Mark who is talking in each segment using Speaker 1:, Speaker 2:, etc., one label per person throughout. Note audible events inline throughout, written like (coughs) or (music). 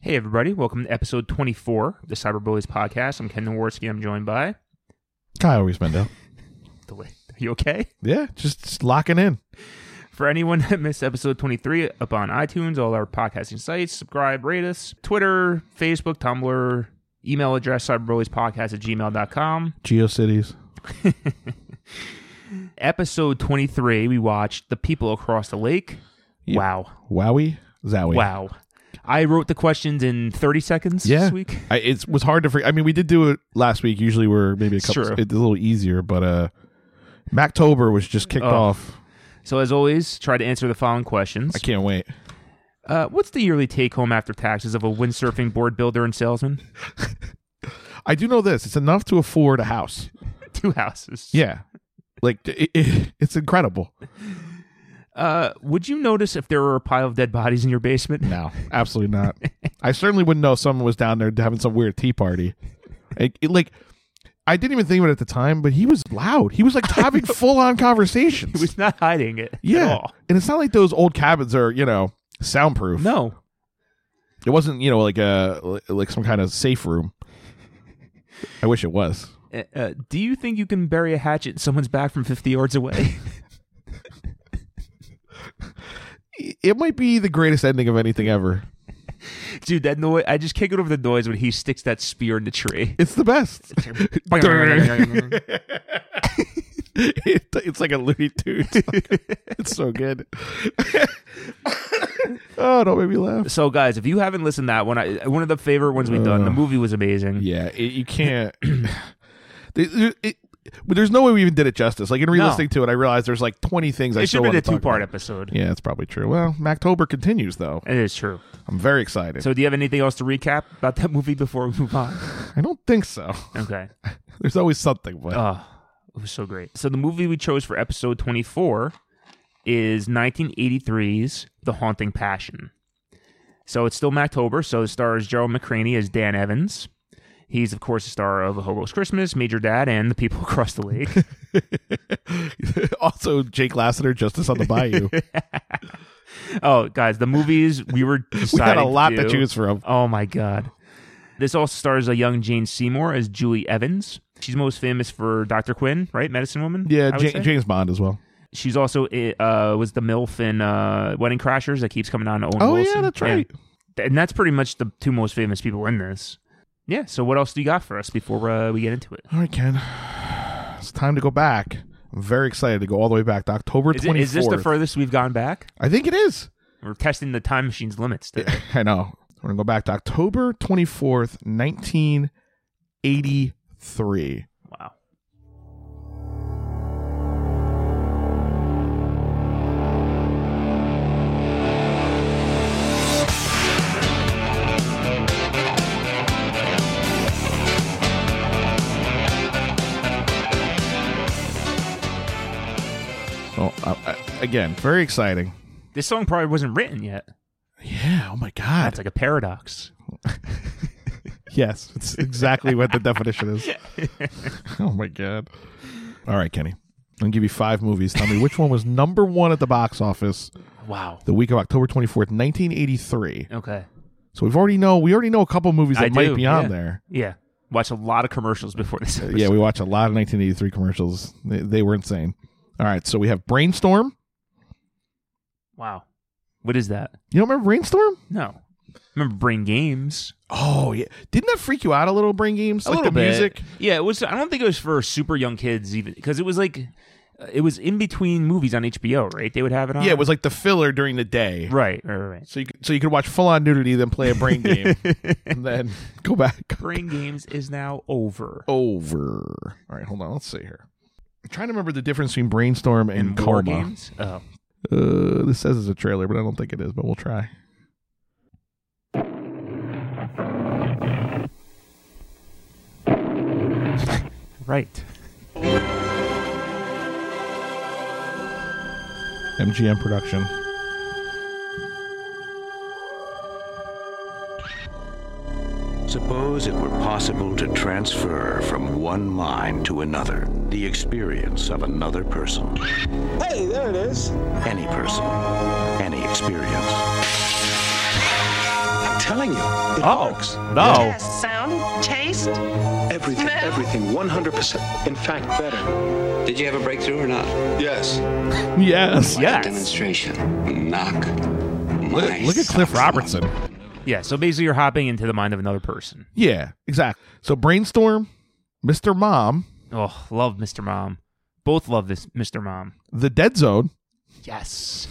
Speaker 1: Hey, everybody. Welcome to episode 24 of the Cyberbullies podcast. I'm Ken Nowarski. I'm joined by.
Speaker 2: Kyle Reesmendel.
Speaker 1: The way. Are (laughs) you okay?
Speaker 2: Yeah, just, just locking in.
Speaker 1: For anyone that missed episode 23 up on iTunes, all our podcasting sites, subscribe, rate us, Twitter, Facebook, Tumblr, email address, cyberbulliespodcast at gmail.com.
Speaker 2: GeoCities.
Speaker 1: Episode 23, we watched The People Across the Lake.
Speaker 2: Yep.
Speaker 1: Wow.
Speaker 2: Wowie. Zowie.
Speaker 1: Wow. I wrote the questions in 30 seconds
Speaker 2: Yeah.
Speaker 1: this week.
Speaker 2: I, it was hard to forget. I mean, we did do it last week. Usually we're maybe a couple,
Speaker 1: true.
Speaker 2: it's a little easier, but uh, Mactober was just kicked
Speaker 1: Oh.
Speaker 2: off.
Speaker 1: So, as always, try to answer the following questions.
Speaker 2: I can't wait.
Speaker 1: Uh, what's the yearly take home after taxes of a windsurfing board builder and salesman? (laughs)
Speaker 2: I do know this. It's enough to afford a house.
Speaker 1: Two houses.
Speaker 2: Yeah. Like, it, it, it's incredible.
Speaker 1: Uh, would you notice if there were a pile of dead bodies in your basement? (laughs)
Speaker 2: No, absolutely not. (laughs) I certainly wouldn't know if someone was down there having some weird tea party. It- it, like, I didn't even think of it at the time, but he was loud. He (laughs) was like having full on conversations.
Speaker 1: He was not hiding it
Speaker 2: Yeah.
Speaker 1: at all.
Speaker 2: And it's not like those old cabins are, you know, soundproof.
Speaker 1: No.
Speaker 2: It wasn't, you know, like a like some kind of safe room. I wish it was.
Speaker 1: Uh, Uh, do you think you can bury a hatchet in someone's back from 50 yards away? (laughs)
Speaker 2: It might be the greatest ending of anything ever.
Speaker 1: Dude, that noise, I just can't get over the noise when he sticks that spear in the
Speaker 2: (laughs)
Speaker 1: tree.
Speaker 2: It's the best. It- it's like a Looney
Speaker 1: (laughs)
Speaker 2: Tunes. it's so good. oh, don't make me laugh.
Speaker 1: so, guys, if you haven't listened to that one, I, one of the favorite ones we've done, the movie was amazing.
Speaker 2: Yeah, it, you can't. (clears throat) There- there- it- but there's no way we even did it justice. Like in re-listening to it, I realized there's like 20 things I
Speaker 1: it
Speaker 2: still
Speaker 1: should have
Speaker 2: want
Speaker 1: been
Speaker 2: to
Speaker 1: a two
Speaker 2: talk
Speaker 1: part
Speaker 2: about.
Speaker 1: episode.
Speaker 2: Yeah, that's probably true. Well, Mactober continues though.
Speaker 1: It is true.
Speaker 2: I'm very excited.
Speaker 1: So, do you have anything else to recap about that movie before we move
Speaker 2: (laughs)
Speaker 1: on?
Speaker 2: I don't think so. (laughs)
Speaker 1: Okay.
Speaker 2: There's always something, but
Speaker 1: Oh, it was so great. So the movie we chose for episode 24 is 1983's The Haunting Passion. So it's still Mactober, so it stars Gerald McCraney as Dan Evans. He's, of course, the star of A Hobo's Christmas, Major Dad, and The People (laughs) Across the
Speaker 2: (laughs)
Speaker 1: Lake. Uh.
Speaker 2: also Jake Lasseter, Justice on the
Speaker 1: (laughs)
Speaker 2: Bayou.
Speaker 1: oh, guys, the movies we were
Speaker 2: we had
Speaker 1: deciding
Speaker 2: a lot
Speaker 1: to,
Speaker 2: to
Speaker 1: do-
Speaker 2: choose from.
Speaker 1: Oh, my God. This also stars a young Jane Seymour as Julie Evans. She's most famous for Dr. Quinn, right? Medicine Woman?
Speaker 2: Yeah,
Speaker 1: I would
Speaker 2: Ja-
Speaker 1: say?
Speaker 2: James Bond as well.
Speaker 1: She's also uh, was the MILF in uh, Wedding Crashers that keeps coming on to Owen
Speaker 2: Oh
Speaker 1: Wilson.
Speaker 2: yeah, that's right.
Speaker 1: Yeah. And that's pretty much the two most famous people in this. Yeah. So what else do you got for us before uh, we get into it?
Speaker 2: All right, Ken. It's time to go back. I'm very excited to go all the way back to October
Speaker 1: Is,
Speaker 2: 24th.
Speaker 1: it, is this the furthest we've gone back?
Speaker 2: I think it is.
Speaker 1: We're testing the time machine's limits. today.
Speaker 2: I know. We're gonna go back to October 24th, 1983.
Speaker 1: Wow.
Speaker 2: So I, I, again, very exciting.
Speaker 1: This song probably wasn't written yet.
Speaker 2: Yeah. Oh my
Speaker 1: That's
Speaker 2: God.
Speaker 1: like a paradox.
Speaker 2: yes, it's exactly what the definition is. (laughs) Oh my god. All right, Kenny. I'm gonna give you five movies. Tell me which one was number one at the box office
Speaker 1: Wow.
Speaker 2: the week of October 24th, 1983.
Speaker 1: Okay.
Speaker 2: So we've already know we already know a couple movies that
Speaker 1: I
Speaker 2: might
Speaker 1: do,
Speaker 2: be on
Speaker 1: yeah.
Speaker 2: there.
Speaker 1: Yeah. Watched a lot of commercials before this. Episode.
Speaker 2: Uh, Yeah, we watch a lot of 1983 commercials. They, they were insane. All right, so we have Brainstorm.
Speaker 1: Wow. What is that?
Speaker 2: You don't remember Brainstorm?
Speaker 1: No. Remember Brain Games?
Speaker 2: Oh yeah, didn't that freak you out a little? Brain Games,
Speaker 1: a
Speaker 2: like
Speaker 1: little
Speaker 2: the
Speaker 1: bit.
Speaker 2: music.
Speaker 1: Yeah, it was. I don't think it was for super young kids even because it was like uh, it was in between movies on HBO, right? They would have it on.
Speaker 2: Yeah, it was like the filler during the day.
Speaker 1: right, right, right.
Speaker 2: So you could, so you could watch full on nudity, then play a brain game, and then go back.
Speaker 1: Brain Games is now
Speaker 2: Oh,
Speaker 1: over.
Speaker 2: over. All right, hold on. Let's see here. I'm trying to remember the difference between brainstorm and,
Speaker 1: And War
Speaker 2: coma.
Speaker 1: Games. Oh,
Speaker 2: Uh, this says it's a trailer, but I don't think it is. But we'll try.
Speaker 1: right.
Speaker 2: MGM production.
Speaker 3: Suppose it were possible to transfer from one mind to another the experience of another person,
Speaker 4: Hey, there it is.
Speaker 3: any person, any experience.
Speaker 4: telling you, it
Speaker 2: Oh.
Speaker 4: works.
Speaker 2: No.
Speaker 5: Yes, sound, taste.
Speaker 4: Everything,
Speaker 5: Smell.
Speaker 4: everything, 100%. In fact, better.
Speaker 6: Did you have a breakthrough or not?
Speaker 4: Yes.
Speaker 2: Yes.
Speaker 1: Yes.
Speaker 6: Demonstration. Knock.
Speaker 2: Look, look at Cliff Robertson.
Speaker 1: Yeah, so basically you're hopping into the mind of another person.
Speaker 2: Yeah, exactly. So brainstorm, Mr. Mom,
Speaker 1: Oh, love Mr. Mom. Both love this Mr. Mom.
Speaker 2: the Dead Zone. (laughs)
Speaker 1: Yes.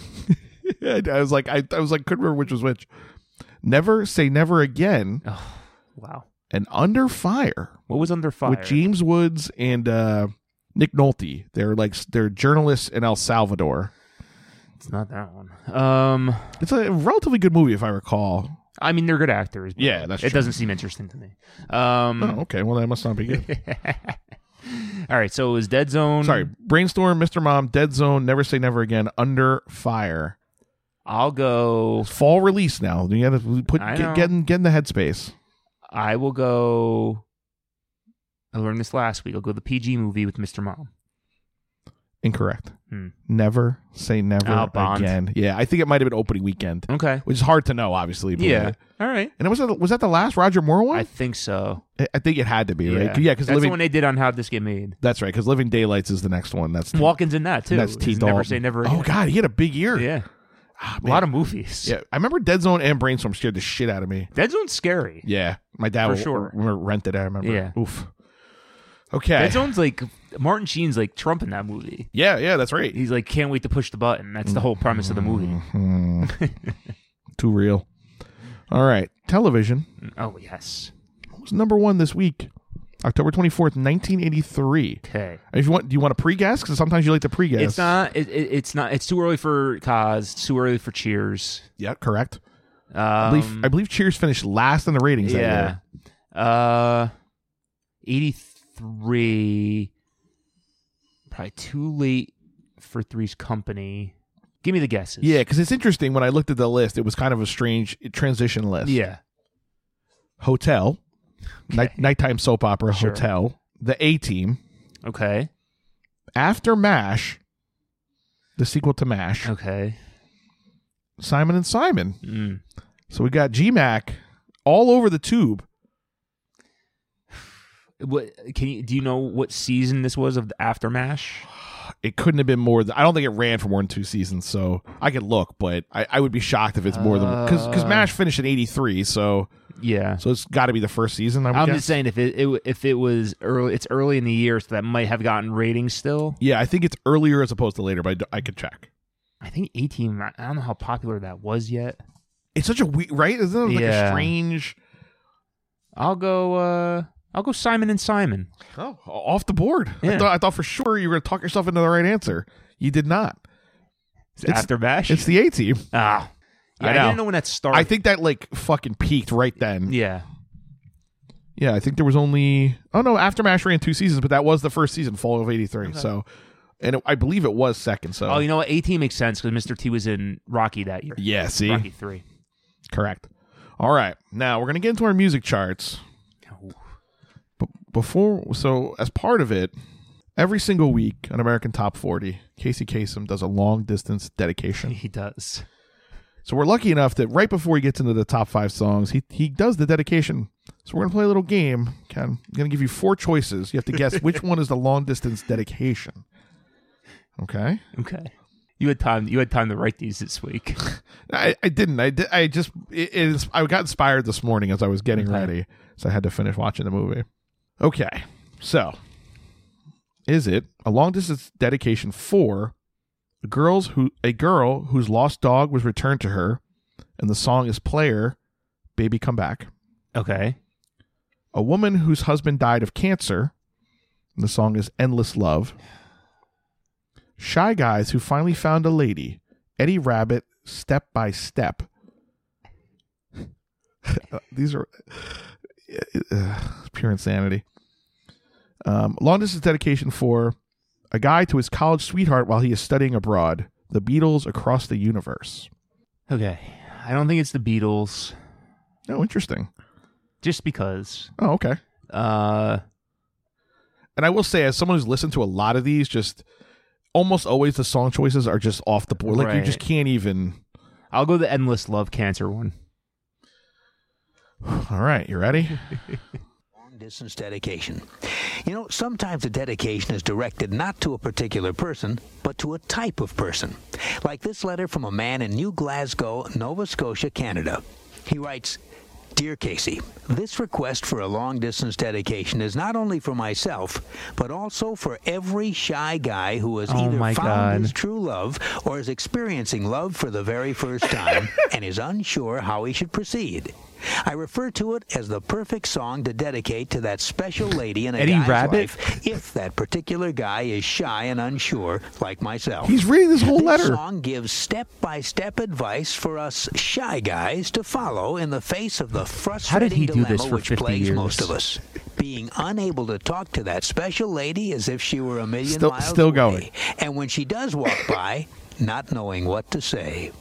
Speaker 2: I I was like, I, I was like, couldn't remember which was which. Never say never again,
Speaker 1: Oh, Wow.
Speaker 2: and under fire
Speaker 1: What was under fire?
Speaker 2: with James Woods and uh, Nick Nolte. They're like s- they're journalists in El Salvador.
Speaker 1: It's not that one. Um,
Speaker 2: It's a relatively good movie, if I recall.
Speaker 1: I mean they're good actors. but
Speaker 2: Yeah, that's
Speaker 1: it
Speaker 2: true.
Speaker 1: doesn't seem interesting to me. Um,
Speaker 2: Oh, okay. Well, that must not be good.
Speaker 1: (laughs) all right. So it was Dead Zone.
Speaker 2: Sorry, brainstorm, Mr. Mom, Dead Zone, Never Say Never Again, Under Fire.
Speaker 1: I'll go.
Speaker 2: Fall release now. You got to put
Speaker 1: I know.
Speaker 2: get, get in get in the headspace.
Speaker 1: I will go. I learned this last week. I'll go the PG movie with Mr. Mom.
Speaker 2: Incorrect.
Speaker 1: Hmm.
Speaker 2: Never say never
Speaker 1: Oh, Bond.
Speaker 2: again. Yeah, I think it might have been opening weekend,
Speaker 1: Okay.
Speaker 2: which is hard to know, obviously. but-
Speaker 1: Yeah. All right.
Speaker 2: and was that was that the last Roger Moore one?
Speaker 1: I
Speaker 2: I,
Speaker 1: think so.
Speaker 2: I think it had to be right.
Speaker 1: Yeah.
Speaker 2: Yeah, because
Speaker 1: that's the
Speaker 2: living.
Speaker 1: one they did on how this get made.
Speaker 2: that's right. Because Living Daylights is the next one. That's
Speaker 1: Walken's in that too.
Speaker 2: That's T.
Speaker 1: He's Never
Speaker 2: Dalton.
Speaker 1: say never.
Speaker 2: Oh
Speaker 1: Again.
Speaker 2: God, he had a big year.
Speaker 1: Yeah.
Speaker 2: Ah,
Speaker 1: A
Speaker 2: man.
Speaker 1: lot of movies.
Speaker 2: Yeah, I remember Dead Zone and Brainstorm scared the shit out of me.
Speaker 1: Dead Zone's scary.
Speaker 2: Yeah, my dad
Speaker 1: For
Speaker 2: would
Speaker 1: sure.
Speaker 2: r- rent it. I remember.
Speaker 1: Yeah.
Speaker 2: Oof. Okay.
Speaker 1: Dead Zone's like Martin Sheen's like Trump in that movie.
Speaker 2: yeah, yeah, that's right.
Speaker 1: He's like can't wait to push the button. That's
Speaker 2: Mm.
Speaker 1: the whole premise of the movie.
Speaker 2: Hmm.
Speaker 1: (laughs)
Speaker 2: Too real. All right, television.
Speaker 1: Oh yes.
Speaker 2: was number one this week, October twenty fourth, nineteen eighty three.
Speaker 1: Okay.
Speaker 2: If you want, do you want to pre-guess? Because sometimes you like to pre-guess.
Speaker 1: It's not. It, it, it's not. It's too early for cause. It's too early for Cheers.
Speaker 2: Yeah, correct.
Speaker 1: Um,
Speaker 2: I believe, I believe Cheers finished last in the ratings. that
Speaker 1: yeah.
Speaker 2: year.
Speaker 1: Uh, eighty three. Probably too late for Three's Company. Give me the guesses.
Speaker 2: yeah, because it's interesting. When I looked at the list, it was kind of a strange transition list.
Speaker 1: Yeah.
Speaker 2: Hotel, night, nighttime soap opera.
Speaker 1: Sure.
Speaker 2: Hotel, The A Team,
Speaker 1: Okay.
Speaker 2: After Mash, the sequel to Mash,
Speaker 1: Okay.
Speaker 2: Simon and Simon.
Speaker 1: Mm.
Speaker 2: So we got GMAC all over the tube.
Speaker 1: What can you? Do you know what season this was of the Aftermash?
Speaker 2: it couldn't have been more than I don't think it ran for more than two seasons, so I could look, but I, I would be shocked if it's more than because because
Speaker 1: Uh.
Speaker 2: Mash finished in eighty three, so
Speaker 1: Yeah.
Speaker 2: so it's got to be the first season. I would
Speaker 1: I'm
Speaker 2: guess.
Speaker 1: just saying if it, it if it was early, it's early in the year, so that might have gotten ratings still.
Speaker 2: Yeah, I think it's earlier as opposed to later, but I, d- I could check.
Speaker 1: I think 18. I I don't know how popular that was yet.
Speaker 2: It's such a weird, right? Isn't it like a
Speaker 1: Yeah.
Speaker 2: strange?
Speaker 1: I'll go. uh I'll go Simon and Simon.
Speaker 2: Oh, off the board. I,
Speaker 1: Yeah.
Speaker 2: thought, I thought for sure you were going to talk yourself into the right answer. You did not. It's-
Speaker 1: After Bash.
Speaker 2: It's the A team.
Speaker 1: ah. Yeah,
Speaker 2: I
Speaker 1: I,
Speaker 2: know.
Speaker 1: didn't know when that started.
Speaker 2: I think that like fucking peaked right then.
Speaker 1: Yeah.
Speaker 2: Yeah, I think there was only oh no, Aftermash ran two seasons, but that was the first season, fall of '83. So, and it, I believe it was second. So,
Speaker 1: Oh, you know what? 18 makes sense because Mr. T was in Rocky that year.
Speaker 2: yeah, see,
Speaker 1: Rocky three. (laughs)
Speaker 2: correct. All right, now we're gonna get into our music charts.
Speaker 1: Oh.
Speaker 2: But before, so as part of it, every single week on American Top 40, Casey Kasem does a long distance dedication.
Speaker 1: He does.
Speaker 2: so we're lucky enough that right before he gets into the top five songs, he he does the dedication. So we're gonna play a little game. Ken, I'm gonna give you four choices. You have to guess which one is the long distance dedication. Okay.
Speaker 1: Okay. You had time. You had time to write these this week.
Speaker 2: I, I didn't. I did. I just it, it is. I got inspired this morning as I was getting
Speaker 1: Okay.
Speaker 2: ready, so I had to finish watching the movie. Okay, so is it a long distance dedication for girls who a girl whose lost dog was returned to her, and the song is "Player, Baby Come Back."
Speaker 1: (laughs) okay.
Speaker 2: A woman whose husband died of cancer, and the song is "Endless Love." Shy guys who finally found a lady, Eddie Rabbit, step by step. (laughs) These are uh, pure insanity. Um, long distance dedication for a guy to his college sweetheart while he is studying abroad. The Beatles across the universe.
Speaker 1: Okay. I don't think it's the Beatles,
Speaker 2: Oh, interesting.
Speaker 1: just because.
Speaker 2: Oh, okay.
Speaker 1: Uh,
Speaker 2: And I will say, as someone who's listened to a lot of these, just almost always the song choices are just off the board. Like you
Speaker 1: Right.
Speaker 2: just can't even.
Speaker 1: I'll go the endless love cancer one.
Speaker 2: All right, you ready?
Speaker 5: Long distance dedication. You know, sometimes a dedication is directed not to a particular person, but to a type of person. Like this letter from a man in New Glasgow, Nova Scotia, Canada. He writes, Dear Casey, this request for a long distance dedication is not only for myself, but also for every shy guy who has
Speaker 1: Oh
Speaker 5: either
Speaker 1: my
Speaker 5: found
Speaker 1: God.
Speaker 5: his true love or is experiencing love for the very
Speaker 1: (laughs)
Speaker 5: first time and is unsure how he should proceed. I refer to it as the perfect song to dedicate to that special lady in a
Speaker 1: Eddie
Speaker 5: guy's
Speaker 1: Rabbit?
Speaker 5: life if that particular guy is shy and unsure like myself.
Speaker 2: He's reading this whole
Speaker 5: This
Speaker 2: letter.
Speaker 5: song gives step-by-step advice for us shy guys to follow in the face of the frustrating
Speaker 1: he do
Speaker 5: dilemma
Speaker 1: this for
Speaker 5: which
Speaker 1: 50
Speaker 5: plagues
Speaker 1: years?
Speaker 5: most of us. Being unable to talk to that special lady as if she were a million
Speaker 2: Still-
Speaker 5: miles
Speaker 2: still
Speaker 5: away.
Speaker 2: going.
Speaker 5: And when she does walk by, not knowing what to say.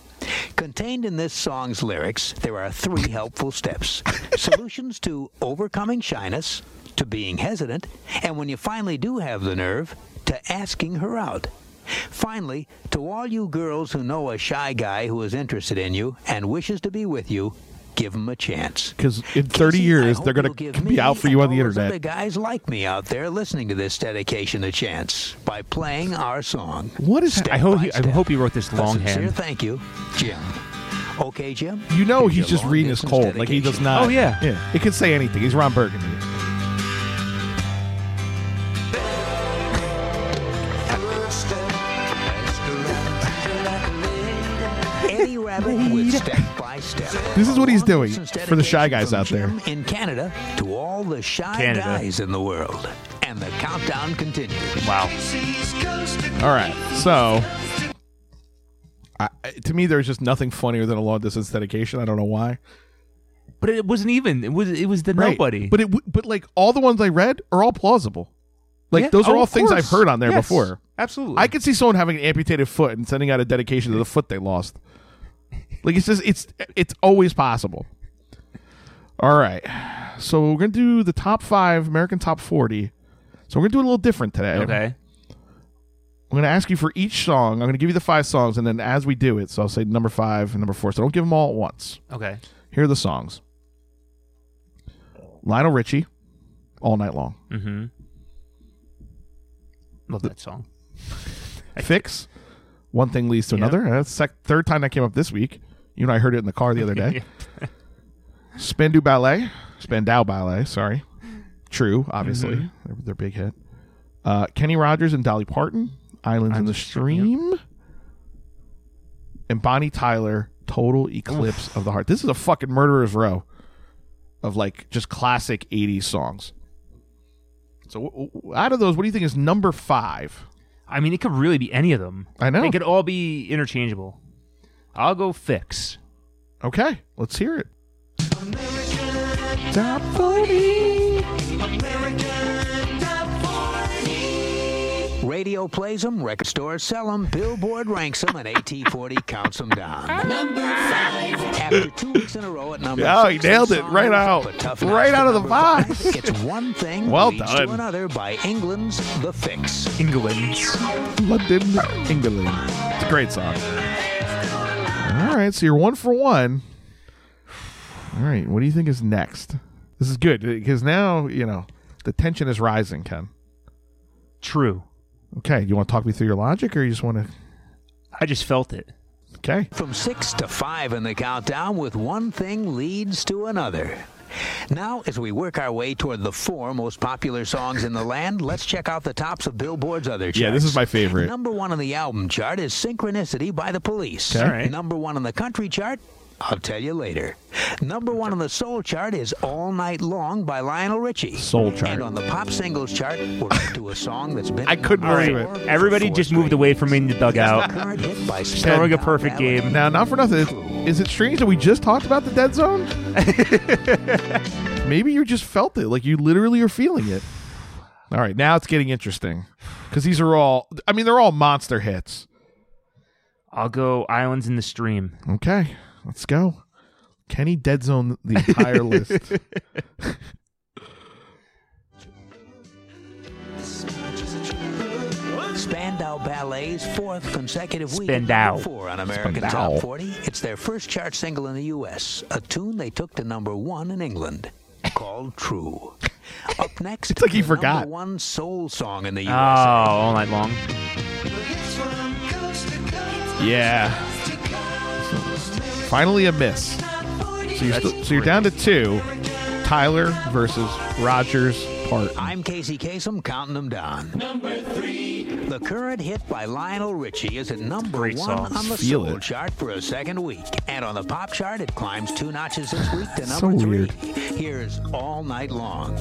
Speaker 5: Contained in this song's lyrics, there are three helpful steps solutions to overcoming shyness, to being hesitant, and when you finally do have the nerve, to asking her out. Finally, to all you girls who know a shy guy who is interested in you and wishes to be with you, give him a chance.
Speaker 2: Because in 30
Speaker 5: Casey, I
Speaker 2: years,
Speaker 5: hope
Speaker 2: they're going
Speaker 5: you'll
Speaker 2: to
Speaker 5: give
Speaker 2: be
Speaker 5: me
Speaker 2: out for you
Speaker 5: and
Speaker 2: on the
Speaker 5: all those Other
Speaker 2: internet.
Speaker 5: guys like me out there listening to this dedication a chance by playing our song.
Speaker 2: What is-
Speaker 5: Step
Speaker 1: I hope
Speaker 5: by
Speaker 1: he, I
Speaker 5: step.
Speaker 1: hope he wrote this
Speaker 5: A sincere
Speaker 1: longhand.
Speaker 5: thank you, Jim. Okay, Jim.
Speaker 2: You know
Speaker 5: Here's
Speaker 2: he's
Speaker 5: your
Speaker 2: just
Speaker 5: long
Speaker 2: reading this
Speaker 5: distance
Speaker 2: cold. Like he does
Speaker 5: dedication.
Speaker 2: not.
Speaker 1: Oh, yeah.
Speaker 2: Yeah. He could say anything. He's Ron Burgundy.
Speaker 5: Eddie Rabbit with step by step.
Speaker 2: This is what he's doing
Speaker 5: Long-distance
Speaker 2: for the shy
Speaker 5: dedication
Speaker 2: guys
Speaker 5: from
Speaker 2: out there.
Speaker 5: Jim In Canada, to all the shy
Speaker 1: Canada.
Speaker 5: guys in the world, and the countdown continues.
Speaker 1: Wow.
Speaker 2: All right. So, I, I- to me, there's just nothing funnier than a long distance dedication. I don't know why.
Speaker 1: But it wasn't even. It was. It was the
Speaker 2: Right.
Speaker 1: nobody.
Speaker 2: But it. w- But like all the ones I read are all plausible. Like
Speaker 1: Yeah.
Speaker 2: those are
Speaker 1: Oh,
Speaker 2: all
Speaker 1: of
Speaker 2: things I've
Speaker 1: course.
Speaker 2: heard on there
Speaker 1: Yes.
Speaker 2: before.
Speaker 1: Absolutely.
Speaker 2: I could see someone having an amputated foot and sending out a dedication to the foot they lost. Like it's just it's it's always possible. All right. So we're gonna do the top five American top forty. So we're gonna do it a little different today.
Speaker 1: Okay.
Speaker 2: I'm gonna ask you for each song. I'm gonna give you the five songs, and then as we do it, so I'll say number five and number four. So don't give them all at once.
Speaker 1: Okay.
Speaker 2: Here are the songs: Lionel Richie, "All Night Long,"
Speaker 1: Mm-hmm. Love that song.
Speaker 2: "Fix," "One Thing Leads to Another." That's the sec- third time that came up this week. You and I heard it in the car the other day. (laughs) Spandu Ballet, Spandau Ballet. Sorry, True. Obviously, they're, they're big hit. Uh, Kenny Rogers and Dolly Parton, "Islands in the Stream," and Bonnie Tyler, "Total Eclipse of the Heart." This is a fucking murderer's row of like just classic '80s songs. So, w- w- out of those, what do you think is number five?
Speaker 1: I mean, it could really be any of them.
Speaker 2: I know.
Speaker 1: They could all be interchangeable. I'll go fix.
Speaker 2: Okay, let's hear it.
Speaker 5: Radio plays them, record stores sell them, Billboard ranks them, and AT40 (laughs) counts them down. Number five. After two weeks in a row at number
Speaker 2: Oh, he
Speaker 5: six,
Speaker 2: nailed
Speaker 5: the
Speaker 2: it
Speaker 5: song
Speaker 2: right
Speaker 5: moves
Speaker 2: out.
Speaker 5: up a tough
Speaker 2: Right
Speaker 5: notch
Speaker 2: out
Speaker 5: to
Speaker 2: of the
Speaker 5: number
Speaker 2: box.
Speaker 5: five. It's one thing
Speaker 2: Well
Speaker 5: leads
Speaker 2: done.
Speaker 5: to another by England's The Fix.
Speaker 1: England.
Speaker 2: London, England. It's a great song. All right, so you're one for one. All right, what do you think is next? This is good because now you know the tension is rising, Ken.
Speaker 1: True.
Speaker 2: Okay, you want to talk me through your logic, or you just want to?
Speaker 1: I just felt it.
Speaker 2: Okay,
Speaker 5: From six to five in the countdown, with one thing leads to another. Now, as we work our way toward the four most popular songs in the land, let's check out the tops of Billboard's other charts.
Speaker 2: Yeah, this is my favorite.
Speaker 5: Number one on the album chart is Synchronicity by the Police.
Speaker 1: Okay. All right.
Speaker 5: Number one on the country chart, I'll tell you later. Number one on the soul chart is All Night Long by Lionel Richie.
Speaker 2: Soul chart.
Speaker 5: And on the pop singles chart, we're up to a song that's been
Speaker 2: I couldn't
Speaker 1: All right.
Speaker 5: number
Speaker 2: believe
Speaker 5: four
Speaker 2: it.
Speaker 5: for
Speaker 1: Everybody
Speaker 5: four
Speaker 1: just moved
Speaker 5: straight
Speaker 1: away from me in the
Speaker 2: (laughs)
Speaker 1: dugout.
Speaker 5: Current hit by
Speaker 1: Throwing a
Speaker 5: Spandau
Speaker 1: perfect
Speaker 5: Ballet.
Speaker 1: game.
Speaker 2: Now, not for nothing. Is it strange that we just talked about the dead zone? Maybe you just felt it, like you literally are feeling it. All right, now it's getting interesting because these are all. I mean, they're all monster hits.
Speaker 1: I'll go Islands in the Stream.
Speaker 2: Okay, let's go. Kenny dead zone the entire list.
Speaker 5: Spandau Ballet's fourth consecutive week
Speaker 1: Spandau.
Speaker 5: at number four on American
Speaker 2: Spandau.
Speaker 5: Top 40. It's their first chart single in the U.S., a tune they took to number one
Speaker 2: (laughs)
Speaker 5: in England, called True. Up next,
Speaker 2: It's like he
Speaker 5: the number
Speaker 2: forgot.
Speaker 5: one soul song in the
Speaker 1: Oh,
Speaker 5: U.S.
Speaker 1: all night long.
Speaker 2: Yeah. Finally, a miss. So you're, still, so you're down to two. Tyler versus Rogers Parton.
Speaker 5: I'm Casey Kasem, counting them down. Number three. The current hit by Lionel Richie is at number
Speaker 1: Great
Speaker 5: one
Speaker 1: song.
Speaker 5: on the
Speaker 2: Feel
Speaker 5: soul
Speaker 2: it.
Speaker 5: chart for a second week, and on the pop chart, it climbs two notches this week to
Speaker 2: So
Speaker 5: number three.
Speaker 2: weird.
Speaker 5: Here's All Night Long.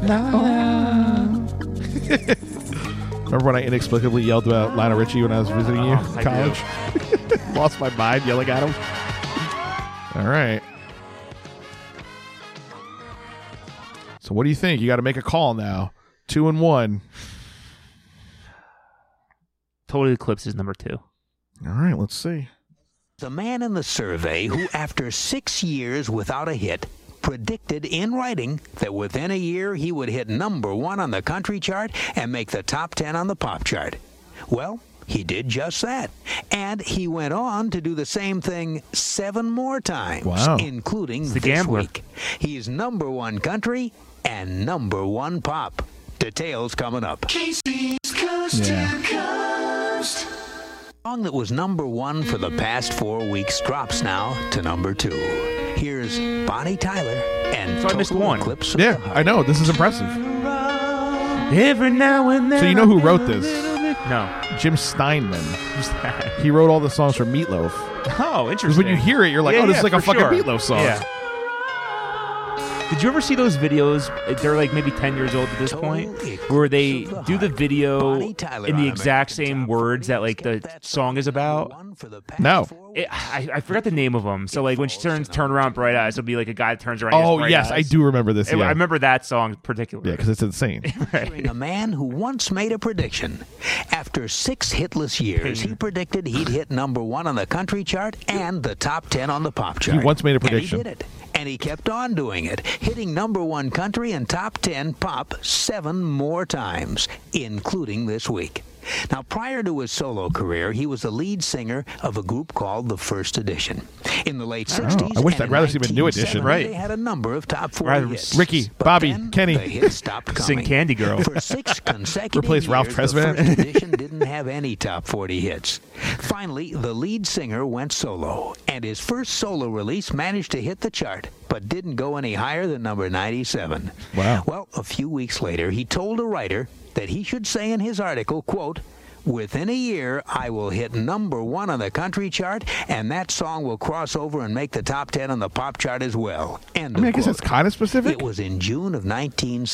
Speaker 2: Remember when I inexplicably yelled about Lionel Richie when I was visiting you
Speaker 1: Oh,
Speaker 2: in
Speaker 1: I (laughs)
Speaker 2: college? Lost my mind yelling at him. All right. So what do you think? You got to make a call now. Two and one.
Speaker 1: Total Eclipse is number two.
Speaker 2: All right. Let's see.
Speaker 5: The man in the survey who, after six years without a hit, predicted in writing that within a year he would hit number one on the country chart and make the top 10 on the pop chart. Well, he did just that. And he went on to do the same thing seven more times,
Speaker 2: Wow.
Speaker 5: including
Speaker 1: the
Speaker 5: this
Speaker 1: gambler.
Speaker 5: week. He's number one country and number one pop. Details coming up.
Speaker 2: Yeah.
Speaker 5: song that was number one for the past four weeks drops now to number two. Here's Bonnie Tyler and
Speaker 1: So I
Speaker 5: Total
Speaker 1: missed one.
Speaker 5: Eclipse of
Speaker 2: Yeah.
Speaker 5: the Heart.
Speaker 2: I know. This is impressive.
Speaker 1: Every now and then.
Speaker 2: So you know who wrote this?
Speaker 1: No. (laughs)
Speaker 2: Jim Steinman.
Speaker 1: Who's that?
Speaker 2: He wrote all the songs for Meatloaf.
Speaker 1: Oh,
Speaker 2: Because
Speaker 1: interesting.
Speaker 2: when you hear it, you're like,
Speaker 1: Yeah,
Speaker 2: "Oh, this
Speaker 1: yeah,
Speaker 2: is like a
Speaker 1: for
Speaker 2: fucking
Speaker 1: sure.
Speaker 2: Meatloaf song."
Speaker 1: Yeah. Did you ever see those videos? They're like maybe 10 years old at this point, where they do the video in the exact same words that like the song is about.
Speaker 2: No.
Speaker 1: It, I, I forgot the name of them. So like when she turns turn around bright eyes, it'll be like a guy that turns around. he has
Speaker 2: Oh
Speaker 1: bright
Speaker 2: yes, I
Speaker 1: eyes.
Speaker 2: do remember this.
Speaker 1: I-
Speaker 2: Yeah,
Speaker 1: I remember that song in particular.
Speaker 2: because
Speaker 1: (laughs)
Speaker 2: it's insane.
Speaker 5: Featuring a man who once made a prediction. After six hitless years, he predicted he'd hit number one on the country chart and the top ten on the pop chart.
Speaker 2: once made a prediction.
Speaker 5: And he did it. And he kept on doing it, hitting number one country and top ten pop seven more times, including this week. Now, prior to his solo career, he was the lead singer of a group called The First Edition. In the late 60s,
Speaker 2: Oh, I wish
Speaker 5: and
Speaker 2: I'd
Speaker 5: in
Speaker 2: rather see him in New Edition.
Speaker 5: 1970,
Speaker 1: Right.
Speaker 5: They had a number of top 40
Speaker 1: Rather
Speaker 5: hits.
Speaker 2: Ricky,
Speaker 5: But
Speaker 2: Bobby,
Speaker 5: then
Speaker 2: Kenny.
Speaker 5: the
Speaker 2: (laughs)
Speaker 5: hits stopped
Speaker 1: Sing
Speaker 5: coming.
Speaker 1: Candy Girl.
Speaker 5: For six consecutive
Speaker 2: Replace
Speaker 5: years,
Speaker 2: Ralph Tresvant. (laughs)
Speaker 5: The first edition didn't have any top 40 hits. Finally, the lead singer went solo, and his first solo release managed to hit the chart, but didn't go any higher than number 97.
Speaker 2: Wow.
Speaker 5: Well, a few weeks later, he told a writer that he should say in his article, quote, Within a year, I will hit number one on the country chart, and that song will cross over and make the top ten on the pop chart as well. End
Speaker 2: I mean, I
Speaker 5: of
Speaker 2: guess
Speaker 5: quote.
Speaker 2: that's kind of specific.
Speaker 5: It was in June of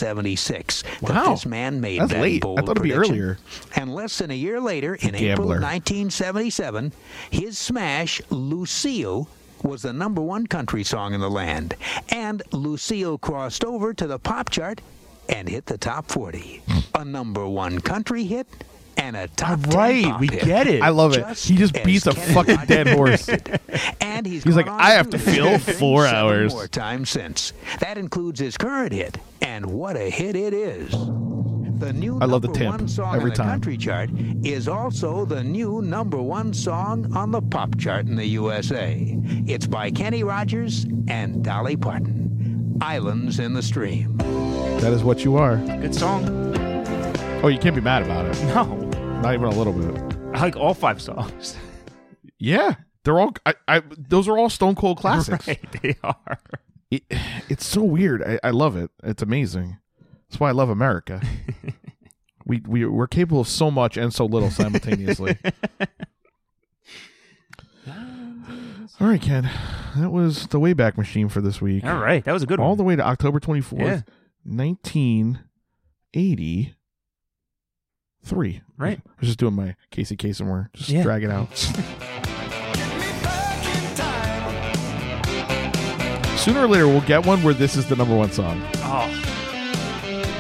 Speaker 5: 1976 that
Speaker 2: Wow.
Speaker 5: this man made
Speaker 2: That's
Speaker 5: that
Speaker 2: late. I
Speaker 5: bold
Speaker 2: thought it'd be
Speaker 5: prediction.
Speaker 2: earlier.
Speaker 5: And less than a year later, in April
Speaker 2: Gambler.
Speaker 5: of 1977, his smash "Lucille" was the number one country song in the land, and "Lucille" crossed over to the pop chart and hit the top 40, a number one country hit and a top 10
Speaker 1: Right,
Speaker 5: pop
Speaker 1: we
Speaker 5: hit.
Speaker 1: get it.
Speaker 2: I love it. he just
Speaker 5: as
Speaker 2: beats a
Speaker 5: Kenny
Speaker 2: fucking
Speaker 5: Rogers
Speaker 2: dead horse.
Speaker 5: and he's,
Speaker 2: He's
Speaker 5: gone
Speaker 2: like,
Speaker 5: on
Speaker 2: "I have
Speaker 5: do
Speaker 2: to
Speaker 5: this
Speaker 2: fill
Speaker 5: thing
Speaker 2: four
Speaker 5: (laughs) seven
Speaker 2: hours."
Speaker 5: more times since. That includes his current hit, and what a hit it is! The new
Speaker 2: I love the
Speaker 5: number
Speaker 2: temp
Speaker 5: one song
Speaker 2: every
Speaker 5: on the
Speaker 2: time.
Speaker 5: country chart is also the new number one song on the pop chart in the USA. It's by Kenny Rogers and Dolly Parton. Islands in the Stream.
Speaker 2: that is what you are.
Speaker 1: Good song. (laughs)
Speaker 2: Oh, you can't be mad about it.
Speaker 1: No.
Speaker 2: Not even a little bit.
Speaker 1: I like all five songs. (laughs)
Speaker 2: Yeah, they're all. I, I, those are all Stone Cold classics.
Speaker 1: Right, they are.
Speaker 2: It, (laughs) it's so weird. I, I love it. It's amazing. That's why I love America. we we we're capable of so much and so little simultaneously. all right, Ken. That was the Wayback Machine for this week.
Speaker 1: All right, that was a good
Speaker 2: all
Speaker 1: one.
Speaker 2: the way to October 24th,
Speaker 1: Mm. Yeah.
Speaker 2: 1983.
Speaker 1: Right.
Speaker 2: I was just doing my Casey Kasem where just
Speaker 1: Yeah.
Speaker 2: drag
Speaker 1: (laughs)
Speaker 2: it out. Sooner or later, we'll get one where this is the number one song.
Speaker 1: oh,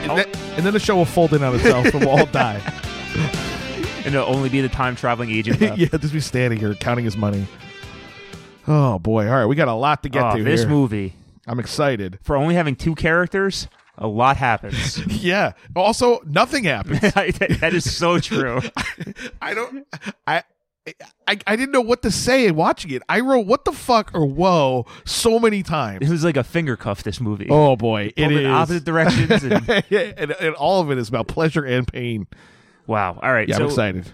Speaker 2: And, then- and then the show will fold in on itself and we'll
Speaker 1: (laughs)
Speaker 2: all die.
Speaker 1: and it'll only be the time traveling agent.
Speaker 2: (laughs) yeah,
Speaker 1: Left.
Speaker 2: just be standing here counting his money. Oh, boy. All right. We got a lot to get
Speaker 1: Oh,
Speaker 2: to
Speaker 1: this
Speaker 2: here.
Speaker 1: movie
Speaker 2: I'm excited. (laughs)
Speaker 1: for only having two characters. a lot (laughs) happens.
Speaker 2: Yeah. Also, nothing happened.
Speaker 1: that that is so true.
Speaker 2: I don't. I. I, I didn't know what to say watching it. I wrote "what the fuck" or "whoa" so
Speaker 1: (laughs)
Speaker 2: many
Speaker 1: It
Speaker 2: times.
Speaker 1: was like a finger cuff. This movie.
Speaker 2: Oh boy, it
Speaker 1: Pulled in
Speaker 2: is.
Speaker 1: opposite directions.
Speaker 2: (laughs)
Speaker 1: And,
Speaker 2: Yeah, and, and all of it is about pleasure and pain.
Speaker 1: wow. All right.
Speaker 2: Yeah,
Speaker 1: so
Speaker 2: I'm excited.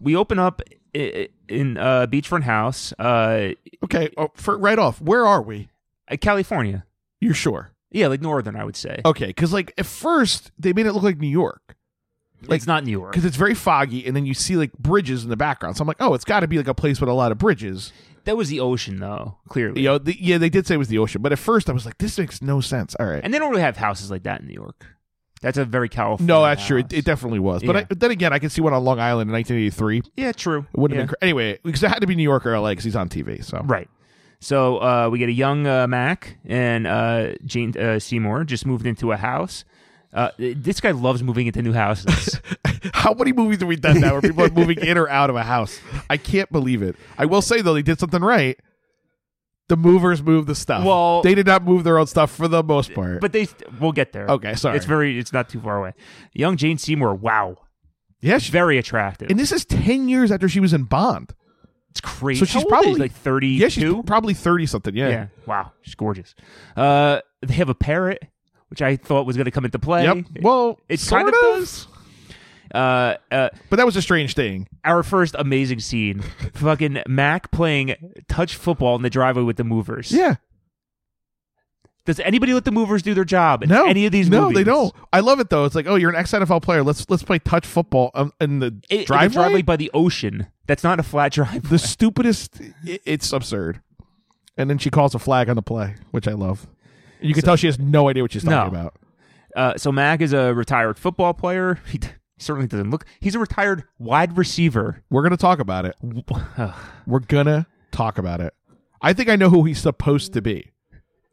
Speaker 1: we open up i- i- in uh, beachfront house, uh,
Speaker 2: Okay, oh, for, right off, where are we?
Speaker 1: uh, California.
Speaker 2: You're sure?
Speaker 1: Yeah, like northern, I would say.
Speaker 2: Okay, because like at first they made it look like New York
Speaker 1: it's not New York.
Speaker 2: because it's very foggy, and then you see like bridges in the background. So I'm like, oh, it's got to be like a place with a lot of bridges.
Speaker 1: That was the ocean, though. Clearly,
Speaker 2: You know, the, yeah, they did say it was the ocean, but at first I was like, this makes no sense. All right,
Speaker 1: and they don't really have houses like that in New York. That's a very California.
Speaker 2: No, that's true. It,
Speaker 1: house.
Speaker 2: it definitely was. But
Speaker 1: Oh, Yeah.
Speaker 2: I, then again, I can see one on Long Island in 1983. It
Speaker 1: yeah, true.
Speaker 2: wouldn't
Speaker 1: yeah.
Speaker 2: have been cra- anyway because it had to be New York or LA because he's on TV. So
Speaker 1: Right. So uh, we get a young uh, Mac and uh, Jane uh, Seymour just moved into a house. Uh, this guy loves moving into new
Speaker 2: (laughs)
Speaker 1: houses.
Speaker 2: how many movies have
Speaker 1: (laughs)
Speaker 2: we done now where people are moving in or out of a house? I can't believe it. I will say though, they did something right. The movers moved the stuff.
Speaker 1: Well-
Speaker 2: they did not move their own stuff for the most
Speaker 1: (laughs)
Speaker 2: part.
Speaker 1: but they, we'll get there.
Speaker 2: Okay, sorry.
Speaker 1: It's very, it's not too far away. Young Jane Seymour, wow,
Speaker 2: yeah, she,
Speaker 1: very attractive.
Speaker 2: and this is 10 years after she was in Bond.
Speaker 1: it's crazy.
Speaker 2: So she's
Speaker 1: How old
Speaker 2: probably
Speaker 1: is she? like thirty-two.
Speaker 2: Yeah, she's probably 30 something. Yeah.
Speaker 1: yeah. Wow, she's gorgeous. Uh, they have a parrot, which I thought was going to come into play.
Speaker 2: Yep. Well,
Speaker 1: it
Speaker 2: sort
Speaker 1: kind of
Speaker 2: of.
Speaker 1: does. Uh, uh,
Speaker 2: But that was a strange thing.
Speaker 1: our first amazing
Speaker 2: (laughs)
Speaker 1: scene. Fucking Mac playing touch football in the driveway with the movers.
Speaker 2: Yeah.
Speaker 1: Does anybody let the movers do their job in
Speaker 2: No,
Speaker 1: any of these
Speaker 2: no,
Speaker 1: movies?
Speaker 2: they don't. I love it though. It's like, oh, you're an ex NFL player. Let's let's play touch football um, in the
Speaker 1: It,
Speaker 2: driveway.
Speaker 1: The driveway by the ocean. That's not a flat (laughs) driveway.
Speaker 2: The stupidest. i it's absurd. And then she calls a flag on the play, which I love. You can tell she has no idea what she's talking
Speaker 1: No.
Speaker 2: about.
Speaker 1: Uh, so Mac is a retired football player. (laughs) He d- certainly doesn't look. He's a retired wide receiver. uh,
Speaker 2: We're gonna talk about it.
Speaker 1: (laughs)
Speaker 2: We're gonna talk about it. I think I know who he's supposed to be.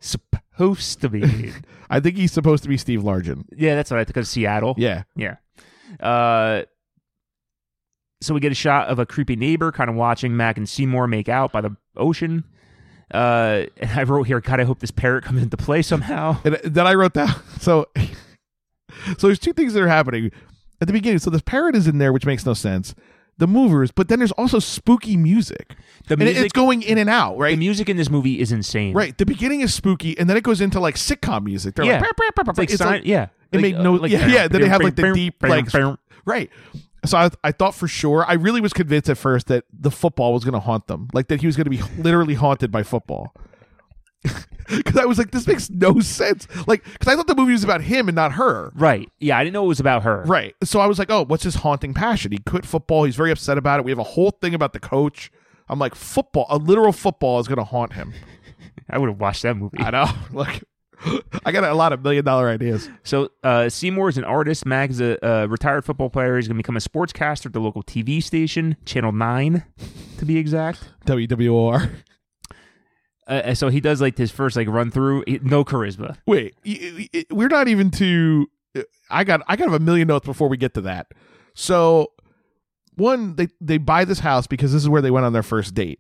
Speaker 1: Supposed to
Speaker 2: (laughs)
Speaker 1: be.
Speaker 2: I think he's supposed to be Steve Largent.
Speaker 1: yeah, that's what I think of Seattle.
Speaker 2: Yeah,
Speaker 1: Yeah. Uh, so we get a shot of a creepy neighbor kind of watching Mac and Seymour make out by the ocean. Uh, and I wrote here, God, I hope this parrot comes into play somehow.
Speaker 2: And uh, then I wrote down. (laughs) So, so there's two things that are happening at the beginning. So the parrot is in there, which makes no sense. The movers, but then there's also spooky music.
Speaker 1: The
Speaker 2: And it-
Speaker 1: music-
Speaker 2: it's going in and out,
Speaker 1: The
Speaker 2: right?
Speaker 1: music in this movie is insane.
Speaker 2: right. The beginning is spooky, and then it goes into like sitcom music. They're
Speaker 1: Yeah.
Speaker 2: like, "Bah, bah, bah,
Speaker 1: It's
Speaker 2: bah,
Speaker 1: like,
Speaker 2: bah." It's
Speaker 1: sign-
Speaker 2: like-
Speaker 1: yeah.
Speaker 2: It
Speaker 1: Like,
Speaker 2: made
Speaker 1: uh,
Speaker 2: no,
Speaker 1: like-
Speaker 2: yeah, yeah. Then they have like the deep, like, right. So I, I thought for sure, I really was convinced at first that the football was going to haunt them, like that he was going to be (laughs) literally haunted by football. (laughs) Because I was like, this makes no sense. Like, because I thought the movie was about him and not her.
Speaker 1: Right. Yeah, I didn't know it was about her.
Speaker 2: Right. So I was like, oh, what's his haunting passion? He quit football. He's very upset about it. We have a whole thing about the coach. I'm like, football, a literal football is going to haunt him.
Speaker 1: I would have watched that movie.
Speaker 2: (laughs) I know. Like, (laughs) I got a lot of million dollar ideas.
Speaker 1: So uh, Seymour is an artist. Mac is a uh, retired football player. He's going to become a sportscaster at the local TV station, Channel 9, to be exact.
Speaker 2: WWR.
Speaker 1: Uh, so he does like his first like run through, He- no charisma.
Speaker 2: Wait, y- y- we're not even to. I got I got a million notes before we get to that. So, one, they they buy this house because this is where they went on their first date.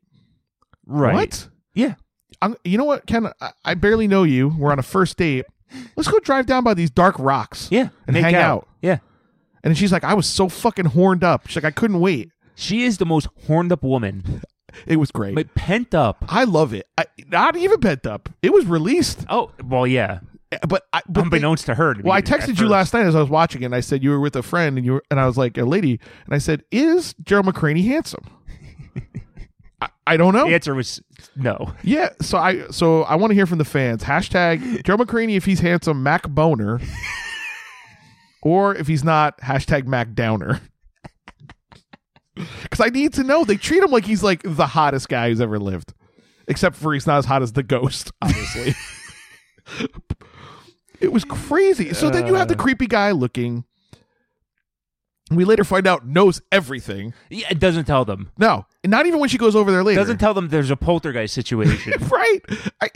Speaker 1: Right.
Speaker 2: What?
Speaker 1: Yeah.
Speaker 2: I'm, you know what, Ken? I, I barely know you. We're on a first date. Let's go drive down by these dark rocks.
Speaker 1: Yeah.
Speaker 2: and
Speaker 1: Make
Speaker 2: hang out.
Speaker 1: Yeah.
Speaker 2: And she's like, I was so fucking horned up. She's like, I couldn't wait.
Speaker 1: She is the most horned up woman,
Speaker 2: It was great.
Speaker 1: but pent up.
Speaker 2: I love it. I, not even pent up. It was released,
Speaker 1: Oh well, yeah.
Speaker 2: but I, but they-
Speaker 1: Unbeknownst to her. to
Speaker 2: Well, I
Speaker 1: be- at
Speaker 2: texted you
Speaker 1: first.
Speaker 2: last night as I was watching it, and I said you were with a friend, and you were, and I was like a lady, and I said, "Is Gerald McCraney handsome?" (laughs) I, I don't know.
Speaker 1: The answer was no.
Speaker 2: yeah, so I so I want to hear from the fans. Hashtag Gerald McCraney if he's handsome, Mac Boner, or if he's not, hashtag Mac Downer. (laughs) Because I need to know. They treat him like he's like the hottest guy who's ever lived, except for he's not as hot as the ghost, (laughs) obviously. It was crazy. So then you have the creepy guy looking. We later find out knows everything.
Speaker 1: Yeah, it doesn't tell them.
Speaker 2: No, not even when she goes over there later.
Speaker 1: Doesn't tell them there's a poltergeist
Speaker 2: (laughs)
Speaker 1: situation.
Speaker 2: right. I,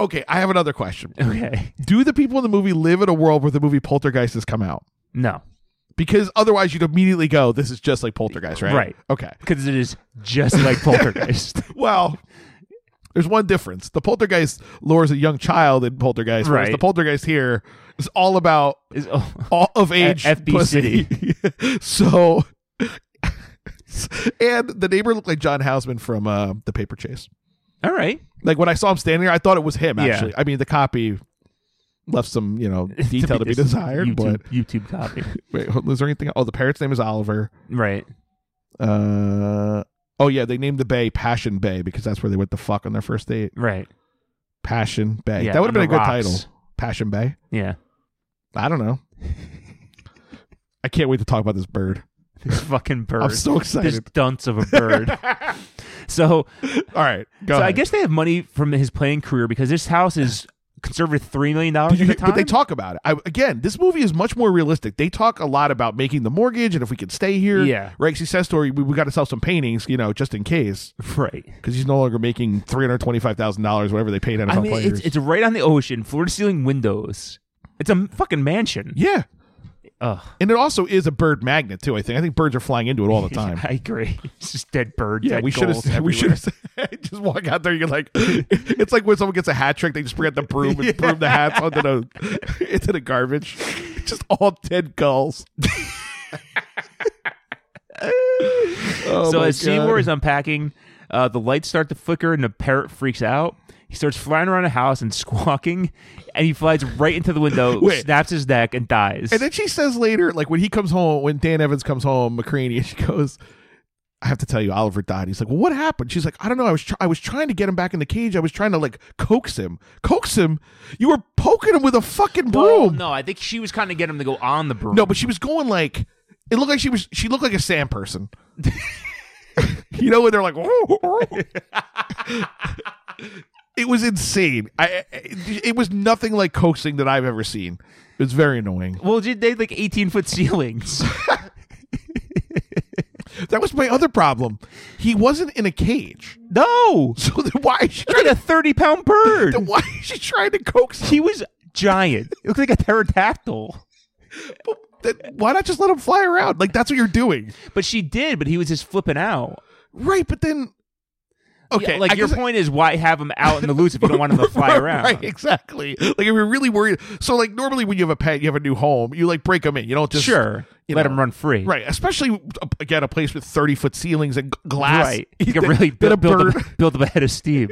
Speaker 2: okay, I have another question.
Speaker 1: okay.
Speaker 2: Do the people in the movie live in a world where the movie Poltergeist has come out?
Speaker 1: No,
Speaker 2: Because otherwise, you'd immediately go, "This is just like Poltergeist, right?"
Speaker 1: Right.
Speaker 2: Okay. (laughs)
Speaker 1: because it is just like poltergeist.
Speaker 2: Well, There's one difference. The poltergeist lures a young child in poltergeist, whereas
Speaker 1: Right.
Speaker 2: the poltergeist here is all about
Speaker 1: Is- oh,
Speaker 2: all of age
Speaker 1: FB
Speaker 2: pussy. (laughs) so, and the neighbor looked like John Houseman from uh, The Paper Chase.
Speaker 1: all right.
Speaker 2: Like when I saw him standing there, I thought it was him.
Speaker 1: Yeah.
Speaker 2: Actually, I mean the copy left some
Speaker 1: (laughs)
Speaker 2: you know detail to be,
Speaker 1: dis-
Speaker 2: desired.
Speaker 1: YouTube,
Speaker 2: But
Speaker 1: YouTube copy.
Speaker 2: wait, hold- is there anything? Oh, the parrot's name is Oliver.
Speaker 1: right.
Speaker 2: Uh, oh yeah, they named the bay Passion Bay because that's where they went the fuck on their first date.
Speaker 1: Right.
Speaker 2: Passion Bay.
Speaker 1: Yeah,
Speaker 2: that would have
Speaker 1: on
Speaker 2: been
Speaker 1: the
Speaker 2: a good
Speaker 1: rocks.
Speaker 2: title. Passion Bay. (laughs)
Speaker 1: Yeah.
Speaker 2: I don't
Speaker 1: (laughs)
Speaker 2: know. I can't wait to talk about this bird.
Speaker 1: This fucking bird.
Speaker 2: I'm so
Speaker 1: this
Speaker 2: excited.
Speaker 1: dunce
Speaker 2: (laughs)
Speaker 1: of a bird. so,
Speaker 2: All right, go
Speaker 1: so I
Speaker 2: ahead.
Speaker 1: guess they have money from his playing career because this house is conservative three million dollars
Speaker 2: Did
Speaker 1: at
Speaker 2: you-
Speaker 1: the time.
Speaker 2: but they talk about it. I, again, this movie is much more realistic. They talk a lot about making the mortgage and if we could stay here.
Speaker 1: Yeah.
Speaker 2: Right. 'Cause He says story. We, we got to sell some paintings, you know, just in case,
Speaker 1: right.
Speaker 2: because he's no longer making three hundred twenty-five thousand dollars, whatever they paid NFL
Speaker 1: I mean,
Speaker 2: players.
Speaker 1: it's, it's right on the ocean, floor to ceiling windows. It's a fucking mansion.
Speaker 2: yeah,
Speaker 1: Ugh.
Speaker 2: and it also is a bird magnet too. I think. I think birds are flying into it all
Speaker 1: (laughs)
Speaker 2: the time.
Speaker 1: I agree. It's just dead bird.
Speaker 2: Yeah,
Speaker 1: dead
Speaker 2: we should
Speaker 1: goals
Speaker 2: have. (laughs) We should
Speaker 1: everywhere.
Speaker 2: have (laughs) just walk out there. You're like, it's like when someone gets a hat trick, they just bring out the broom
Speaker 1: (laughs)
Speaker 2: and broom the hats onto the (laughs) into the garbage. Just all dead gulls. (laughs) Oh
Speaker 1: so
Speaker 2: my
Speaker 1: as Seymour
Speaker 2: God.
Speaker 1: is unpacking, uh, the lights start to flicker and the parrot freaks out. He starts flying around the house and (laughs) squawking, and he flies right into the window,
Speaker 2: Wait.
Speaker 1: snaps his neck, and dies.
Speaker 2: and then she says later, like when he comes home, when Dan Evans comes home, (laughs) McCraney, she goes. I have to tell you, Oliver died. He's like, "Well, what happened?" She's like, "I don't know. I was try- I was trying to get him back in the cage. I was trying to like coax him, coax him. You were poking him with a fucking broom."
Speaker 1: Well, no, I think she was kind of getting him to go on the broom.
Speaker 2: No, but she was going like it looked like she was she looked like a sand (laughs) person. you know, when they're like, (laughs) it was insane. I it, it was nothing like coaxing that I've ever seen. It was very annoying.
Speaker 1: Well, they had like eighteen foot ceilings. (laughs)
Speaker 2: That was my other problem. He wasn't in a cage, (laughs)
Speaker 1: no,
Speaker 2: so then why is she
Speaker 1: Look
Speaker 2: trying
Speaker 1: at a thirty pound bird.
Speaker 2: to why is she trying to coax? Him?
Speaker 1: He was giant. It looked like a pterodactyl.
Speaker 2: Then Why not just let him fly around? Like that's what you're doing,
Speaker 1: But she did. But he was just flipping out.
Speaker 2: right? But then, okay,
Speaker 1: Yeah, like
Speaker 2: I
Speaker 1: your
Speaker 2: guess-
Speaker 1: point is why have him out in the loose if you don't want him (laughs) to fly around?
Speaker 2: (laughs) Right, exactly. Like if you're really worried, so like normally when you have a pet, you have a new home, you like break them in. You don't just
Speaker 1: sure,
Speaker 2: you
Speaker 1: let
Speaker 2: know.
Speaker 1: him run free.
Speaker 2: Right, especially uh, again a place with thirty foot ceilings and g- glass.
Speaker 1: right. (laughs) He
Speaker 2: (laughs)
Speaker 1: could really
Speaker 2: That a
Speaker 1: build, build,
Speaker 2: bird. (laughs)
Speaker 1: up, (laughs) build up a head of steam.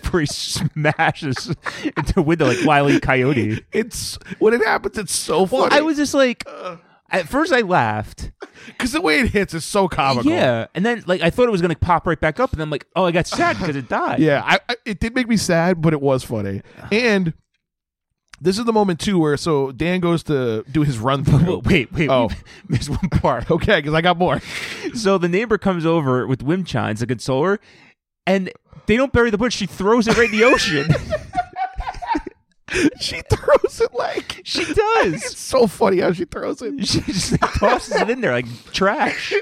Speaker 1: Before he smashes (laughs) into the window like Wile E. Coyote.
Speaker 2: It's when it happens. It's so funny.
Speaker 1: Well, I was just like, at first I laughed.
Speaker 2: because the way it hits is so comical.
Speaker 1: Yeah, and then like I thought it was gonna pop right back up, and then I'm like, oh, I got sad because it died.
Speaker 2: (laughs) yeah. I, I, it did make me sad, but it
Speaker 1: (sighs)
Speaker 2: was funny. And this is the moment too where so Dan goes to do his
Speaker 1: (laughs)
Speaker 2: run
Speaker 1: (laughs) Wait,
Speaker 2: through.
Speaker 1: wait, wait. (laughs)
Speaker 2: Oh.
Speaker 1: There's one part.
Speaker 2: okay, because I got more. (laughs)
Speaker 1: So the neighbor comes over with Wim Chines, a consoler, and they don't bury the bird. She throws it right in the
Speaker 2: (laughs)
Speaker 1: ocean.
Speaker 2: she throws it like
Speaker 1: (laughs) she
Speaker 2: it's
Speaker 1: does.
Speaker 2: so funny how she throws it.
Speaker 1: She just like, tosses it in there like trash.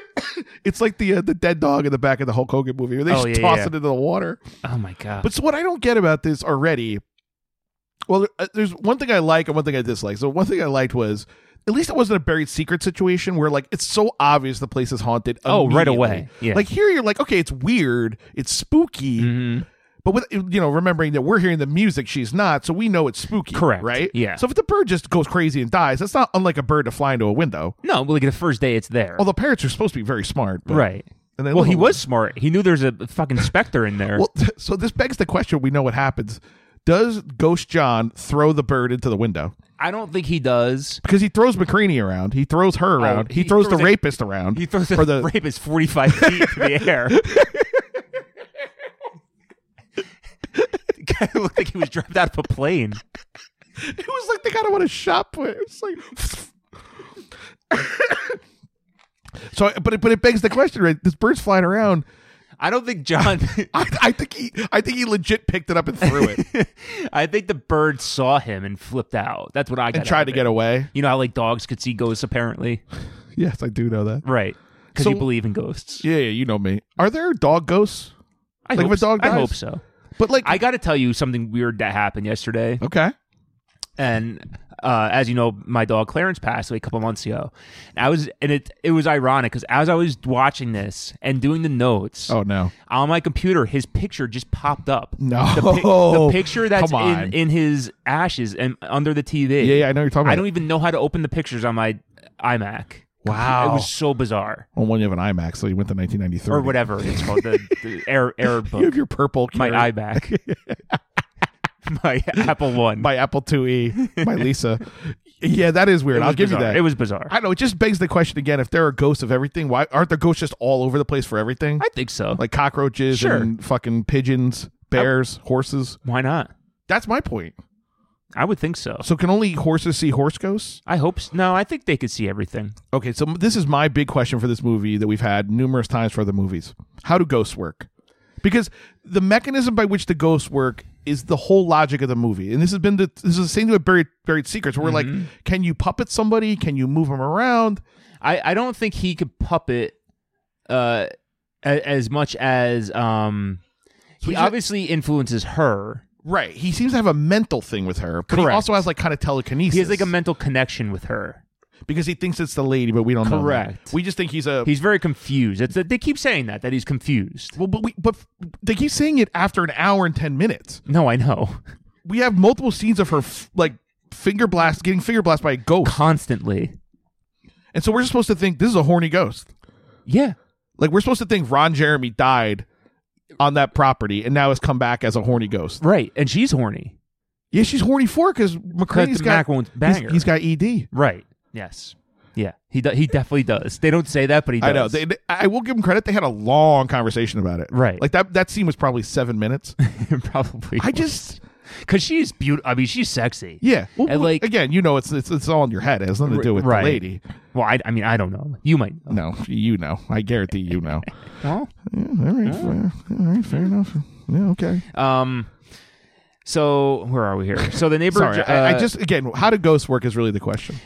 Speaker 2: It's like the uh, the dead dog in the back of the Hulk Hogan movie where they
Speaker 1: Oh,
Speaker 2: just
Speaker 1: yeah,
Speaker 2: toss
Speaker 1: yeah.
Speaker 2: it into the water.
Speaker 1: Oh my god.
Speaker 2: But so what I don't get about this already, well, uh, there's one thing I like and one thing I dislike. So one thing I liked was at least it wasn't a buried secret situation where like it's so obvious the place is haunted.
Speaker 1: Oh, right
Speaker 2: immediately.
Speaker 1: away. Yeah. Mm.
Speaker 2: Like here you're like okay, it's weird, it's spooky, but with you know remembering that we're hearing the music, she's not, so we know it's spooky.
Speaker 1: Correct.
Speaker 2: Right.
Speaker 1: Yeah.
Speaker 2: So if the bird just goes crazy and dies, that's not unlike a bird to fly into a window.
Speaker 1: no, like the first day it's there.
Speaker 2: Although parrots are supposed to be very smart, but-
Speaker 1: right.
Speaker 2: And they
Speaker 1: well,
Speaker 2: live
Speaker 1: he
Speaker 2: a-
Speaker 1: was smart. He knew there's a fucking specter in there.
Speaker 2: Well, (laughs) so this begs the question: We know what happens. Does Ghost John throw the bird into the window?
Speaker 1: I don't think he does.
Speaker 2: Because he throws McCraney around, he throws her around, he,
Speaker 1: Oh, he
Speaker 2: throws,
Speaker 1: throws
Speaker 2: the
Speaker 1: it-
Speaker 2: rapist around,
Speaker 1: He throws (laughs)
Speaker 2: or
Speaker 1: the
Speaker 2: the
Speaker 1: rape is 45 feet in the air. The guy looked like he was dropped out of a plane.
Speaker 2: (laughs) it was like they got him on a shot put. It was like. (laughs) so, but it, but it begs the question, right? This bird's flying around.
Speaker 1: I don't think John. (laughs)
Speaker 2: I, I think he, I think he legit picked it up and threw
Speaker 1: (laughs)
Speaker 2: it
Speaker 1: I think the bird saw him and flipped out. That's what I got.
Speaker 2: and tried to get
Speaker 1: away.
Speaker 2: away.
Speaker 1: You know how like dogs could see ghosts apparently,
Speaker 2: Yes, I do know that.
Speaker 1: right? Because
Speaker 2: So-
Speaker 1: you believe in ghosts.
Speaker 2: Yeah, yeah, you know me. Are there dog ghosts?
Speaker 1: I
Speaker 2: Like if
Speaker 1: hope
Speaker 2: a dog
Speaker 1: so. I
Speaker 2: dies?
Speaker 1: hope so.
Speaker 2: But like,
Speaker 1: I got to tell you something weird that happened yesterday.
Speaker 2: okay,
Speaker 1: and uh, as you know, my dog Clarence passed away a couple months ago. And I was, and it it was ironic because as I was watching this and doing the notes,
Speaker 2: Oh, no.
Speaker 1: on my computer, his picture just popped up.
Speaker 2: No.
Speaker 1: the, pic- the picture that's
Speaker 2: (laughs) Come on.
Speaker 1: in, in his ashes and under the TV.
Speaker 2: Yeah, yeah, I know what you're talking about.
Speaker 1: I don't even know how to open the pictures on my iMac.
Speaker 2: Wow.
Speaker 1: it was so bizarre
Speaker 2: Well, one you have an IMAX, so you went to 1993.
Speaker 1: or whatever it's called the,
Speaker 2: (laughs)
Speaker 1: the air air
Speaker 2: You have
Speaker 1: book.
Speaker 2: your purple.
Speaker 1: My
Speaker 2: carrot.
Speaker 1: iMac,
Speaker 2: (laughs)
Speaker 1: (laughs) my Apple One.
Speaker 2: my
Speaker 1: (laughs)
Speaker 2: Apple IIe, my Lisa. Yeah, that is
Speaker 1: It
Speaker 2: weird.
Speaker 1: was
Speaker 2: I'll give
Speaker 1: bizarre.
Speaker 2: you that.
Speaker 1: It was bizarre.
Speaker 2: I know. It just begs the question again: if there are ghosts of everything, why aren't there ghosts just all over the place for everything?
Speaker 1: I think so.
Speaker 2: like cockroaches
Speaker 1: Sure.
Speaker 2: and fucking pigeons, bears, horses.
Speaker 1: Why not?
Speaker 2: That's my point.
Speaker 1: I would think so.
Speaker 2: So can only horses see horse ghosts?
Speaker 1: I hope s No, I think they could see everything.
Speaker 2: Okay, so this is my big question for this movie that we've had numerous times for other movies. How do ghosts work? Because the mechanism by which the ghosts work is the whole logic of the movie, and this has been the this is the same thing with buried buried secrets. Where
Speaker 1: Mm-hmm.
Speaker 2: we're like, can you puppet somebody? Can you move them around?
Speaker 1: I, I don't think he could puppet uh, a, as much as um, he
Speaker 2: he's a-
Speaker 1: obviously influences her.
Speaker 2: Right. He seems to have a mental thing with her, but he
Speaker 1: Correct.
Speaker 2: also has like kind of telekinesis.
Speaker 1: He has like a mental connection with her.
Speaker 2: because he thinks it's the lady, but we don't know. that.
Speaker 1: Correct.
Speaker 2: We just think he's a
Speaker 1: He's very confused. It's they keep saying that that he's confused.
Speaker 2: well, but we but they keep saying it after an hour and ten minutes.
Speaker 1: No, I know. (laughs)
Speaker 2: We have multiple scenes of her f- like finger blast getting finger blast by a ghost.
Speaker 1: Constantly.
Speaker 2: And so we're just supposed to think this is a horny ghost.
Speaker 1: Yeah.
Speaker 2: Like we're supposed to think Ron Jeremy died on that property and now has come back as a horny ghost.
Speaker 1: Right. And she's horny.
Speaker 2: Yeah, she's horny for because McCrane's
Speaker 1: the
Speaker 2: got
Speaker 1: Mac won't
Speaker 2: he's-
Speaker 1: bang her.
Speaker 2: he's got E ED.
Speaker 1: Right. Yes. Yeah. He do- he definitely does. They don't say that, but he does.
Speaker 2: I know. They, they- I will give them credit. They had a long conversation about it.
Speaker 1: Right.
Speaker 2: Like that. That scene was probably seven minutes.
Speaker 1: (laughs) probably. (laughs)
Speaker 2: I just.
Speaker 1: because she's beautiful. I mean, she's sexy.
Speaker 2: Yeah. Well,
Speaker 1: And, like-
Speaker 2: again, you know, it's it's it's all in your head. It has nothing to do with
Speaker 1: Right.
Speaker 2: the lady.
Speaker 1: Well, I, I mean, I don't know. You might. Know.
Speaker 2: No, you know. I guarantee you know.
Speaker 1: (laughs) Well,
Speaker 2: Yeah, all right. Fair, all right. Fair enough. Yeah. Okay.
Speaker 1: Um. So where are we here? So the neighbor.
Speaker 2: (laughs) Sorry.
Speaker 1: uh,
Speaker 2: I, I just again, how do ghosts work is really the question.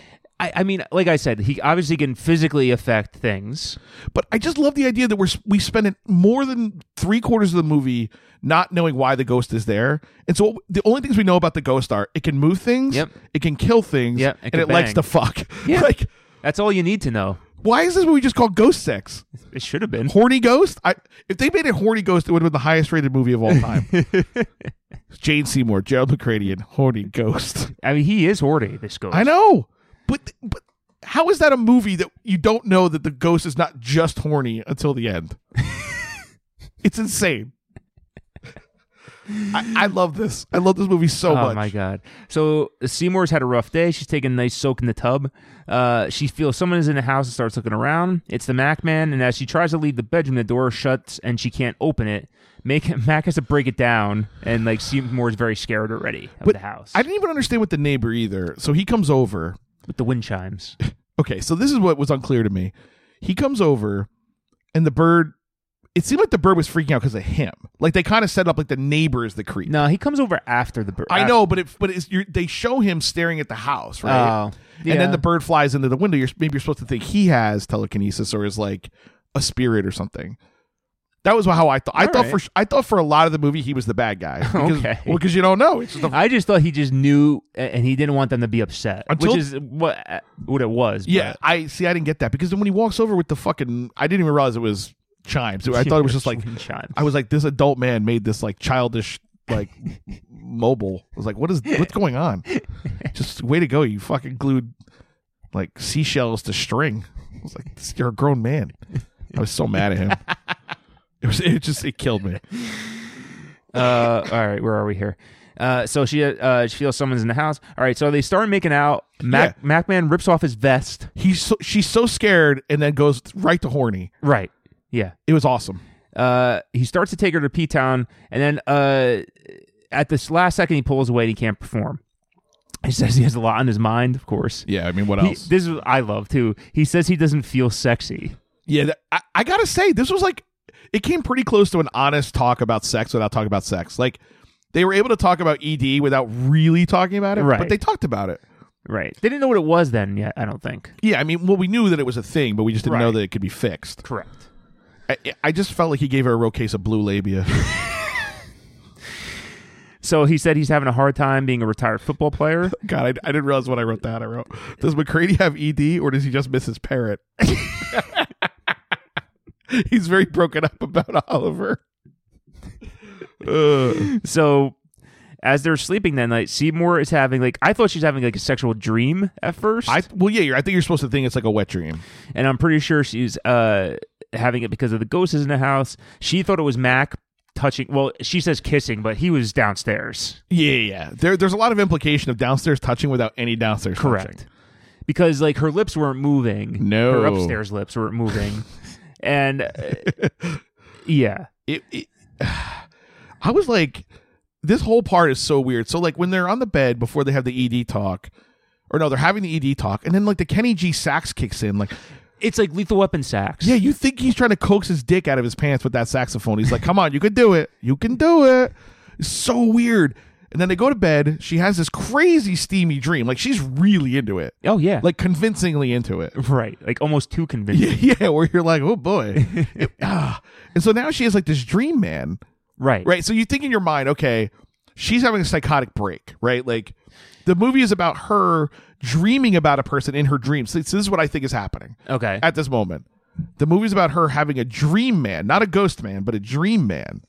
Speaker 1: I, I mean, like I said, he obviously can physically affect things.
Speaker 2: But I just love the idea that we're we spend it more than three quarters of the movie not knowing why the ghost is there, and so the only things we know about the ghost are it can move things,
Speaker 1: Yep.
Speaker 2: it can kill things,
Speaker 1: Yep, it
Speaker 2: and
Speaker 1: can
Speaker 2: it likes
Speaker 1: bang.
Speaker 2: to fuck. (laughs)
Speaker 1: Yeah.
Speaker 2: like,
Speaker 1: That's all you need to know.
Speaker 2: why is this movie just called Ghost Sex?
Speaker 1: It should have been.
Speaker 2: Horny Ghost? I if they made it Horny Ghost, it would have been the highest rated movie of all
Speaker 1: (laughs)
Speaker 2: time. Jane Seymour, Gerald McCrady, and Horny Ghost.
Speaker 1: I mean, he is horny. This ghost.
Speaker 2: I know, but but how is that a movie that you don't know that the ghost is not just horny until
Speaker 1: (laughs)
Speaker 2: the end? it's insane. I, I love this. I love this movie so
Speaker 1: Oh
Speaker 2: much.
Speaker 1: my god! So Seymour's had a rough day. She's taking a nice soak in the tub. Uh, she feels someone is in the house and starts looking around. It's the Mac man, and as she tries to leave the bedroom, the door shuts and she can't open it. Make Mac (laughs) has to break it down, and like Seymour's very scared already of
Speaker 2: But
Speaker 1: the house
Speaker 2: I didn't even understand what the neighbor either. So he comes over.
Speaker 1: with the wind chimes.
Speaker 2: Okay, so this is what was unclear to me. He comes over, and the bird. It seemed like the bird was freaking out because of him. Like they kind of set up like the neighbor is the creep.
Speaker 1: No, he comes over after the bird.
Speaker 2: I know, but it but it's you're, they show him staring at the house, right?
Speaker 1: Oh,
Speaker 2: And then
Speaker 1: yeah.
Speaker 2: the bird flies into the window. You're maybe you're supposed to think he has telekinesis or is like a spirit or something. That was how I thought. I
Speaker 1: All
Speaker 2: thought
Speaker 1: right.
Speaker 2: for sh- I thought for a lot of the movie he was the
Speaker 1: (laughs)
Speaker 2: bad guy. Because,
Speaker 1: Okay.
Speaker 2: Well, because you don't know. It's
Speaker 1: (laughs)
Speaker 2: just a,
Speaker 1: I just thought he just knew, a- and he didn't want them to be upset,
Speaker 2: Until-
Speaker 1: which is what what it was. but-
Speaker 2: yeah. I see. I didn't get that because then when he walks over with the fucking, I didn't even realize it was
Speaker 1: (laughs)
Speaker 2: chimes. I thought it was just like
Speaker 1: Wind chimes.
Speaker 2: I was like this adult man made this like childish like mobile. I was like, what is what's going on? Just way to go! You fucking glued like seashells to string. I was like, this, you're a grown man. I was so mad at him. It was it just it killed me.
Speaker 1: uh, all right, where are we here? Uh, so she uh, she feels someone's in the house. All right, so they start making out. Mac Macman rips off his vest.
Speaker 2: He's so, she's so scared and then goes right to horny.
Speaker 1: Right. Yeah.
Speaker 2: It was awesome.
Speaker 1: Uh, he starts to take her to P Town, and then uh, at this last second, he pulls away and he can't perform. He says he has a lot on his mind, of course.
Speaker 2: Yeah, I mean, what
Speaker 1: He- this is what I love too. He says he doesn't feel sexy.
Speaker 2: yeah, that, I, I gotta say, this was like it came pretty close to an honest talk about sex without talking about sex. Like they were able to talk about ED without really talking about it, but
Speaker 1: Right.
Speaker 2: they talked about it.
Speaker 1: Right. They didn't know what it was then yet, I don't think.
Speaker 2: Yeah, I mean, well, we knew that it was a thing, but we just didn't know
Speaker 1: Right.
Speaker 2: that it could be fixed.
Speaker 1: Correct.
Speaker 2: I, I just felt like he gave her a real case of blue labia.
Speaker 1: So he said he's having a hard time being a retired football (laughs) player.
Speaker 2: (laughs) God, I, I didn't realize when I wrote that. I wrote, does McCready have ED or does he just miss his parrot? (laughs) He's very broken up about Oliver. (laughs) Uh,
Speaker 1: So as they're sleeping that night, Seymour is having like I thought she's having like a sexual dream at first,
Speaker 2: I well, yeah, you're, I think you're supposed to think it's like a wet dream.
Speaker 1: and I'm pretty sure she's uh having it because of the ghosts in the house. She thought it was Mac touching. Well, she says kissing, but he was downstairs.
Speaker 2: Yeah, yeah. There, there's a lot of implication of downstairs touching without any downstairs touching.
Speaker 1: Because like her lips weren't moving.
Speaker 2: No.
Speaker 1: her upstairs lips weren't
Speaker 2: (laughs)
Speaker 1: moving, and uh, yeah,
Speaker 2: It, it, (sighs) I was like, this whole part is so weird. So like when they're on the bed before they have the ED talk, or no, they're having the ED talk, and then like the Kenny G sax kicks in, like.
Speaker 1: it's like lethal weapon sacks.
Speaker 2: Yeah, you think he's trying to coax his dick out of his pants with that saxophone. He's like, come on, you can do it. You can do it. It's so weird. And then they go to bed. She has this crazy steamy dream. Like, she's really into it,
Speaker 1: Oh yeah.
Speaker 2: like, convincingly into it.
Speaker 1: right, like almost too convincing.
Speaker 2: (laughs) yeah, where you're like, oh boy. It- ah. And so now she has like this dream man,
Speaker 1: Right.
Speaker 2: right? So you think in your mind, okay, she's having a psychotic break, right? Like, the movie is about her dreaming about a person in her dreams. So this is what I think is happening
Speaker 1: Okay.
Speaker 2: at this moment. The movie's about her having a dream man, not a ghost man, but a dream man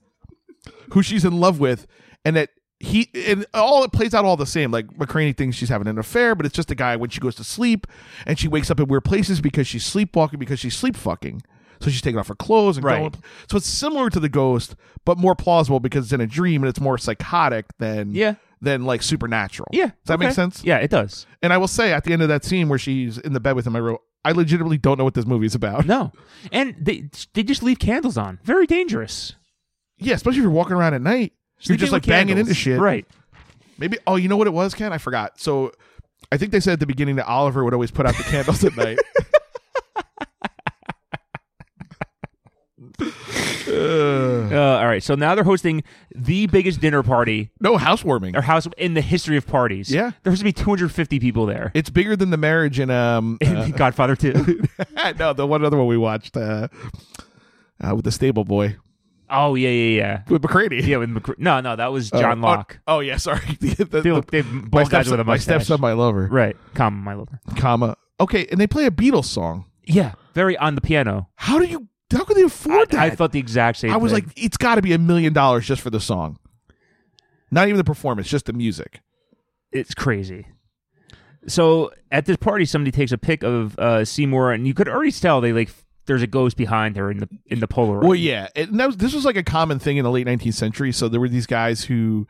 Speaker 2: who she's in love with, and that he and all it plays out all the same. Like McCraney thinks she's having an affair, but it's just a guy when she goes to sleep and she wakes up in weird places because she's sleepwalking because she's sleep fucking. So she's taking off her clothes and
Speaker 1: Right.
Speaker 2: going. So it's similar to the ghost, but more plausible because it's in a dream and it's more psychotic than
Speaker 1: Yeah.
Speaker 2: than like supernatural.
Speaker 1: yeah.
Speaker 2: does that make
Speaker 1: okay.
Speaker 2: sense?
Speaker 1: Yeah, it does.
Speaker 2: And I will say at the end of that scene where she's in the bed with him, I wrote, I legitimately don't know what this movie's about.
Speaker 1: No, and they they just leave candles on. Very dangerous.
Speaker 2: Yeah, especially if you're walking around at night. you're
Speaker 1: Sleeping
Speaker 2: just like
Speaker 1: with
Speaker 2: banging
Speaker 1: candles.
Speaker 2: into shit.
Speaker 1: Right.
Speaker 2: Maybe oh, you know what it was, Ken? I forgot. So I think they said at the beginning that Oliver would always
Speaker 1: (laughs)
Speaker 2: put out the candles at night.
Speaker 1: Uh, all right. So now they're hosting the biggest dinner party
Speaker 2: No housewarming.
Speaker 1: or house in the history of parties.
Speaker 2: Yeah.
Speaker 1: There's to be 250 people there.
Speaker 2: It's bigger than the marriage in um
Speaker 1: In The Godfather
Speaker 2: (laughs)
Speaker 1: 2.
Speaker 2: uh, no, the one other one we watched, uh, uh with the stable boy.
Speaker 1: oh yeah, yeah, yeah.
Speaker 2: With McCready.
Speaker 1: Yeah, with McCre- no, no, that was
Speaker 2: Uh,
Speaker 1: John
Speaker 2: oh-
Speaker 1: Locke.
Speaker 2: Oh, yeah, sorry. (laughs) The- the-
Speaker 1: They-
Speaker 2: the-
Speaker 1: they-
Speaker 2: my
Speaker 1: bald guys
Speaker 2: stepson,
Speaker 1: with a
Speaker 2: my
Speaker 1: mustache.
Speaker 2: stepson, my lover,
Speaker 1: Right. Comma, my lover.
Speaker 2: comma. Okay, and they play a Beatles song.
Speaker 1: Yeah. Very on the piano.
Speaker 2: How do you? How could they
Speaker 1: I,
Speaker 2: afford that?
Speaker 1: I felt the exact same.
Speaker 2: I was
Speaker 1: thing.
Speaker 2: like, it's got to be a million dollars just for the song. Not even the performance, just the music.
Speaker 1: it's crazy. So at this party, somebody takes a pic of uh, Seymour, and you could already tell they like f- there's a ghost behind her in the in the Polaroid.
Speaker 2: Well, yeah, and that was, this was like a common thing in the late 19th century. So there were these guys who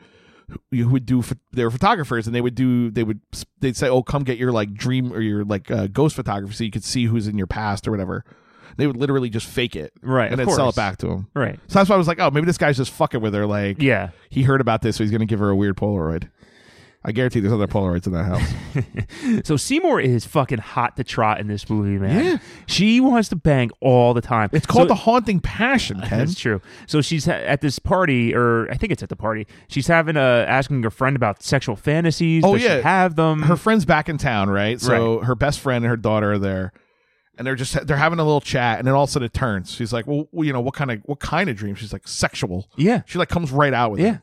Speaker 2: who would do ph- they were photographers, and they would do they would they'd say, "Oh, come get your like dream or your like uh, ghost photography, so you could see who's in your past or whatever." They would literally just fake it,
Speaker 1: Right,
Speaker 2: and
Speaker 1: of
Speaker 2: then sell
Speaker 1: course.
Speaker 2: it back to them.
Speaker 1: right.
Speaker 2: So that's why I was like, "Oh, maybe this guy's just fucking with her." Like,
Speaker 1: Yeah. (laughs)
Speaker 2: he heard about this, so he's gonna give her a weird Polaroid. I guarantee there's other Polaroids in that (laughs) house.
Speaker 1: So Seymour is fucking hot to trot in this movie, man. She wants to bang all the time.
Speaker 2: It's called
Speaker 1: so,
Speaker 2: the haunting passion, Ken.
Speaker 1: That's true. So she's ha- at this party, or I think it's at the party. She's having a asking her friend about sexual fantasies.
Speaker 2: Oh,
Speaker 1: Does she
Speaker 2: yeah.
Speaker 1: have them.
Speaker 2: her friend's back in town, right? So her best friend and her daughter are there, and they're just they're having a little chat, and then all of a sudden it turns. She's like, "Well, you know, what kind of what kind of dream?" She's like, "Sexual."
Speaker 1: yeah,
Speaker 2: She like comes right out with
Speaker 1: yeah.
Speaker 2: it.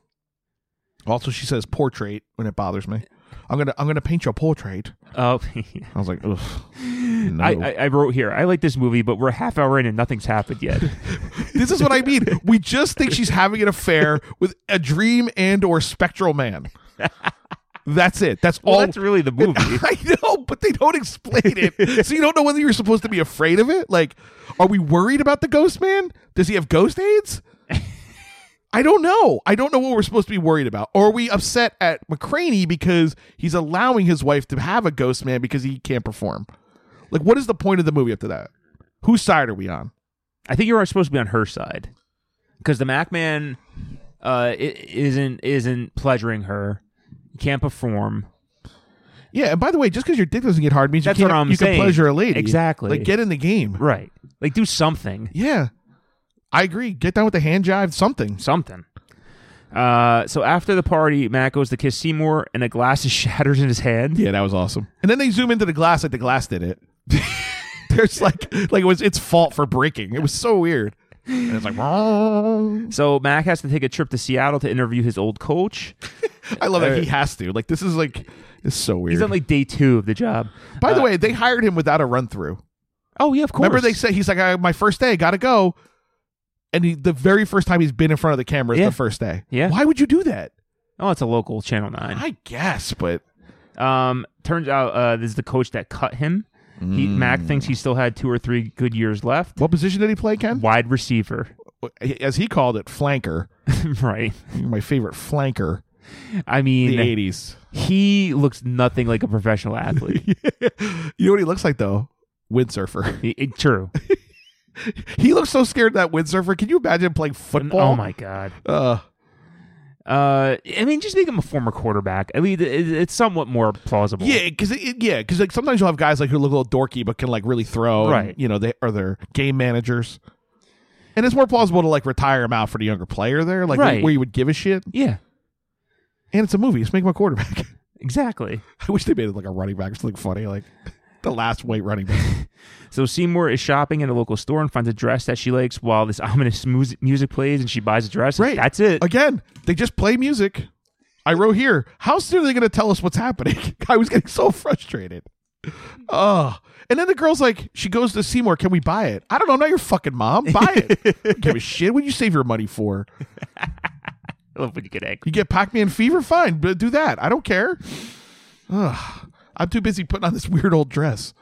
Speaker 2: Also, she says portrait when it bothers me. I'm gonna I'm gonna paint you a portrait.
Speaker 1: Oh,
Speaker 2: I was like, ugh. No.
Speaker 1: (laughs) I, I, I wrote here. I like this movie, but we're a half hour in and nothing's happened
Speaker 2: (laughs)
Speaker 1: yet.
Speaker 2: this is what I mean. We just think she's having an affair with a dream and or spectral man. That's it. That's
Speaker 1: well,
Speaker 2: all. (laughs)
Speaker 1: that's really the movie.
Speaker 2: I know, but they don't explain
Speaker 1: (laughs)
Speaker 2: it. so you don't know whether you're supposed to be afraid of it. Like, are we worried about the ghost man? Does he have ghost aids? I don't know. I don't know what we're supposed to be worried about. Or are we upset at McCraney because he's allowing his wife to have a ghost man because he can't perform? Like, what is the point of the movie after that? Whose side are we on?
Speaker 1: I think you're supposed to be on her side because the Mac Man uh, i- isn't isn't pleasuring her. Can't perform.
Speaker 2: Yeah, and by the way, just because your dick doesn't get hard means
Speaker 1: That's
Speaker 2: you
Speaker 1: what
Speaker 2: can't
Speaker 1: I'm
Speaker 2: you
Speaker 1: saying.
Speaker 2: can pleasure a lady.
Speaker 1: Exactly.
Speaker 2: Like get in the game.
Speaker 1: Right. Like do something.
Speaker 2: Yeah. I agree. Get down with the hand jive, something.
Speaker 1: Something. Uh, so after the party, Mac goes to kiss Seymour, and a glass (laughs) is shatters in his hand.
Speaker 2: Yeah, that was awesome. And then they zoom into the glass (laughs) like the glass did it. There's like like it was its fault for breaking. It was so weird. And it's like, (laughs) I
Speaker 1: So Mac has to take a trip to Seattle to interview his old coach.
Speaker 2: love that he has to. Like, this is like, it's so weird.
Speaker 1: Uh, He's on like day two of the job.
Speaker 2: By the way, they hired him without a run through.
Speaker 1: Oh yeah, of course.
Speaker 2: Remember, they said he's like, I, my first day, gotta go. And he, the very first time he's been in front of the camera is
Speaker 1: Yeah.
Speaker 2: the first day.
Speaker 1: Yeah.
Speaker 2: Why would you do that?
Speaker 1: Oh, it's a local Channel Nine.
Speaker 2: I guess, but
Speaker 1: Um, turns out uh, this is the coach that cut him. He, Mac thinks he still had two or three good years left.
Speaker 2: what position did he play, Ken?
Speaker 1: Wide receiver, (laughs)
Speaker 2: As he called it, flanker.
Speaker 1: right?
Speaker 2: My favorite flanker.
Speaker 1: I
Speaker 2: The
Speaker 1: mean,
Speaker 2: 80s.
Speaker 1: he looks nothing like a professional (laughs) athlete.
Speaker 2: (laughs) You know what he looks like, though? Windsurfer. (laughs)
Speaker 1: It- it- true.
Speaker 2: he looks so scared of that windsurfer. Can you imagine playing football?
Speaker 1: Oh my god.
Speaker 2: Uh,
Speaker 1: Uh, I mean, just make him a former quarterback. I mean, it, it's somewhat more plausible.
Speaker 2: yeah, because yeah, because like sometimes you'll have guys like who look a little dorky but can like really throw. and,
Speaker 1: Right.
Speaker 2: you know, they are their game managers, and it's more plausible to like retire him out for the younger player there, like
Speaker 1: Right.
Speaker 2: where you would give a shit.
Speaker 1: yeah,
Speaker 2: And it's a movie. Just make him a quarterback. (laughs)
Speaker 1: exactly.
Speaker 2: I wish they made it like a running back or something funny, like (laughs) the last white running back.
Speaker 1: So Seymour is shopping at a local store and finds a dress that she likes while this (laughs) ominous mus- music plays, and she buys a dress.
Speaker 2: Right.
Speaker 1: That's it.
Speaker 2: Again, they just play music. I wrote here. How soon are they going to tell us what's happening? (laughs) I was getting so frustrated. Oh, and then the girl's like, she goes to Seymour. Can we buy it? I don't know. I'm not your fucking mom. Buy it.
Speaker 1: (laughs)
Speaker 2: I don't give a shit. What you save your money for?
Speaker 1: I love when you get angry.
Speaker 2: You get Pac-Man fever? Fine, but do that. I don't care. Ugh. I'm too busy putting on this weird old dress.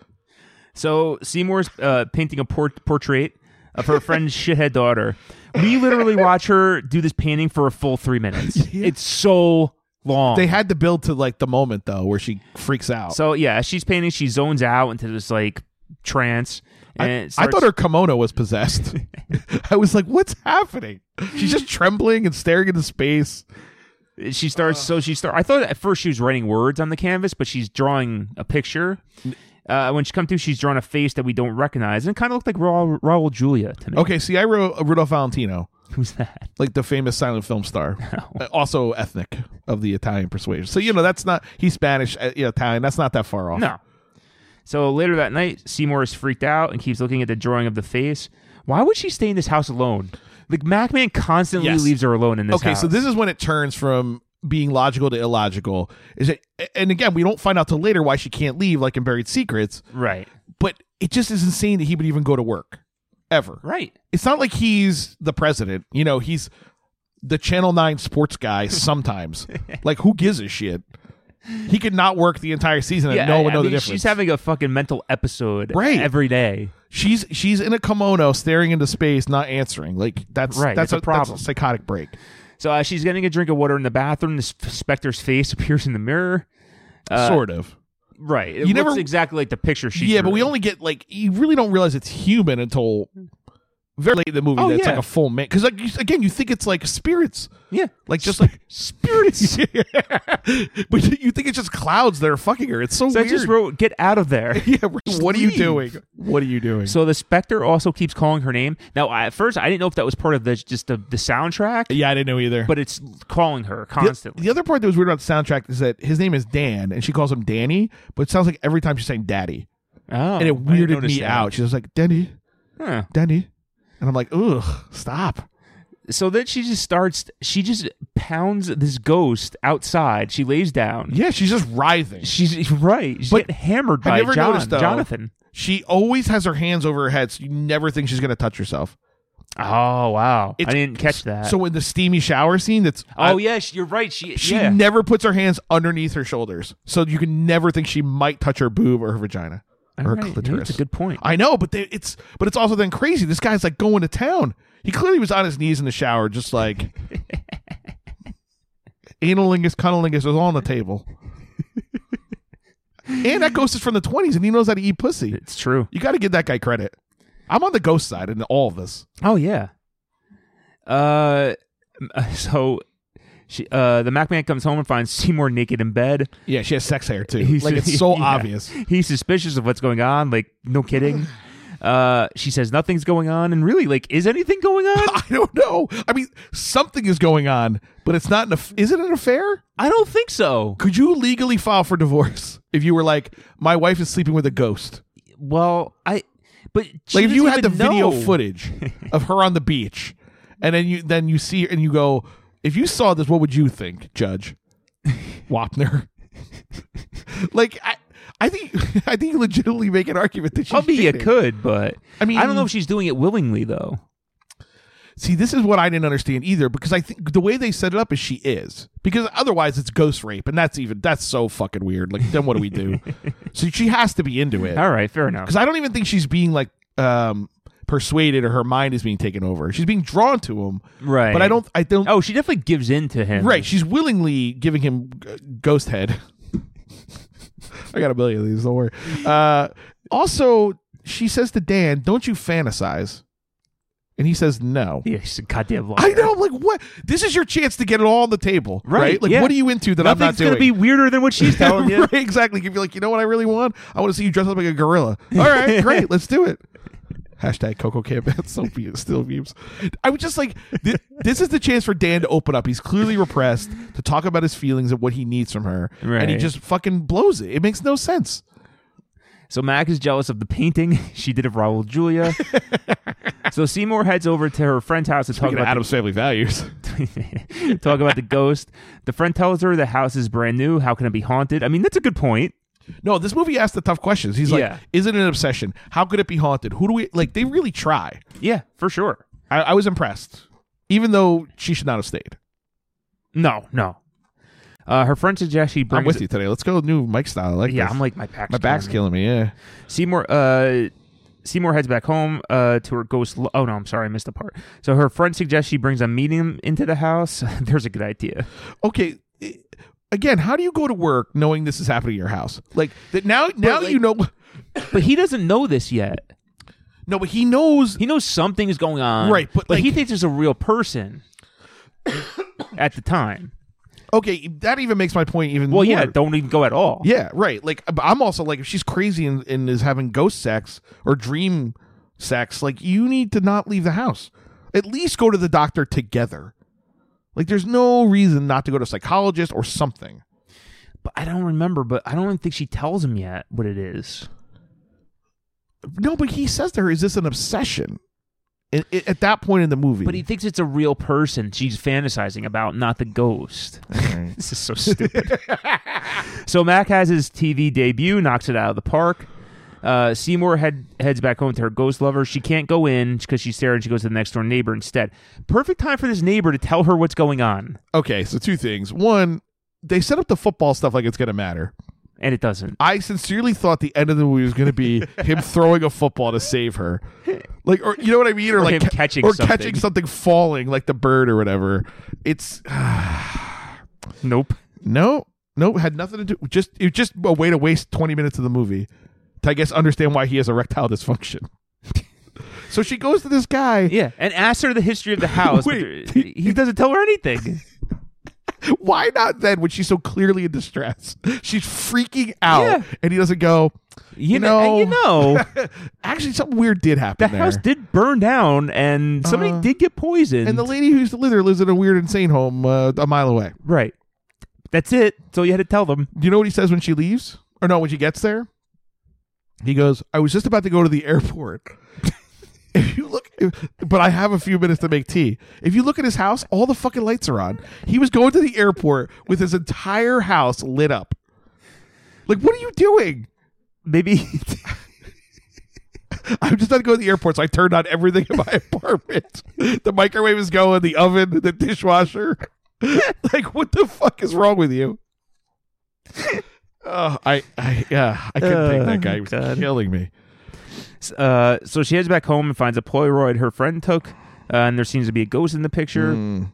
Speaker 1: So Seymour's uh, painting a port- portrait of her friend's (laughs) shithead daughter. We
Speaker 2: (laughs)
Speaker 1: literally watch her do this painting for a full three minutes. It's so long.
Speaker 2: They had to build to like the moment though, where she freaks out.
Speaker 1: so yeah, as she's painting. She zones out into this like trance.
Speaker 2: I,
Speaker 1: And
Speaker 2: I
Speaker 1: starts-
Speaker 2: thought her kimono
Speaker 1: (laughs)
Speaker 2: was possessed. (laughs) I was like, what's happening? She's just trembling and staring into space.
Speaker 1: she starts so she start i thought at first she was writing words on the canvas but she's drawing a picture uh, when she come to she's drawn a face that we don't recognize and it kind of looked like Ra- raul julia to me
Speaker 2: Okay, see, I wrote Rudolph Valentino,
Speaker 1: who's that
Speaker 2: like the famous silent film
Speaker 1: (laughs)
Speaker 2: star, Uh, also ethnic of the Italian persuasion. So you know that's not he's Spanish, uh, yeah, Italian. That's not that far off.
Speaker 1: no so later that night seymour is freaked out and keeps looking at the drawing of the face why would she stay in this house alone like macman constantly
Speaker 2: Yes.
Speaker 1: leaves her alone in this
Speaker 2: okay,
Speaker 1: house.
Speaker 2: so this is when it turns from being logical to illogical. Is it? And again, we don't find out till later why she can't leave, like in Buried Secrets.
Speaker 1: right
Speaker 2: But it just is insane that he would even go to work, ever.
Speaker 1: right
Speaker 2: It's not like he's the president. You know, he's the Channel Nine
Speaker 1: (laughs)
Speaker 2: sports guy. Sometimes, like, who gives a shit? He could not work the entire season and
Speaker 1: yeah
Speaker 2: no
Speaker 1: I-
Speaker 2: one
Speaker 1: I
Speaker 2: know the
Speaker 1: mean,
Speaker 2: difference.
Speaker 1: she's having a fucking mental episode
Speaker 2: Right.
Speaker 1: every day
Speaker 2: she's she's in a kimono staring into space not answering like that's
Speaker 1: Right,
Speaker 2: that's,
Speaker 1: it's a
Speaker 2: a, that's
Speaker 1: problem.
Speaker 2: a psychotic break
Speaker 1: so uh, she's getting a drink of water in the bathroom this specter's face appears in the mirror
Speaker 2: sort of
Speaker 1: Right. It looks
Speaker 2: You never-
Speaker 1: exactly like the picture Uh, she
Speaker 2: yeah but
Speaker 1: drew.
Speaker 2: we only get like you really don't realize it's human until very late in the movie
Speaker 1: Oh,
Speaker 2: that's
Speaker 1: yeah.
Speaker 2: like a full man because like you- again you think it's like spirits (laughs)
Speaker 1: Yeah.
Speaker 2: like just like (laughs) spirits but you- you think it's just clouds that are fucking her it's so
Speaker 1: So I
Speaker 2: weird
Speaker 1: just wrote get out of
Speaker 2: (laughs)
Speaker 1: there. (laughs)
Speaker 2: yeah, right. what are you
Speaker 1: leave.
Speaker 2: doing what are you doing
Speaker 1: So the specter also keeps calling her name. Now I, at first I didn't know if that was part of the just the, the soundtrack,
Speaker 2: yeah i didn't know either
Speaker 1: but it's calling her
Speaker 2: The-
Speaker 1: constantly.
Speaker 2: The other part that was weird about the soundtrack is that his name is Dan, and she calls him Danny, but it sounds like every time she's saying Daddy,
Speaker 1: oh,
Speaker 2: and
Speaker 1: I
Speaker 2: it
Speaker 1: didn't
Speaker 2: weirded
Speaker 1: notice
Speaker 2: me
Speaker 1: that.
Speaker 2: out. She was like Danny,
Speaker 1: Huh.
Speaker 2: Danny, and I'm like, ugh, stop.
Speaker 1: So then she just starts. She just pounds this ghost outside. She lays down.
Speaker 2: Yeah, she's just writhing.
Speaker 1: She's right. She's
Speaker 2: But
Speaker 1: getting hammered
Speaker 2: I
Speaker 1: by
Speaker 2: never
Speaker 1: John,
Speaker 2: noticed, though.
Speaker 1: Jonathan.
Speaker 2: She always has her hands over her head, so you never think she's gonna touch herself.
Speaker 1: Oh wow!
Speaker 2: It's-
Speaker 1: I didn't catch that.
Speaker 2: So in the steamy shower scene, that's
Speaker 1: oh
Speaker 2: I-
Speaker 1: yes, you're right. She
Speaker 2: she
Speaker 1: yeah.
Speaker 2: never puts her hands underneath her shoulders, so you can never think she might touch her boob or her vagina or
Speaker 1: All
Speaker 2: her
Speaker 1: right, yeah,
Speaker 2: clitoris.
Speaker 1: That's a good point.
Speaker 2: I know, but they, it's but it's also then crazy. This guy's like going to town. He clearly was on his knees in the shower, just (laughs) like analingus, cunnilingus was all on the table. and that ghost is from the twenties, and he knows how to eat pussy.
Speaker 1: It's true.
Speaker 2: You got to give that guy credit. I'm on the ghost side in all of this.
Speaker 1: Oh yeah. Uh, (laughs) so she, uh, the Mac man comes home and finds Seymour naked in bed.
Speaker 2: Yeah, she has sex hair too.
Speaker 1: He's-
Speaker 2: like it's
Speaker 1: (laughs)
Speaker 2: so (laughs)
Speaker 1: yeah.
Speaker 2: obvious.
Speaker 1: He's suspicious of what's going on. Like, no
Speaker 2: (laughs)
Speaker 1: kidding. Uh, she says nothing's going on, and really, like, is anything going
Speaker 2: (laughs)
Speaker 1: on?
Speaker 2: I don't know. I mean, something is going on, but it's not an. Aff- is it an affair?
Speaker 1: I don't think so.
Speaker 2: Could you legally file for divorce if you were like, my wife is sleeping with a ghost?
Speaker 1: Well, I. But she
Speaker 2: like if you
Speaker 1: doesn't
Speaker 2: had the
Speaker 1: even
Speaker 2: video
Speaker 1: know. (laughs)
Speaker 2: footage of her on the beach, and then you then you see her and you go, if you saw this, what would you think,
Speaker 1: (laughs)
Speaker 2: Judge Wapner? like I, I think (laughs) I think you legitimately make an argument that she's
Speaker 1: Probably you
Speaker 2: cheating.
Speaker 1: could, but
Speaker 2: I
Speaker 1: I
Speaker 2: mean-
Speaker 1: mean, I don't know if she's doing it willingly though.
Speaker 2: See, this is what I didn't understand either because I think the way they set it up is she is because otherwise it's ghost rape and that's even that's so fucking weird. Like then what do
Speaker 1: (laughs)
Speaker 2: we do? so she has to be into it.
Speaker 1: All right, fair enough.
Speaker 2: because I don't even think she's being like um persuaded or her mind is being taken over. She's being drawn to him,
Speaker 1: Right.
Speaker 2: But I don't, I don't.
Speaker 1: Oh, she definitely gives in to him.
Speaker 2: right. She's willingly giving him g- ghost head. (laughs) I got a million of these. Don't worry. Uh, also, she says to Dan, "Don't you fantasize?" And he says, "No."
Speaker 1: Yeah, she's a goddamn liar.
Speaker 2: I know. I'm like, what? This is your chance to get it all on the table, right? Like,
Speaker 1: yeah.
Speaker 2: what are you into that I'm not
Speaker 1: Nothing's
Speaker 2: doing?
Speaker 1: gonna be weirder than what
Speaker 2: (laughs)
Speaker 1: she's telling you.
Speaker 2: Right, exactly. If you're like, you know what I really want? I want to see you dressed up like a gorilla.
Speaker 1: (laughs)
Speaker 2: All right, great. Let's do it. Hashtag Coco Camp. (laughs) That's so be- still memes. I was just like, th- this is the chance for Dan to open up. He's clearly repressed to talk about his feelings and what he needs from her. And he
Speaker 1: Right.
Speaker 2: just fucking blows it. It makes no sense.
Speaker 1: So Mac is jealous of the painting (laughs) she did of Raul
Speaker 2: (laughs)
Speaker 1: Julia. so Seymour heads over to her friend's house to talk
Speaker 2: Talking
Speaker 1: about
Speaker 2: about Adam's family values.
Speaker 1: the, (laughs) talk about the ghost. The friend tells her the house is brand new. How can it be haunted? I mean, that's a good point.
Speaker 2: No, this movie asks the tough questions. He's
Speaker 1: Yeah.
Speaker 2: like, is it an obsession? How could it be haunted? Who do we like? They really try.
Speaker 1: Yeah, for sure.
Speaker 2: I, I was impressed, even though she should not have stayed.
Speaker 1: No, no. Uh, her friend suggests she brings.
Speaker 2: I'm with you today. Let's go new Mike style. I like
Speaker 1: Yeah,
Speaker 2: this.
Speaker 1: I'm like my back's
Speaker 2: my back's
Speaker 1: killing me.
Speaker 2: killing me. Yeah.
Speaker 1: Seymour uh Seymour heads back home uh, to her ghost. Lo- oh no, I'm sorry, I missed the part. So her friend suggests she brings a medium into the house. (laughs) There's a good idea.
Speaker 2: Okay. i- Again, how do you go to work knowing this is happening at your house? Like that now. Now
Speaker 1: like-
Speaker 2: you know.
Speaker 1: But he doesn't know this yet.
Speaker 2: No, but he knows.
Speaker 1: He knows something is going on.
Speaker 2: Right, but,
Speaker 1: he
Speaker 2: like-
Speaker 1: thinks it's a real person at the time.
Speaker 2: Okay, that even makes my point even.
Speaker 1: Well,
Speaker 2: more.
Speaker 1: yeah, don't even go at all.
Speaker 2: Yeah, right. Like, but I'm also like, if she's crazy and, and is having ghost sex or dream sex, like, you need to not leave the house. At least go to the doctor together. Like, there's no reason not to go to a psychologist or something.
Speaker 1: But I don't remember, but I don't even think she tells him yet what it is.
Speaker 2: No, but he says to her, "Is this an obsession?" I- I- at that point in the movie,
Speaker 1: But he thinks it's a real person she's fantasizing about, not the ghost. (laughs) this is so stupid. (laughs) so Mac has his TV debut, knocks it out of the park. Uh, Seymour head, heads back home to her ghost lover. She can't go in because she's there and she goes to the next door neighbor instead. Perfect time for this neighbor to tell her what's going on,
Speaker 2: okay. So two things: one, they set up the football stuff like it's gonna matter.
Speaker 1: and it doesn't.
Speaker 2: I sincerely thought the end of the movie was going
Speaker 1: (laughs)
Speaker 2: to be him throwing a football to save her, like or you know what I mean, or, like
Speaker 1: him
Speaker 2: ca-
Speaker 1: catching
Speaker 2: or
Speaker 1: something.
Speaker 2: catching something falling like the bird or whatever. It's
Speaker 1: Nope.
Speaker 2: no, no, had nothing to do. Just it was just a way to waste twenty minutes of the movie to I guess understand why he has erectile dysfunction. (laughs) so she goes to this guy.
Speaker 1: Yeah, and asks her the history of the house. but
Speaker 2: (laughs) Wait.
Speaker 1: there- he doesn't tell her
Speaker 2: (laughs)
Speaker 1: anything.
Speaker 2: Why not then when she's so clearly in distress? She's freaking out,
Speaker 1: Yeah.
Speaker 2: and he doesn't go.
Speaker 1: You,
Speaker 2: You
Speaker 1: know, and you
Speaker 2: (laughs) know.
Speaker 1: know,
Speaker 2: Actually, something weird did happen.
Speaker 1: the
Speaker 2: there.
Speaker 1: house did burn down, and somebody
Speaker 2: Uh,
Speaker 1: did get poisoned.
Speaker 2: And the lady who used to live there lives in a weird insane home uh, a mile away.
Speaker 1: right. That's it. So you had to tell them.
Speaker 2: Do you know what he says when she leaves? Or no, when she gets there? He goes, I was just about to go to the airport. (laughs) if you look, but I have a few minutes to make tea. If you look at his house, all the fucking lights are on. He was going to the airport with his entire house lit up. Like, what are you doing?
Speaker 1: Maybe (laughs)
Speaker 2: I'm just about to go to the airport, so I turned on everything in my (laughs) apartment. The microwave is going, the oven, the dishwasher. (laughs) like, what the fuck is wrong
Speaker 1: (laughs)
Speaker 2: with you? Oh, I, I, yeah, I couldn't take that guy. He was
Speaker 1: Oh, God.
Speaker 2: killing me.
Speaker 1: Uh, so she heads back home and finds a Polaroid her friend took, uh, and there seems to be a ghost in the picture.
Speaker 2: Hmm.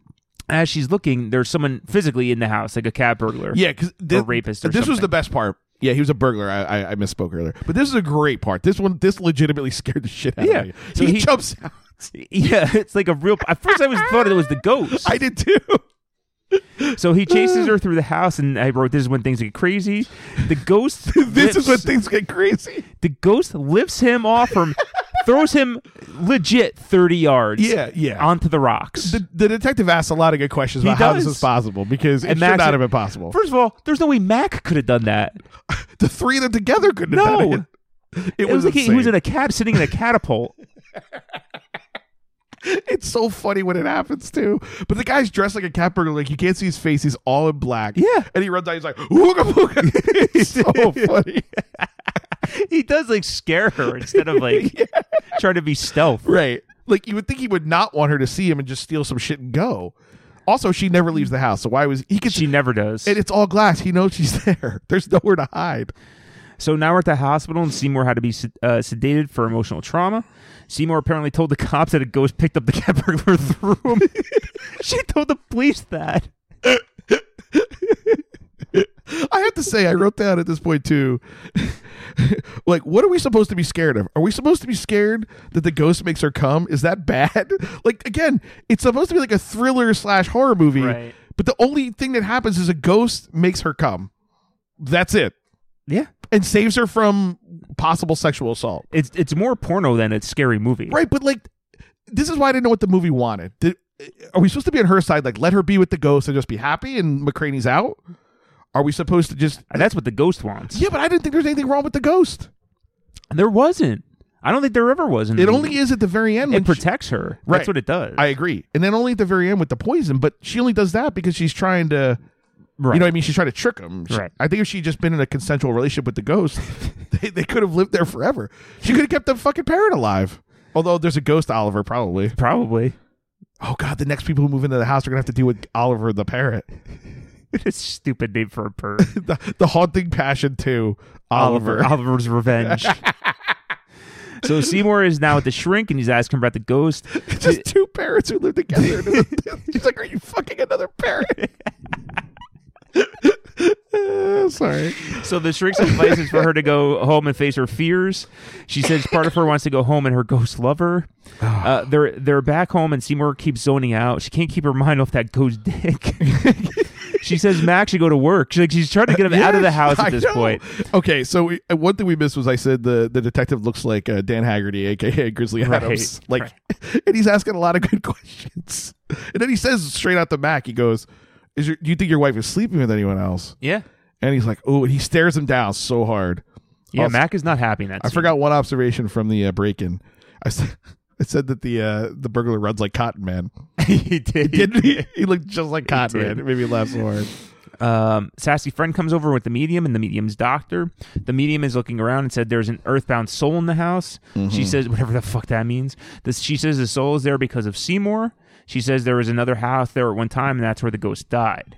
Speaker 1: As she's looking, there's someone physically in the house, like a cat burglar.
Speaker 2: Yeah, because this,
Speaker 1: rapist or
Speaker 2: this was
Speaker 1: something.
Speaker 2: the best part. Yeah, he was a burglar. I, I, I misspoke earlier, but this is a great part. This one, this legitimately (laughs) scared the shit out
Speaker 1: Yeah.
Speaker 2: of me.
Speaker 1: So
Speaker 2: he,
Speaker 1: he-
Speaker 2: jumps out.
Speaker 1: (laughs) yeah, it's like a real. At first, I was thought it was the ghost.
Speaker 2: I did too. (laughs)
Speaker 1: so he chases her through the house, and I wrote, "This is when things get crazy." The ghost.
Speaker 2: (laughs) This is when
Speaker 1: lifts-
Speaker 2: things get crazy.
Speaker 1: the ghost lifts him off from, throws him legit thirty yards.
Speaker 2: Yeah, yeah.
Speaker 1: onto the rocks.
Speaker 2: The, the detective asks a lot of good questions
Speaker 1: He
Speaker 2: about how this
Speaker 1: does.
Speaker 2: is possible because it should
Speaker 1: Max-
Speaker 2: not have been possible.
Speaker 1: First of all, there's no way Mac could have done that.
Speaker 2: the three of them together couldn't have done
Speaker 1: No.
Speaker 2: it. It,
Speaker 1: It was
Speaker 2: was,
Speaker 1: like he, he was in
Speaker 2: insane.
Speaker 1: a cab sitting (laughs) in a catapult.
Speaker 2: It's so funny when it happens too. But the guy's dressed like a cat burglar. Like you can't see his face. He's all in black.
Speaker 1: Yeah.
Speaker 2: and he runs out. He's like, "Ooga
Speaker 1: (laughs)
Speaker 2: booga." it's so funny.
Speaker 1: he does like scare (laughs) her instead of like trying to be stealth.
Speaker 2: Right. Like you would think he would not want her to see him and just steal some shit and go. Also, she never leaves the house, so why was he could
Speaker 1: She never does.
Speaker 2: and it's all glass. He knows she's (laughs) there. There's nowhere to hide.
Speaker 1: So now we're at the hospital, and Seymour had to be sed- uh, sedated for emotional trauma. Seymour apparently told the (laughs) cops that a ghost picked up the cat burglar through him. (laughs) she told the police that.
Speaker 2: I have to say, I wrote down at this point too. (laughs) like, what are we supposed to be scared of? Are we supposed to be scared that the ghost makes her come? Is that bad? (laughs) like, again, it's supposed to be like a thriller slash horror movie,
Speaker 1: Right.
Speaker 2: but the only thing that happens is a ghost makes her come. That's it,
Speaker 1: Yeah,
Speaker 2: and saves her from possible sexual assault.
Speaker 1: it's it's more porno than it's scary movie.
Speaker 2: Right, but like, this is why I didn't know what the movie wanted. Did, are we supposed to be on her side? Like, let her be with the ghost and just be happy, and McCraney's out. Are we supposed to just?
Speaker 1: And that's what the ghost wants.
Speaker 2: Yeah, but I didn't think there's anything wrong with the ghost.
Speaker 1: There wasn't. I don't think there ever was. In the
Speaker 2: It
Speaker 1: movie.
Speaker 2: only is at the very end. when
Speaker 1: Mm. it
Speaker 2: she-
Speaker 1: protects her.
Speaker 2: Right.
Speaker 1: That's what it does.
Speaker 2: I agree, and then only at the very end with the poison. But she only does that because she's trying to.
Speaker 1: right.
Speaker 2: You know what I mean? She's trying to trick him. She-
Speaker 1: Right.
Speaker 2: I think if she'd just been in a consensual relationship with the ghost, (laughs) they, they could have lived there forever. She could have kept the fucking parrot alive. Although there's a ghost Oliver, probably.
Speaker 1: probably.
Speaker 2: Oh God, the next people who move into the house are gonna have to deal with Oliver the parrot. (laughs)
Speaker 1: (laughs) it's a stupid name for a bird.
Speaker 2: the, the haunting passion too, (laughs) Oliver.
Speaker 1: Oliver's
Speaker 2: (laughs)
Speaker 1: revenge. so Seymour is now at the shrink, and he's asking about the ghost.
Speaker 2: Just two parrots who live together.
Speaker 1: (laughs)
Speaker 2: And it's- She's like, "Are you fucking another parrot?" Uh, sorry.
Speaker 1: So the shrink's advice is for her to go home and face her fears. She says part of her wants to go home and her ghost lover.
Speaker 2: Ah.
Speaker 1: Uh, they're they're back home and Seymour keeps zoning out. She can't keep her mind off that ghost
Speaker 2: (laughs)
Speaker 1: dick. she says Max should go to work. She's like she's trying to get him out of the
Speaker 2: Yes,
Speaker 1: house
Speaker 2: I
Speaker 1: at this
Speaker 2: know.
Speaker 1: point.
Speaker 2: Okay, so we, uh, one thing we missed was I said the, the detective looks like uh, Dan Haggerty, aka Grizzly
Speaker 1: Right,
Speaker 2: Adams. Like, (laughs) and he's asking a lot of good questions. And then he says straight out the back, he goes, "Is your, do you think your wife is sleeping with anyone else?"
Speaker 1: Yeah.
Speaker 2: And he's like, "Oh," and he stares him down so hard.
Speaker 1: Yeah,
Speaker 2: Also-
Speaker 1: Mac is not happy in that.
Speaker 2: I
Speaker 1: scene.
Speaker 2: forgot one observation from the uh, break in. I said, (laughs) I said that the uh, the burglar runs like Cotton Man.
Speaker 1: (laughs)
Speaker 2: (laughs)
Speaker 1: he did.
Speaker 2: Didn't he? He looked just like Cotton
Speaker 1: did.
Speaker 2: Man. It made me laugh so hard.
Speaker 1: Um, Sassy friend comes over with the medium and the medium's doctor. The medium is looking around and said there's an earthbound soul in the house.
Speaker 2: Mm-hmm.
Speaker 1: She says whatever the fuck that means. This, she says the soul is there because of Seymour. She says there was another house there at one time and that's where the ghost died.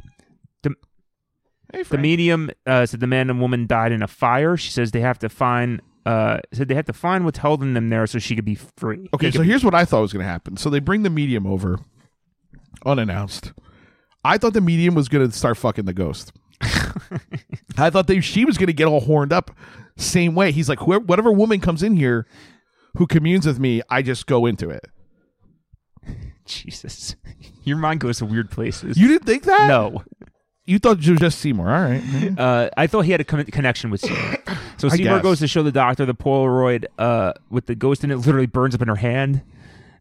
Speaker 2: Hey,
Speaker 1: The medium uh, said the man and woman died in a fire. She says they have to find uh, said they have to find what's held in them there so she could be free.
Speaker 2: Okay,
Speaker 1: He
Speaker 2: so
Speaker 1: could-
Speaker 2: here's what I thought was going to happen. So they bring the medium over unannounced. I thought the medium was going to start fucking the ghost. I thought they, she was going to get all horned up. Same way. He's like, whoever, whatever woman comes in here who communes with me, I just go into it.
Speaker 1: (laughs) Jesus, your mind goes to weird places.
Speaker 2: You didn't think that?
Speaker 1: no.
Speaker 2: You thought it was just Seymour. All right.
Speaker 1: Uh, I thought he had a con- connection with
Speaker 2: (coughs)
Speaker 1: Seymour. So Seymour
Speaker 2: guess.
Speaker 1: goes to show the doctor the Polaroid uh, with the ghost in it. Literally burns up in her hand.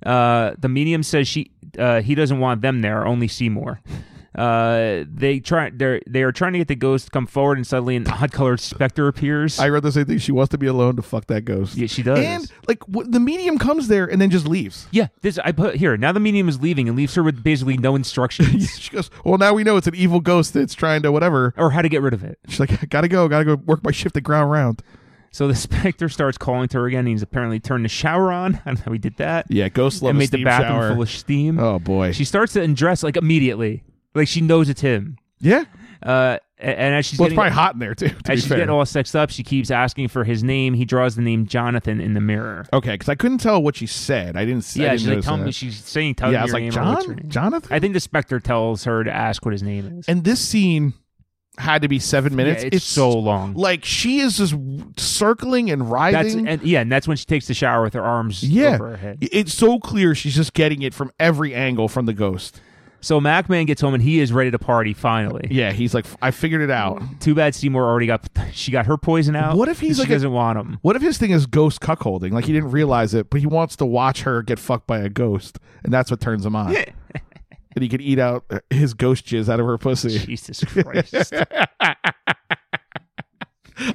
Speaker 1: Uh, the medium says she uh, he doesn't want them there, only Seymour. Uh, they try they they are trying to get the ghost to come forward, and suddenly an odd colored specter appears.
Speaker 2: I read the same thing. She wants to be alone to fuck that ghost.
Speaker 1: Yeah, she does.
Speaker 2: And like w- the medium comes there and then just leaves.
Speaker 1: yeah, this I put here. Now the medium is leaving and leaves her with basically no
Speaker 2: (laughs)
Speaker 1: instructions
Speaker 2: She goes, "Well, now we know it's an evil ghost that's trying to whatever."
Speaker 1: or how to get rid of it.
Speaker 2: She's like, "Gotta go, gotta go work my shift at ground round."
Speaker 1: So the (laughs) specter starts calling to her again. And he's apparently turned the shower on. I don't know how he did that.
Speaker 2: Yeah, ghosts love
Speaker 1: and
Speaker 2: a
Speaker 1: made the
Speaker 2: steam
Speaker 1: bathroom
Speaker 2: shower.
Speaker 1: full of steam.
Speaker 2: (laughs) Oh boy.
Speaker 1: She starts to undress like immediately, like she knows it's him.
Speaker 2: yeah.
Speaker 1: Uh, a- and as she's
Speaker 2: Well, it's
Speaker 1: getting,
Speaker 2: probably hot in there too. To be
Speaker 1: as she's
Speaker 2: fair.
Speaker 1: getting all sexed up, she keeps asking for his name. He draws the name Jonathan in the mirror.
Speaker 2: okay, because I couldn't tell what she said. I didn't. I
Speaker 1: yeah,
Speaker 2: didn't
Speaker 1: she's like,
Speaker 2: notice
Speaker 1: tell
Speaker 2: that.
Speaker 1: me, she's saying, tell
Speaker 2: yeah,
Speaker 1: me
Speaker 2: I was
Speaker 1: your
Speaker 2: like,
Speaker 1: name. or what's your
Speaker 2: John,
Speaker 1: name."
Speaker 2: Jonathan.
Speaker 1: I think the specter tells her to ask what his name is.
Speaker 2: and this scene had to be seven minutes.
Speaker 1: it's so long.
Speaker 2: Like she is just circling and
Speaker 1: That's
Speaker 2: writhing.
Speaker 1: and yeah, and that's when she takes the shower with her arms
Speaker 2: yeah,
Speaker 1: over her head.
Speaker 2: it's so clear she's just getting it from every angle from
Speaker 1: (laughs)
Speaker 2: the ghost.
Speaker 1: So Macman gets home and he is ready to party finally.
Speaker 2: Yeah, he's like, I figured it out.
Speaker 1: Too bad Seymour already got (laughs) she got her poison out.
Speaker 2: What if he's
Speaker 1: and she
Speaker 2: like a-
Speaker 1: doesn't want him?
Speaker 2: What if his thing is ghost cuckolding? Like he didn't realize it, but he wants to watch her get fucked by a ghost, and that's what turns him on. (laughs) and he could eat out uh,
Speaker 1: (laughs)
Speaker 2: his ghost jizz out of her pussy.
Speaker 1: Jesus Christ.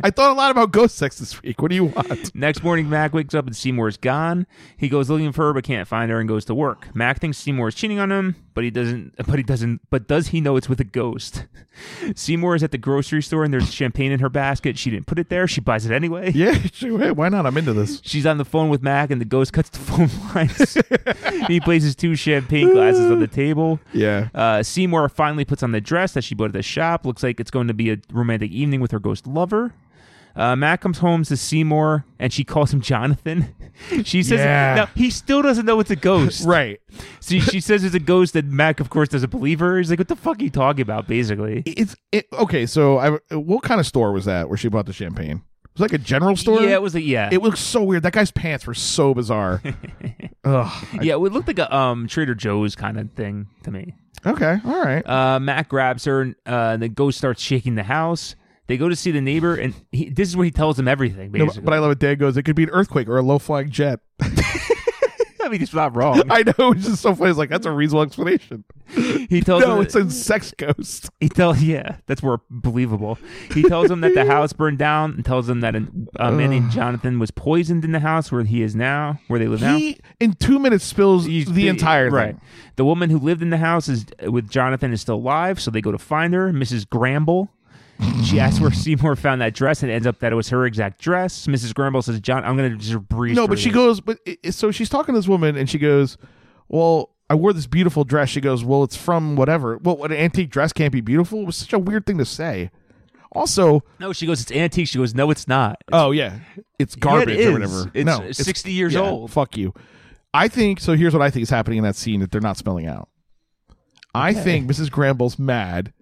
Speaker 2: I thought a lot about ghost sex this week. What do
Speaker 1: (laughs)
Speaker 2: you want?
Speaker 1: Next morning, Mac wakes up and Seymour is gone. He goes looking for her but can't find her and goes to work. Mac thinks Seymour is cheating on him, but he doesn't. But he doesn't. But does he know it's with a ghost? (laughs) Seymour is at the grocery store and there's champagne in her basket. She didn't put it there. She buys it anyway.
Speaker 2: Yeah, sure. Hey, why not? I'm into this.
Speaker 1: She's on the phone with Mac, and the ghost cuts the phone (laughs) lines. (laughs) he places two champagne glasses on the table.
Speaker 2: Yeah.
Speaker 1: Uh, Seymour finally puts on the dress that she bought at the shop. Looks like it's going to be a romantic evening with her ghost lover. Uh, Mac comes home to Seymour, and she calls him Jonathan. (laughs) she says,
Speaker 2: Yeah.
Speaker 1: "Now he still doesn't know it's a (laughs) ghost."
Speaker 2: Right.
Speaker 1: She, she says it's a ghost, and Mac, of course, doesn't believe her. He's like, "What the fuck are you talking about?" Basically,
Speaker 2: It's it, okay. So, I what kind of store was that where she bought the champagne? It was like a general store.
Speaker 1: yeah, it was a yeah,
Speaker 2: It looked so weird. That guy's pants were
Speaker 1: (laughs)
Speaker 2: so bizarre. Ugh.
Speaker 1: yeah, it looked like a um Trader Joe's kind of thing to me.
Speaker 2: Okay. All right.
Speaker 1: Uh, Mac grabs her, and uh, the ghost starts shaking the house. They go to see the neighbor, and he, this is where he tells them everything.
Speaker 2: No,
Speaker 1: Basically,
Speaker 2: but I love it. Dad goes. It could be an earthquake or a low flying jet. (laughs)
Speaker 1: I mean, it's not wrong.
Speaker 2: I know. It's just so funny. It's like that's a reasonable explanation.
Speaker 1: He tells
Speaker 2: No,
Speaker 1: them
Speaker 2: it's a sex
Speaker 1: (laughs)
Speaker 2: ghost.
Speaker 1: He tells, yeah, that's more believable. He tells them that
Speaker 2: (laughs)
Speaker 1: the house burned down and tells them that an, a man named Jonathan was poisoned in the house where he is now, where they live now.
Speaker 2: He in two minutes spills
Speaker 1: He's-
Speaker 2: the entire
Speaker 1: right.
Speaker 2: thing.
Speaker 1: The woman who lived in the house is with Jonathan is still alive, so they go to find her, Mrs. Gramble. She asks
Speaker 2: (laughs)
Speaker 1: where Seymour found that dress, and it ends up that it was her exact dress. Mrs. Gramble says, "John, I'm going to just breeze."
Speaker 2: No,
Speaker 1: through
Speaker 2: but she
Speaker 1: this."
Speaker 2: goes. But it, it- so she's talking to this woman, and she goes, "Well, I wore this beautiful dress." She goes, "Well, it's from whatever. Well, an antique dress can't be beautiful." It was such a weird thing to say. Also,
Speaker 1: No, she goes. It's antique. She goes. No, it's not.
Speaker 2: oh yeah, it's garbage
Speaker 1: is.
Speaker 2: or whatever.
Speaker 1: It's
Speaker 2: no,
Speaker 1: 60 years
Speaker 2: yeah,
Speaker 1: old.
Speaker 2: Fuck you. I think so. Here's what I think is happening in that scene that they're not spelling out. I think Mrs. Gramble's mad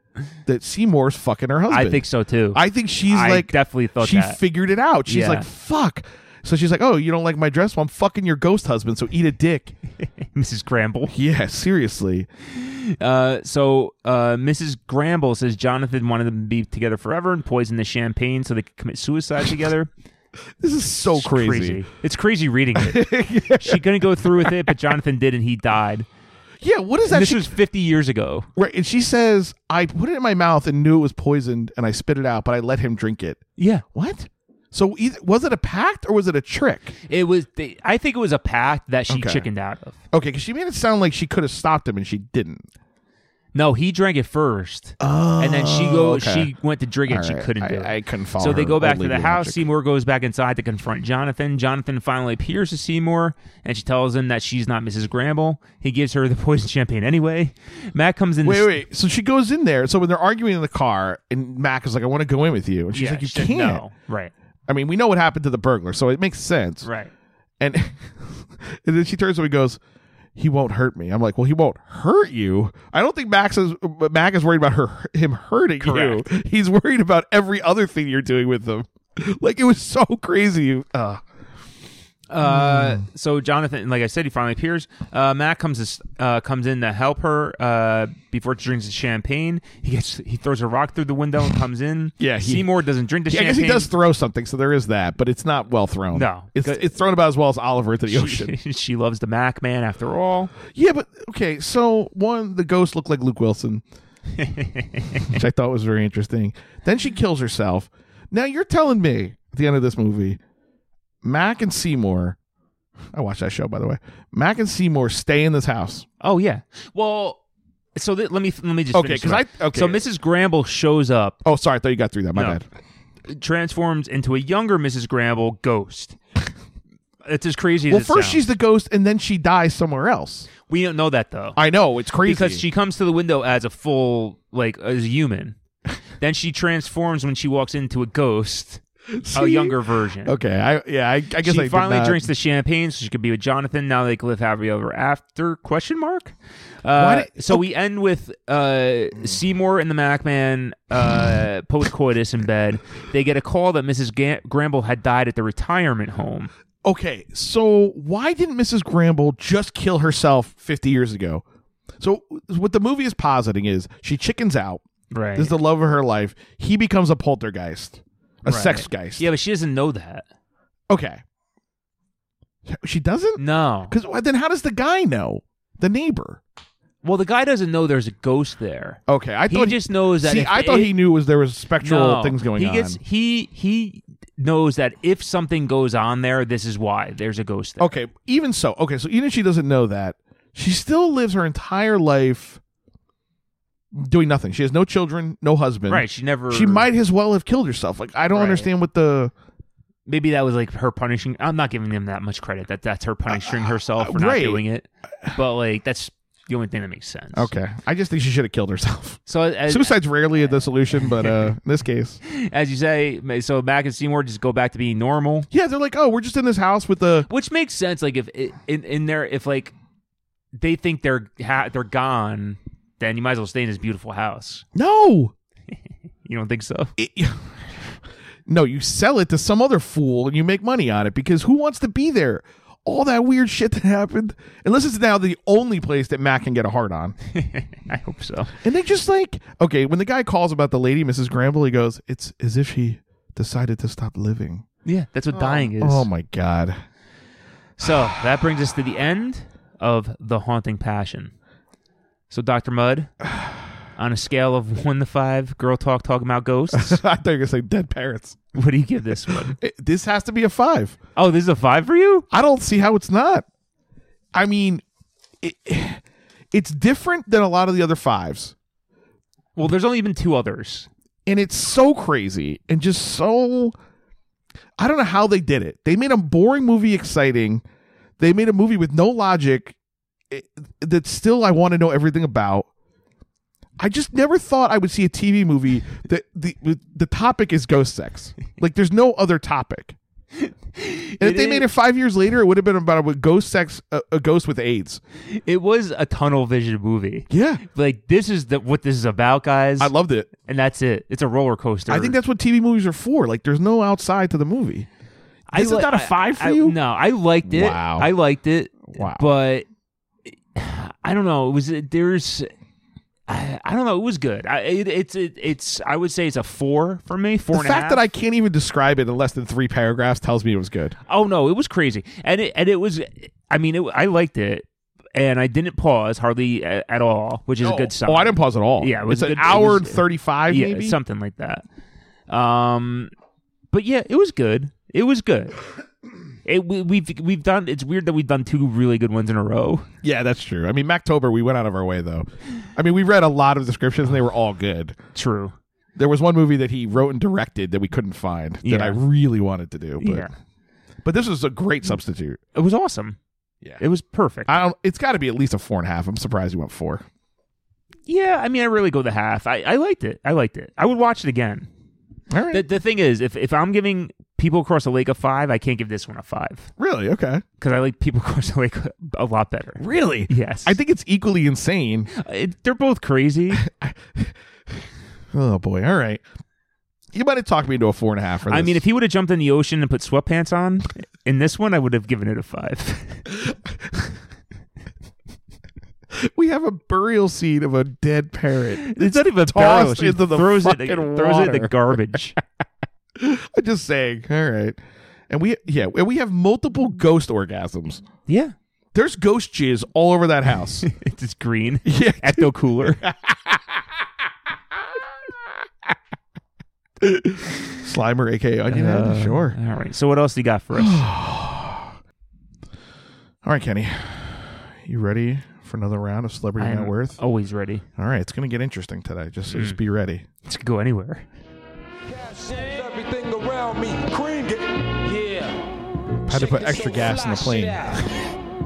Speaker 2: that Seymour's fucking her husband.
Speaker 1: I think so too. (laughs)
Speaker 2: I think she's
Speaker 1: I
Speaker 2: like
Speaker 1: definitely thought
Speaker 2: she
Speaker 1: that.
Speaker 2: figured it out. She's
Speaker 1: Yeah.
Speaker 2: like fuck. So she's like, "Oh, you don't like my dress? Well, I'm fucking your ghost husband. So eat a dick."
Speaker 1: (laughs) Mrs. Gramble.
Speaker 2: Yeah, seriously.
Speaker 1: Uh, so uh, Mrs. Gramble says Jonathan wanted them to be together forever and poison the champagne so they could commit suicide together.
Speaker 2: This is (laughs) so crazy.
Speaker 1: It's crazy reading
Speaker 2: (laughs)
Speaker 1: it. she couldn't go through with it, but Jonathan did, and he died.
Speaker 2: Yeah, what is that?
Speaker 1: And this
Speaker 2: she,
Speaker 1: was 50 years ago.
Speaker 2: right, and she says, "I put it in my mouth and knew it was poisoned, and I spit it out, but I let him drink it."
Speaker 1: Yeah,
Speaker 2: What? So either, was it a pact or was it a trick?
Speaker 1: it was. They, I think it was a pact that she
Speaker 2: Okay.
Speaker 1: chickened out of.
Speaker 2: Okay, because she made it sound like she could have stopped him and she didn't.
Speaker 1: No, he drank it first, and then she go.
Speaker 2: Oh, okay.
Speaker 1: She went to drink it.
Speaker 2: All
Speaker 1: and She
Speaker 2: right.
Speaker 1: couldn't
Speaker 2: I-
Speaker 1: do it.
Speaker 2: I couldn't follow
Speaker 1: So they
Speaker 2: her
Speaker 1: go back
Speaker 2: old
Speaker 1: to the
Speaker 2: lady
Speaker 1: house.
Speaker 2: logic.
Speaker 1: Seymour goes back inside to confront Jonathan. Jonathan finally appears to Seymour, and she tells him that she's not Mrs. Gramble. He gives her the (laughs) poison champagne anyway. Matt comes in. to
Speaker 2: Wait,
Speaker 1: s-
Speaker 2: wait. So she goes in there. So when they're arguing in the car, and Mac is like, "I want to go in with you," and she's
Speaker 1: Yeah,
Speaker 2: like, "You
Speaker 1: she said
Speaker 2: can't."
Speaker 1: No. Right.
Speaker 2: I mean, we know what happened to the burglar, so it makes sense.
Speaker 1: Right.
Speaker 2: And, (laughs) and then she turns to me and goes, "He won't hurt me." I'm like, "Well, he won't hurt you." I don't think Max is Mac is worried about her him hurting you.
Speaker 1: Correct.
Speaker 2: He's worried about every other thing you're doing with them. (laughs) Like it was so crazy. Uh,
Speaker 1: Uh, so Jonathan, like I said, he finally appears. Uh, Matt comes to, uh, comes in to help her uh, before she drinks the champagne. He gets he throws a rock through the window and comes in.
Speaker 2: Yeah, he-
Speaker 1: Seymour doesn't drink the
Speaker 2: yeah, I
Speaker 1: champagne.
Speaker 2: guess he does throw something, so there is that, but it's not well thrown.
Speaker 1: No.
Speaker 2: it's it's thrown about as well as Oliver (laughs) into
Speaker 1: (laughs)
Speaker 2: the ocean.
Speaker 1: she, she loves the Mac man after all.
Speaker 2: Yeah, but okay. So one, the ghost looked like Luke (laughs) Wilson, which I thought was very interesting. Then she kills herself. Now you're telling me at the end of this movie, Mac and Seymour. I watched that show, by the way. Mac and Seymour stay in this house.
Speaker 1: Oh yeah. Well, so th- let me let me just
Speaker 2: Okay,
Speaker 1: finish
Speaker 2: 'cause
Speaker 1: it up.
Speaker 2: I- okay.
Speaker 1: So Mrs. Gramble shows up,
Speaker 2: Oh, sorry, I thought you got through that. My
Speaker 1: No.
Speaker 2: bad.
Speaker 1: transforms into a younger Mrs. Gramble ghost. It's as crazy as
Speaker 2: Well,
Speaker 1: it
Speaker 2: first
Speaker 1: sounds.
Speaker 2: she's the ghost, and then she dies somewhere else.
Speaker 1: we don't know that though.
Speaker 2: I know it's crazy
Speaker 1: because she comes to the window as a full like as a
Speaker 2: (laughs)
Speaker 1: human then she transforms when she walks into a ghost a
Speaker 2: See?
Speaker 1: younger version
Speaker 2: Okay, I yeah, I, I guess
Speaker 1: she
Speaker 2: I did
Speaker 1: finally
Speaker 2: not-
Speaker 1: drinks the champagne so she could be with jonathan now they can live happily ever after question mark
Speaker 2: Why
Speaker 1: uh,
Speaker 2: did-
Speaker 1: so we end with uh, seymour and the macman uh, post-coitus in bed they get a call that mrs Ga- gramble had died at the retirement home
Speaker 2: Okay, so why didn't Mrs. Gramble just kill herself 50 years ago? So what the movie is positing is she chickens out.
Speaker 1: right
Speaker 2: This is the love of her life. He becomes a poltergeist, a sex geist.
Speaker 1: yeah but she doesn't know that
Speaker 2: Okay. She doesn't?
Speaker 1: no
Speaker 2: Because then how does the guy know? The neighbor.
Speaker 1: Well, the guy doesn't know there's a ghost there.
Speaker 2: Okay, I
Speaker 1: He
Speaker 2: thought
Speaker 1: just knows that
Speaker 2: See,
Speaker 1: if
Speaker 2: I thought
Speaker 1: it-
Speaker 2: he knew was there was spectral
Speaker 1: No,
Speaker 2: things going
Speaker 1: he
Speaker 2: on.
Speaker 1: Gets, he he knows that if something goes on there, this is why there's a ghost there.
Speaker 2: okay, even so, okay, so even if she doesn't know that, she still lives her entire life doing nothing. She has no children, no husband.
Speaker 1: Right? She never.
Speaker 2: She might as well have killed herself. Like I don't
Speaker 1: Right.
Speaker 2: understand what the
Speaker 1: Maybe that was like her punishing. I'm not giving them that much credit. That that's her punishing herself for
Speaker 2: right.
Speaker 1: not doing it. But like that's the only thing that makes sense.
Speaker 2: Okay. I just think she should have killed herself.
Speaker 1: So as,
Speaker 2: Suicide's rarely a dissolution,
Speaker 1: (laughs)
Speaker 2: but uh in this case.
Speaker 1: as you say, so Mac and Seymour just go back to being normal.
Speaker 2: Yeah, they're like, Oh, we're just in this house with the
Speaker 1: which makes sense. Like if it, in in there, if like they think they're ha- they're gone, then you might as well stay in this beautiful house.
Speaker 2: No.
Speaker 1: You don't think so?
Speaker 2: No, you sell it to some other fool and you make money on it because who wants to be there? All that weird shit that happened. Unless it's now the only place that Mac can get a hard on.
Speaker 1: I hope so.
Speaker 2: And they just like okay, when the guy calls about the lady, Mrs. Gramble, he goes, It's as if he decided to stop living.
Speaker 1: Yeah, that's what dying is.
Speaker 2: Oh my god. (laughs)
Speaker 1: So that brings us to the end of the haunting passion. So Doctor Mudd, on a scale of one to five, girl talk talking about
Speaker 2: I
Speaker 1: (laughs) ghosts.
Speaker 2: thought you were gonna say dead parrots.
Speaker 1: what do you give this one?
Speaker 2: It- this has to be a five.
Speaker 1: Oh, this is a five for you.
Speaker 2: I don't see how it's not. I mean, it, (sighs) it's different than a lot of the other fives,
Speaker 1: Well, there's only been two others.
Speaker 2: and it's so crazy and just so. I don't know how they did it. They made a boring movie exciting. They made a movie with no logic eh, that still I want to know everything about. I just never thought I would see a TV movie that the with- the topic is ghost sex. Like there's no other topic. And if
Speaker 1: It
Speaker 2: they made it
Speaker 1: is-
Speaker 2: five years later, it would have been about a ghost sex, a, a ghost with AIDS.
Speaker 1: It was a tunnel vision movie.
Speaker 2: Yeah,
Speaker 1: Like this is the, what this is about, guys.
Speaker 2: I loved it.
Speaker 1: and that's it. It's a roller coaster.
Speaker 2: I think that's what TV movies are for. Like, there's no outside to the movie.
Speaker 1: I
Speaker 2: This is
Speaker 1: li-
Speaker 2: not a
Speaker 1: I-
Speaker 2: five for
Speaker 1: I-
Speaker 2: you?
Speaker 1: No, I liked it.
Speaker 2: Wow.
Speaker 1: I liked it.
Speaker 2: Wow.
Speaker 1: But (sighs) I don't know. It was there's. I, I don't know. It was good. I, it, it's it, it's. I would say it's a four for me. Four
Speaker 2: The
Speaker 1: and a half.
Speaker 2: fact that I can't even describe it in less than three paragraphs tells me it was good.
Speaker 1: Oh no, it was crazy, and it and it was. I mean, it, I liked it, and I didn't pause hardly a- at all, which is a good sign.
Speaker 2: Oh, I didn't pause at all.
Speaker 1: Yeah, it
Speaker 2: it's
Speaker 1: was
Speaker 2: an
Speaker 1: good- it
Speaker 2: hour
Speaker 1: was-
Speaker 2: and thirty-five.
Speaker 1: yeah,
Speaker 2: maybe?
Speaker 1: something like that. Um, but yeah, it was good. It was good. It we, we've we've done. It's weird that we've done two really good ones in a row.
Speaker 2: yeah, that's true. I mean, Mactober, we went out of our way though. I mean, we read a lot of descriptions, and they were all good.
Speaker 1: True.
Speaker 2: There was one movie that he wrote and directed that we couldn't find that
Speaker 1: Yeah.
Speaker 2: I really wanted to do. But,
Speaker 1: yeah,
Speaker 2: but this was a great substitute.
Speaker 1: it was awesome.
Speaker 2: Yeah.
Speaker 1: It was perfect.
Speaker 2: I don't. It's got to be at least a four and a half. I'm surprised you went four.
Speaker 1: yeah, I mean, I really go the half. I, I liked it. I liked it. I would watch it again.
Speaker 2: All right.
Speaker 1: The, the thing is, if if I'm giving people across the lake a five, I can't give this one a five
Speaker 2: really? Okay.
Speaker 1: because I like people (laughs) across the lake a lot better.
Speaker 2: Really?
Speaker 1: Yes,
Speaker 2: I think it's equally insane.
Speaker 1: It- they're both
Speaker 2: (laughs)
Speaker 1: crazy.
Speaker 2: Oh boy! All right, you might have talked me into a four and a half. For this.
Speaker 1: I mean, if he would have jumped in the ocean and put sweatpants on in this one, I would have given it a five. (laughs)
Speaker 2: we have a burial scene of a dead parrot,
Speaker 1: It's not even a
Speaker 2: tossed
Speaker 1: barrel. She
Speaker 2: into the
Speaker 1: throws it,
Speaker 2: fucking
Speaker 1: throws it in
Speaker 2: water.
Speaker 1: the
Speaker 2: (laughs)
Speaker 1: garbage.
Speaker 2: I'm just saying. All right, and we yeah, and we have multiple ghost orgasms.
Speaker 1: yeah,
Speaker 2: There's ghost jizz all over that house.
Speaker 1: it's just green.
Speaker 2: yeah,
Speaker 1: Ecto
Speaker 2: (laughs)
Speaker 1: cooler.
Speaker 2: Slimer, aka Onion Head.
Speaker 1: Uh,
Speaker 2: sure.
Speaker 1: All right. So what else do you got for us?
Speaker 2: (sighs) All right, Kenny, you ready for another round of Celebrity
Speaker 1: I'm
Speaker 2: Net Worth?
Speaker 1: always ready.
Speaker 2: All right, it's gonna get interesting today. Just so just be ready.
Speaker 1: This could go anywhere.
Speaker 7: Everything around me, cream get
Speaker 2: Had to put extra gas in the plane.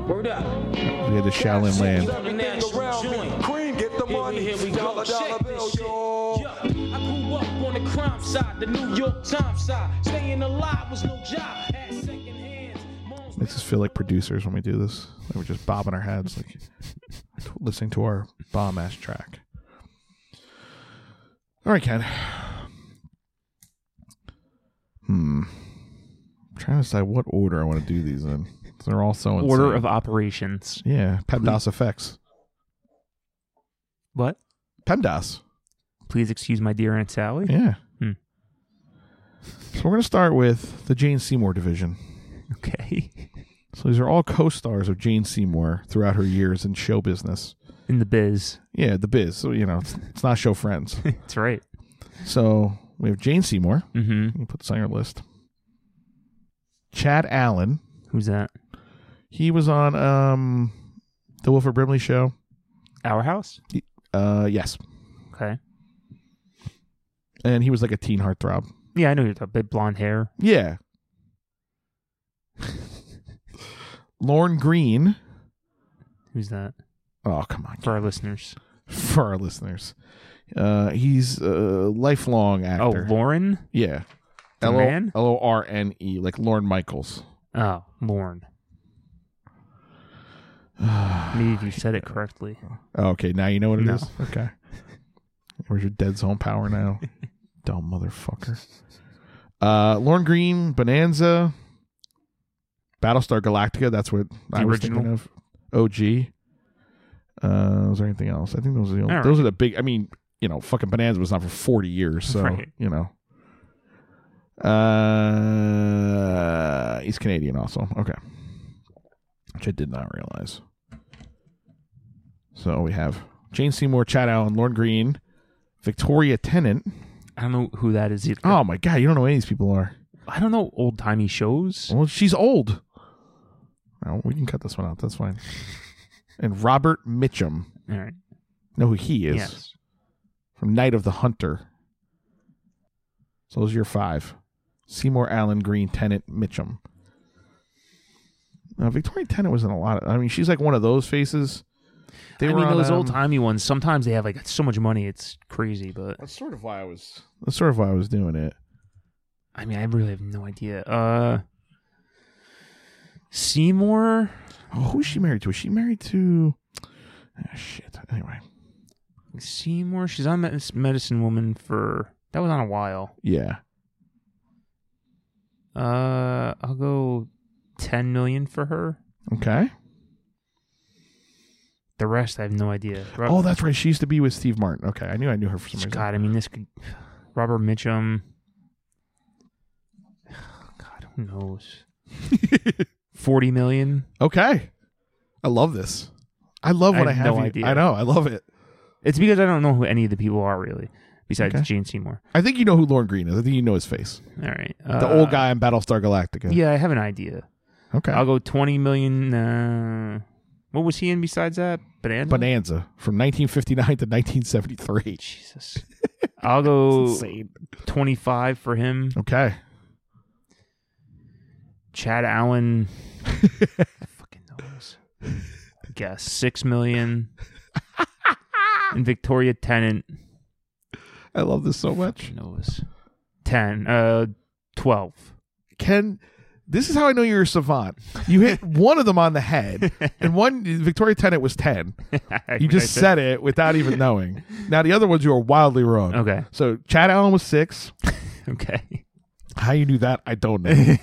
Speaker 8: Word up.
Speaker 2: We had to Shaolin land.
Speaker 7: everything
Speaker 8: Natural
Speaker 7: around me,
Speaker 8: joint.
Speaker 7: cream get the
Speaker 8: Here we,
Speaker 7: money.
Speaker 8: here we go.
Speaker 7: Dollar, dollar
Speaker 8: Check
Speaker 7: bill,
Speaker 8: this shit.
Speaker 7: y'all.
Speaker 8: Yeah. I grew up on the crime side, the New York Times side. Staying alive was no job. Had second hands. Mom's
Speaker 2: Makes us feel like producers when we do this. Like we're just bobbing our heads, like (laughs) listening to our bomb ass track. All right, Ken. Hmm. Hmm. I'm trying to decide what order I want to do these in. They're all so insane.
Speaker 1: Order of operations.
Speaker 2: yeah, PEMDAS effects.
Speaker 1: What?
Speaker 2: PEMDAS.
Speaker 1: Please excuse my dear Aunt Sally.
Speaker 2: Yeah.
Speaker 1: Hmm.
Speaker 2: So we're gonna start with the Jane Seymour division.
Speaker 1: Okay.
Speaker 2: So these are all co-stars of Jane Seymour throughout her years in show business.
Speaker 1: in the biz.
Speaker 2: Yeah, the biz. So you
Speaker 1: (laughs)
Speaker 2: know, it's, it's not show friends.
Speaker 1: That's right.
Speaker 2: so we have Jane Seymour.
Speaker 1: Mm-hmm.
Speaker 2: You can put this on your list. Chad Allen.
Speaker 1: Who's that?
Speaker 2: He was on um the Wilford Brimley show.
Speaker 1: Our house.
Speaker 2: Uh, yes,
Speaker 1: Okay.
Speaker 2: and he was like a teen heartthrob.
Speaker 1: Yeah, I know you're talking about blonde hair.
Speaker 2: Yeah. (laughs) Lauren Green.
Speaker 1: Who's that?
Speaker 2: Oh come on,
Speaker 1: For our listeners.
Speaker 2: for our listeners. Uh, he's a lifelong actor.
Speaker 1: Oh, Lauren.
Speaker 2: yeah.
Speaker 1: The
Speaker 2: L O-
Speaker 1: man?
Speaker 2: L O R N E, like Lauren Michaels.
Speaker 1: Oh,
Speaker 2: (sighs)
Speaker 1: Lauren. Maybe if you said it correctly.
Speaker 2: Oh, okay, now you know what it
Speaker 1: No.
Speaker 2: is. Okay.
Speaker 1: (laughs)
Speaker 2: Where's your dead zone power now? Dumb motherfucker. Uh, Lauren Green, Bonanza, Battlestar Galactica. That's what I was
Speaker 1: original?
Speaker 2: thinking of. OG. Uh, was there anything else? I think those are the only,
Speaker 1: All
Speaker 2: those are the big. I mean, you know, fucking Bonanza was not for forty years, so
Speaker 1: (laughs) Right.
Speaker 2: you know. Uh, he's Canadian also. Okay, which I did not realize. So we have Jane Seymour, Chad Allen, Lauren Green, Victoria Tennant.
Speaker 1: I don't know who that is either.
Speaker 2: Oh my god, you don't know who any of these people are.
Speaker 1: I don't know old timey shows.
Speaker 2: Well, she's old. Well, we can cut this one out. That's
Speaker 1: (laughs)
Speaker 2: fine. And Robert Mitchum.
Speaker 1: All right.
Speaker 2: Know who he is
Speaker 1: Yes.
Speaker 2: from Night of the Hunter. So those are your five: Seymour, Allen, Green, Tennant, Mitchum. Now Victoria Tennant was in a lot of. I mean, she's like one of those faces. They
Speaker 1: I mean,
Speaker 2: on,
Speaker 1: those
Speaker 2: um,
Speaker 1: old timey ones. Sometimes they have like so much money, it's crazy. But
Speaker 2: That's sort of why I was. That's sort of why I was doing it.
Speaker 1: I mean, I really have no idea. Uh, Seymour.
Speaker 2: Oh, who's she married to? Is she married to? Ah, shit. Anyway,
Speaker 1: Seymour. She's on this Medicine Woman for that was on a while.
Speaker 2: yeah.
Speaker 1: Uh, I'll go ten million for her.
Speaker 2: Okay.
Speaker 1: The rest, I have no idea. Rob-
Speaker 2: Oh, that's right. She used to be with Steve Martin. Okay, I knew I knew her for some reason.
Speaker 1: God, I mean, this could Robert Mitchum. God, who
Speaker 2: (laughs)
Speaker 1: knows? Forty million.
Speaker 2: Okay, I love this. I love
Speaker 1: I
Speaker 2: what I,
Speaker 1: have
Speaker 2: have.
Speaker 1: no
Speaker 2: you-
Speaker 1: idea.
Speaker 2: I know. I love it.
Speaker 1: It's because I don't know who any of the people are really, besides
Speaker 2: Okay.
Speaker 1: Jane Seymour.
Speaker 2: I think you know who Lauren Green is. I think you know his face.
Speaker 1: All right,
Speaker 2: The
Speaker 1: uh,
Speaker 2: old guy in Battlestar Galactica.
Speaker 1: Yeah, I have an idea.
Speaker 2: Okay.
Speaker 1: I'll go twenty million. Uh, what was he in besides that? Bonanza.
Speaker 2: Bonanza from 1959 to 1973.
Speaker 1: Jesus. I'll
Speaker 2: (laughs)
Speaker 1: go
Speaker 2: Insane.
Speaker 1: twenty five for him.
Speaker 2: Okay.
Speaker 1: Chad
Speaker 2: (laughs)
Speaker 1: Allen. I fucking knows. Guess six million. and Victoria Tennant
Speaker 2: I love this so much.
Speaker 1: knows ten. Uh, twelve. (laughs)
Speaker 2: Ken, this is how I know you're a savant.
Speaker 1: (laughs)
Speaker 2: You hit one of them on the head, and one Victoria Tennant was
Speaker 1: (laughs)
Speaker 2: 10. You just said it without even knowing. Now the other ones you are wildly wrong.
Speaker 1: Okay. (laughs)
Speaker 2: So Chad Allen was six.
Speaker 1: Okay.
Speaker 2: How you knew that, I
Speaker 1: (laughs)
Speaker 2: don't know.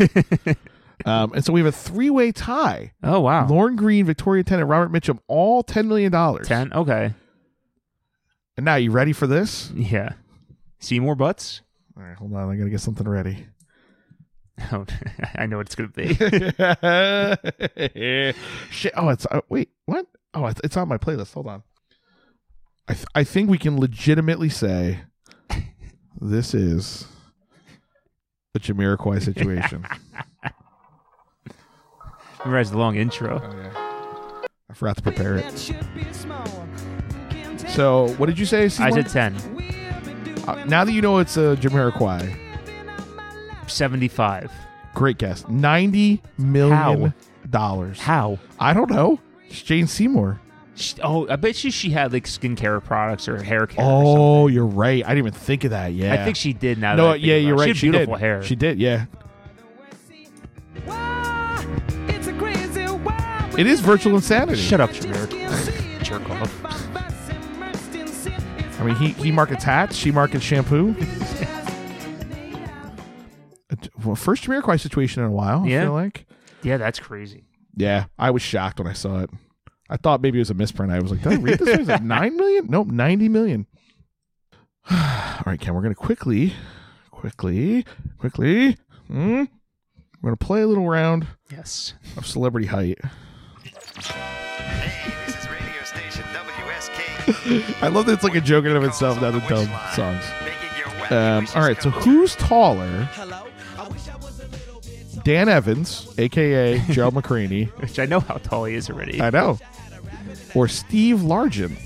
Speaker 2: um, and so we have a three-way tie.
Speaker 1: Oh wow.
Speaker 2: Lauren Green, Victoria Tennant, Robert Mitchum, all ten million dollars.
Speaker 1: Ten. Okay.
Speaker 2: And now you ready for this?
Speaker 1: Yeah. Seymour Butts. (laughs)
Speaker 2: All right, hold on. I gotta get something ready.
Speaker 1: Oh, I know what it's
Speaker 2: (laughs)
Speaker 1: gonna be.
Speaker 2: Shit. Oh, it's uh, wait. What? Oh, it's- it's on my playlist. Hold on. I th- I think we can legitimately say this is a Jamiroquai situation.
Speaker 1: Remember, has the long intro.
Speaker 2: I forgot to prepare it. So, what did you say?
Speaker 1: I
Speaker 2: Seymour?
Speaker 1: said ten.
Speaker 2: Uh, now that you know it's a Jamiroquai,
Speaker 1: Seventy-five.
Speaker 2: great guess. Ninety million dollars.
Speaker 1: How?
Speaker 2: I don't know. It's Jane Seymour.
Speaker 1: She, oh, I bet you she had like skincare products or hair care. or something.
Speaker 2: Oh, you're right. I didn't even think of that. Yeah,
Speaker 1: I think she did. Now, that
Speaker 2: No,
Speaker 1: I think
Speaker 2: yeah,
Speaker 1: about it.
Speaker 2: you're right.
Speaker 1: She had beautiful
Speaker 2: did.
Speaker 1: hair.
Speaker 2: She did. Yeah, it is virtual insanity.
Speaker 1: Shut up,
Speaker 2: (laughs)
Speaker 1: Shamir. Jerk off.
Speaker 2: I mean, he he markets hats. (laughs) She markets shampoo. well, first Jamiroquai situation in a while. I
Speaker 1: Yeah.
Speaker 2: feel like.
Speaker 1: Yeah, that's crazy.
Speaker 2: Yeah, I was shocked when I saw it. I thought maybe it was a misprint. I was like, did I read this? Is it (laughs) nine million? Nope, ninety million. (sighs) All right, Ken, we're gonna quickly, quickly, quickly. Hmm, we're gonna play a little round
Speaker 1: Yes.
Speaker 2: of celebrity height.
Speaker 9: Hey, this is radio station WS
Speaker 2: (laughs) I love that it's like a joke in and of itself, not a dumb songs. Um, all right, so who's taller? Dan Evans,
Speaker 1: (laughs)
Speaker 2: aka Gerald McCraney.
Speaker 1: (laughs) Which I know how tall he is already.
Speaker 2: I know. Or Steve Largent,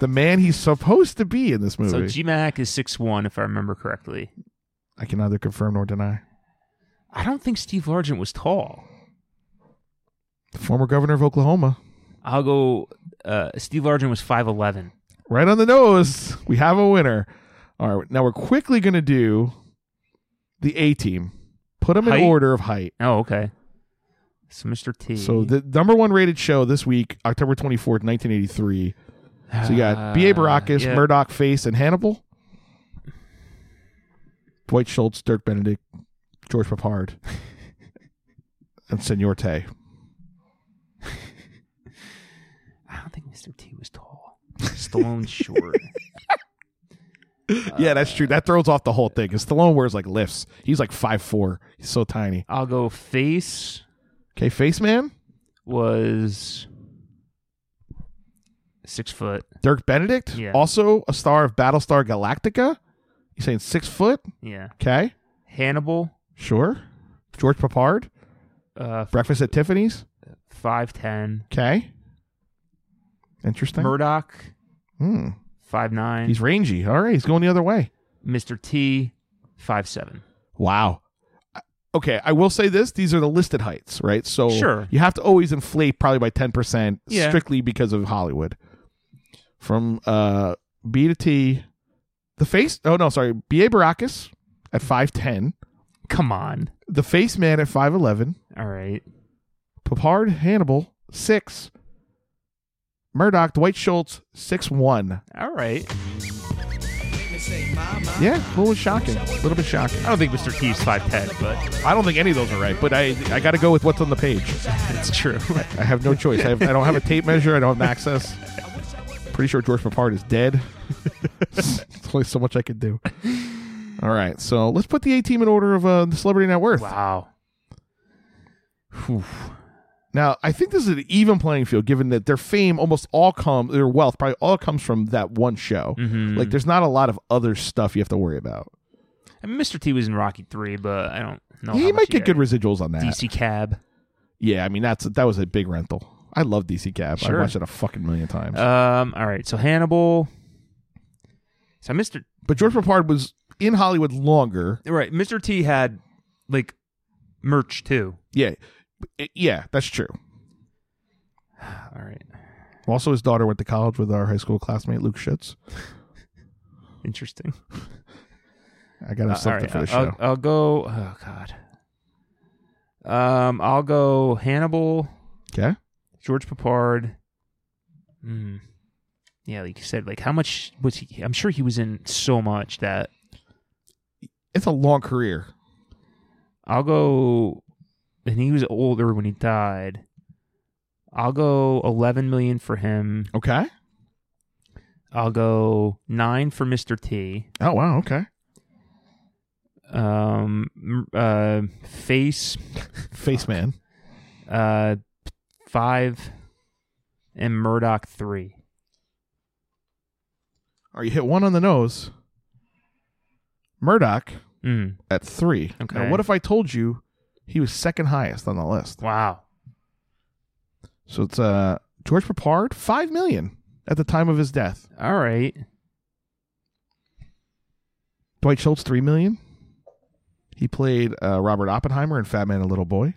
Speaker 2: the man he's supposed to be in this
Speaker 1: so
Speaker 2: movie.
Speaker 1: G Mac is six one, if I remember correctly.
Speaker 2: I can neither confirm nor deny.
Speaker 1: I don't think Steve Largent was tall.
Speaker 2: The former governor of Oklahoma.
Speaker 1: I'll go. Uh, Steve Largent was five eleven.
Speaker 2: Right on the nose. We have a winner. All right, now we're quickly going to do the A team. Put them in
Speaker 1: Height?
Speaker 2: order of height.
Speaker 1: Oh, okay. So Mr. T.
Speaker 2: So the number one rated show this week, October 24th, 1983. So you got B.A. Baracus,
Speaker 1: Ah, yeah.
Speaker 2: Murdoch Face, and Hannibal. Dwight Schultz, Dirk Benedict, George
Speaker 1: (laughs)
Speaker 2: Papard, and Senor Tay.
Speaker 1: I don't think Mr. T was tall. Stallone
Speaker 2: (laughs)
Speaker 1: short. Uh,
Speaker 2: yeah, that's true. That throws off the whole thing because Stallone wears like lifts. He's like five four. He's so tiny.
Speaker 1: I'll go. Face
Speaker 2: Okay, Face Man,
Speaker 1: was six foot.
Speaker 2: Dirk Benedict,
Speaker 1: Yeah.
Speaker 2: also a star of Battlestar Galactica. He's saying six foot.
Speaker 1: Yeah.
Speaker 2: Okay,
Speaker 1: Hannibal.
Speaker 2: sure. George Papard,
Speaker 1: Uh,
Speaker 2: Breakfast at Tiffany's.
Speaker 1: five ten.
Speaker 2: Okay. Interesting.
Speaker 1: Murdoch.
Speaker 2: Hmm.
Speaker 1: Five nine.
Speaker 2: He's rangy. All right, he's going the other way.
Speaker 1: Mr. T. Five seven.
Speaker 2: Wow. I- Okay, I will say this: these are the listed heights, right? So
Speaker 1: Sure.
Speaker 2: you have to always inflate probably by ten percent,
Speaker 1: Yeah.
Speaker 2: strictly because of Hollywood. From uh, B to T, the face. Oh no, sorry, B A Baracus at five ten,
Speaker 1: Come on.
Speaker 2: the face man at five eleven,
Speaker 1: All right.
Speaker 2: Papard Hannibal six, Murdoch Dwight Schultz six one.
Speaker 1: All right.
Speaker 2: Yeah, a little shocking, a little bit shocking.
Speaker 1: I don't think Mr. T is five ten, but
Speaker 2: I don't think any of those are right, but I I got to go with what's on the page.
Speaker 1: (laughs) it's true.
Speaker 2: I have no choice. I, have, I don't have a tape measure. I don't have access. Pretty sure George Papard is dead. (laughs) There's only so much I could do. All right, so let's put the A team in order of uh, the celebrity net worth.
Speaker 1: wow.
Speaker 2: Now, I think this is an even playing field, given that their fame almost all comes, their wealth probably all comes from that one show.
Speaker 1: Mm-hmm.
Speaker 2: Like, there's not a lot of other stuff you have to worry about.
Speaker 1: I mean, Mr. T was in Rocky three, but I don't know. how
Speaker 2: he
Speaker 1: much
Speaker 2: might get
Speaker 1: got.
Speaker 2: good residuals on that.
Speaker 1: DC Cab.
Speaker 2: Yeah, I mean that's that was a big rental. I love DC Cab.
Speaker 1: Sure.
Speaker 2: I watched it a fucking million times.
Speaker 1: Um. All right. So Hannibal. So Mr.
Speaker 2: but George Papard was in Hollywood longer
Speaker 1: Right. Mr. T had like merch too.
Speaker 2: Yeah, I- yeah, that's true.
Speaker 1: All right.
Speaker 2: Also, his daughter went to college with our high school classmate Luke Schutz.
Speaker 1: Interesting.
Speaker 2: I gotta have
Speaker 1: Uh, all
Speaker 2: something
Speaker 1: right.
Speaker 2: for the
Speaker 1: I'll,
Speaker 2: show.
Speaker 1: I'll go. Oh God. Um. I'll go Hannibal,
Speaker 2: Okay,
Speaker 1: George Papard. Hmm. Yeah, like you said, like how much was he? I'm sure he was in so much that
Speaker 2: it's a long career.
Speaker 1: I'll go. And he was older when he died. I'll go 11 million for him.
Speaker 2: Okay.
Speaker 1: I'll go nine for Mr. T.
Speaker 2: Oh wow. Okay.
Speaker 1: Um, m- uh, face,
Speaker 2: Face man.
Speaker 1: uh, five, and Murdoch three.
Speaker 2: Or you hit one on the nose. Murdoch
Speaker 1: Mm,
Speaker 2: at three.
Speaker 1: Okay.
Speaker 2: Now, what if I told you he was second highest on the list?
Speaker 1: wow.
Speaker 2: So it's uh George Papard, five million at the time of his death.
Speaker 1: All right.
Speaker 2: Dwight Schultz, three million. He played uh, Robert Oppenheimer in Fat Man and Little Boy.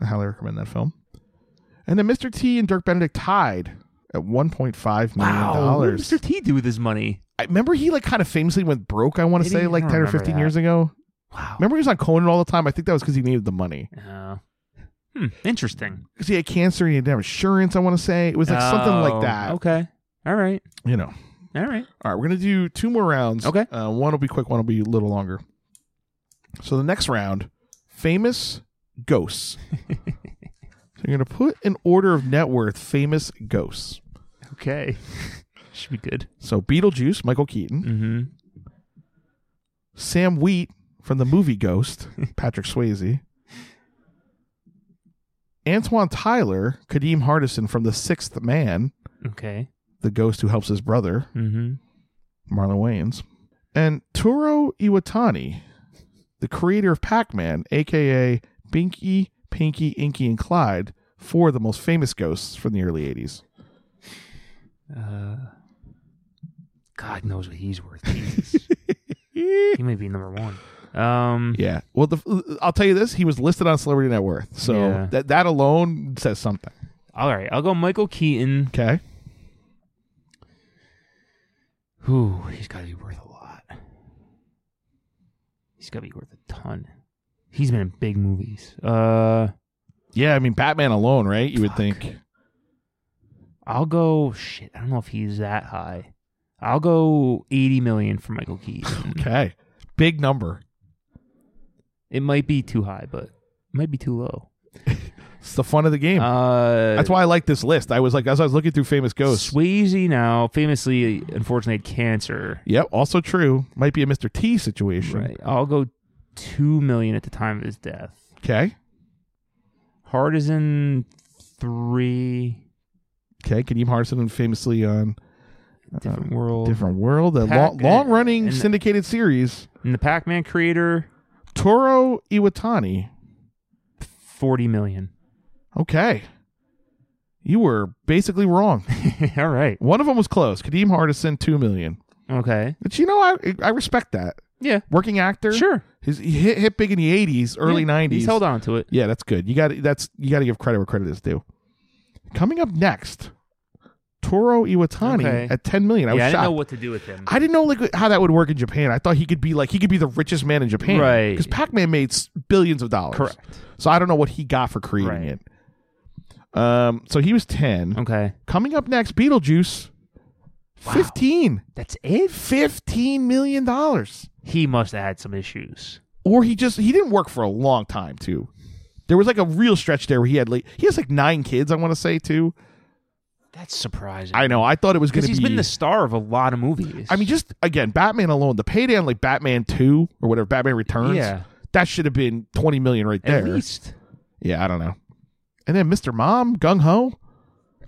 Speaker 2: I highly recommend that film. And then Mr. T and Dirk Benedict tied at one point five million
Speaker 1: What did
Speaker 2: dollars.
Speaker 1: Mr. T do with his money?
Speaker 2: I remember he like kind of famously went broke. I want to
Speaker 1: Did
Speaker 2: say
Speaker 1: he?
Speaker 2: like
Speaker 1: I don't
Speaker 2: ten or
Speaker 1: remember
Speaker 2: fifteen
Speaker 1: that.
Speaker 2: years ago.
Speaker 1: Wow.
Speaker 2: Remember he was on Conan all the time. I think that was because he needed the money
Speaker 1: Uh, hmm, interesting.
Speaker 2: because he had cancer. and He didn't have insurance. I want to say it was like something
Speaker 1: Oh,
Speaker 2: like that.
Speaker 1: Okay. All right.
Speaker 2: You know.
Speaker 1: All right.
Speaker 2: All right, we're gonna do two more rounds.
Speaker 1: Okay.
Speaker 2: uh, one will be quick, one will be a little longer. So the next round, famous
Speaker 1: (laughs)
Speaker 2: ghosts. so you're gonna put in order of net worth famous ghosts.
Speaker 1: Okay. (laughs) Should be good.
Speaker 2: So Beetlejuice, Michael Keaton,
Speaker 1: Mm-hmm.
Speaker 2: Sam Wheat from the movie Ghost, Patrick Swayze, Antoine Tyler, Kadeem Hardison from The Sixth Man,
Speaker 1: Okay.
Speaker 2: the ghost who helps his brother,
Speaker 1: Mm-hmm.
Speaker 2: Marlon Wayans, and Turo Iwatani, the creator of Pac Man, aka Binky, Pinky, Inky, and Clyde, four of the most famous ghosts from the early 80s.
Speaker 1: Uh, God knows what he's (laughs) worth. Jesus. he may be number one. Um,
Speaker 2: Yeah. Well, the, I'll tell you this he was listed on Celebrity Net Worth. So
Speaker 1: Yeah.
Speaker 2: that, that alone says something.
Speaker 1: All right, I'll go Michael Keaton.
Speaker 2: Okay.
Speaker 1: Who he's got to be worth a lot. He's got to be worth a ton. He's been in big movies. Uh,
Speaker 2: Yeah, I mean, Batman alone, right? You would think.
Speaker 1: I'll go. Shit, I don't know if he's that high. I'll go eighty million for Michael Keaton.
Speaker 2: (laughs) Okay. Big number.
Speaker 1: It might be too high, but it might be too low.
Speaker 2: It's the fun of the game.
Speaker 1: Uh,
Speaker 2: That's why I like this list. I was like, as I was looking through famous ghosts.
Speaker 1: Swayze now famously, unfortunately, had cancer.
Speaker 2: Yep, also true. Might be a Mr. T situation.
Speaker 1: Right. I'll go two million at the time of his death.
Speaker 2: Okay.
Speaker 1: Hardison three
Speaker 2: Okay. Kadeem Harson famously on
Speaker 1: different world.
Speaker 2: Uh, Different World, a
Speaker 1: Pac-
Speaker 2: long, long running
Speaker 1: and-
Speaker 2: syndicated series.
Speaker 1: And the Pac-Man creator
Speaker 2: Toro Iwatani.
Speaker 1: forty
Speaker 2: (laughs)
Speaker 1: million.
Speaker 2: Okay. You were
Speaker 1: (laughs)
Speaker 2: basically wrong.
Speaker 1: All right.
Speaker 2: One of them was close. Kadeem Hardison, two million.
Speaker 1: Okay.
Speaker 2: But you know, I I respect that.
Speaker 1: Yeah.
Speaker 2: Working actor.
Speaker 1: Sure.
Speaker 2: His he hit, hit big in the eighties, early
Speaker 1: Yeah,
Speaker 2: nineties.
Speaker 1: He's held on to it.
Speaker 2: Yeah, that's good. You got that's you got to give credit where credit is due. Coming up next, Toro Iwatani
Speaker 1: Okay.
Speaker 2: at ten million. I was
Speaker 1: yeah, I
Speaker 2: shocked.
Speaker 1: didn't know what to do with him.
Speaker 2: I didn't know like how that would work in Japan. I thought he could be like he could be the richest man in Japan,
Speaker 1: Right.
Speaker 2: Because Pac Man made s- billions of dollars,
Speaker 1: Correct.
Speaker 2: So I don't know what he got for creating
Speaker 1: Right.
Speaker 2: it. Um, so he was ten.
Speaker 1: Okay.
Speaker 2: Coming up next, Beetlejuice, fifteen.
Speaker 1: That's it.
Speaker 2: Fifteen million dollars,
Speaker 1: He must have had some issues.
Speaker 2: or he just he didn't work for a long time too. There was like a real stretch there where he had like he has like nine kids. I want to say too.
Speaker 1: That's surprising.
Speaker 2: I know. I thought it was going
Speaker 1: because he's
Speaker 2: to be
Speaker 1: been the star of a lot of movies.
Speaker 2: I mean, just again, Batman alone, the payday on like Batman Two or whatever, Batman Returns.
Speaker 1: Yeah.
Speaker 2: that should have been twenty million right there.
Speaker 1: at least.
Speaker 2: Yeah, I don't know. And then Mr. Mom, Gung Ho,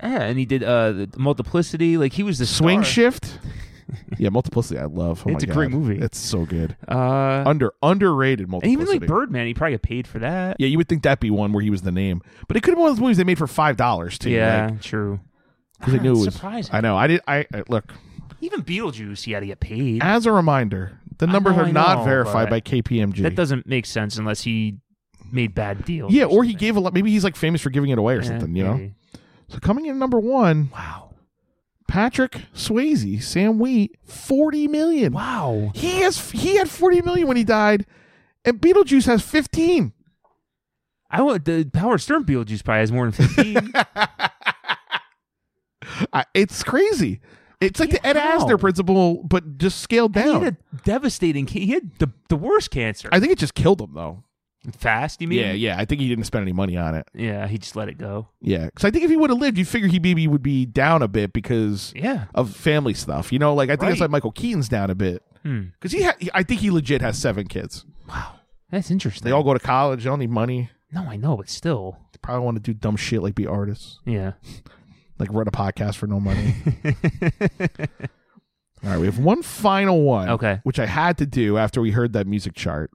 Speaker 1: Yeah, and he did uh the multiplicity. Like he was the
Speaker 2: Swing
Speaker 1: star. (laughs)
Speaker 2: Shift. Yeah, Multiplicity, I love. Oh
Speaker 1: It's
Speaker 2: my
Speaker 1: a great
Speaker 2: God.
Speaker 1: movie.
Speaker 2: It's so good.
Speaker 1: Uh,
Speaker 2: Under underrated
Speaker 1: and
Speaker 2: Multiplicity.
Speaker 1: even like Birdman, he probably got paid for that.
Speaker 2: Yeah, you would think that'd be one where he was the name, but it could have been one of those movies they made for five dollars too.
Speaker 1: Yeah,
Speaker 2: like,
Speaker 1: true.
Speaker 2: 'cause they knew it was.
Speaker 1: Surprising.
Speaker 2: I know. I did. I, I look.
Speaker 1: Even Beetlejuice, he had to get paid.
Speaker 2: As a reminder, the
Speaker 1: I
Speaker 2: numbers
Speaker 1: know,
Speaker 2: are
Speaker 1: I
Speaker 2: not
Speaker 1: know,
Speaker 2: verified
Speaker 1: but
Speaker 2: by KPMG.
Speaker 1: That doesn't make sense unless he made bad deals.
Speaker 2: yeah, or he
Speaker 1: something.
Speaker 2: gave a lot. Maybe he's like famous for giving it away or
Speaker 1: Yeah,
Speaker 2: something. You know.
Speaker 1: maybe.
Speaker 2: So coming in at number one,
Speaker 1: Wow.
Speaker 2: Patrick Swayze, Sam Wheat, forty million.
Speaker 1: Wow.
Speaker 2: He has he had forty million when he died, and Beetlejuice has fifteen. (laughs)
Speaker 1: I want the Howard Stern Beetlejuice probably has more than
Speaker 2: (laughs)
Speaker 1: fifteen.
Speaker 2: I, it's crazy. It's like the Ed
Speaker 1: How?
Speaker 2: Asner principle, but just scaled
Speaker 1: he had
Speaker 2: down.
Speaker 1: a devastating. Ca- he had the the worst cancer.
Speaker 2: I think it just killed him though.
Speaker 1: Fast, you mean?
Speaker 2: yeah, yeah. I think he didn't spend any money on it.
Speaker 1: Yeah, He just let it go.
Speaker 2: Yeah, because I think if he would have lived, you figure he maybe would be down a bit because
Speaker 1: Yeah.
Speaker 2: of family stuff. You know, like I think that's
Speaker 1: Right.
Speaker 2: why Michael Keaton's down a bit
Speaker 1: Hmm.
Speaker 2: because he, ha- I think he legit has seven kids.
Speaker 1: That's interesting.
Speaker 2: They all go to college. They don't need money.
Speaker 1: no, I know, but still.
Speaker 2: They probably want to do dumb shit like be artists.
Speaker 1: Yeah.
Speaker 2: like run a podcast for no money.
Speaker 1: (laughs)
Speaker 2: All right, we have one final one.
Speaker 1: Okay.
Speaker 2: Which I had to do after we heard that music chart.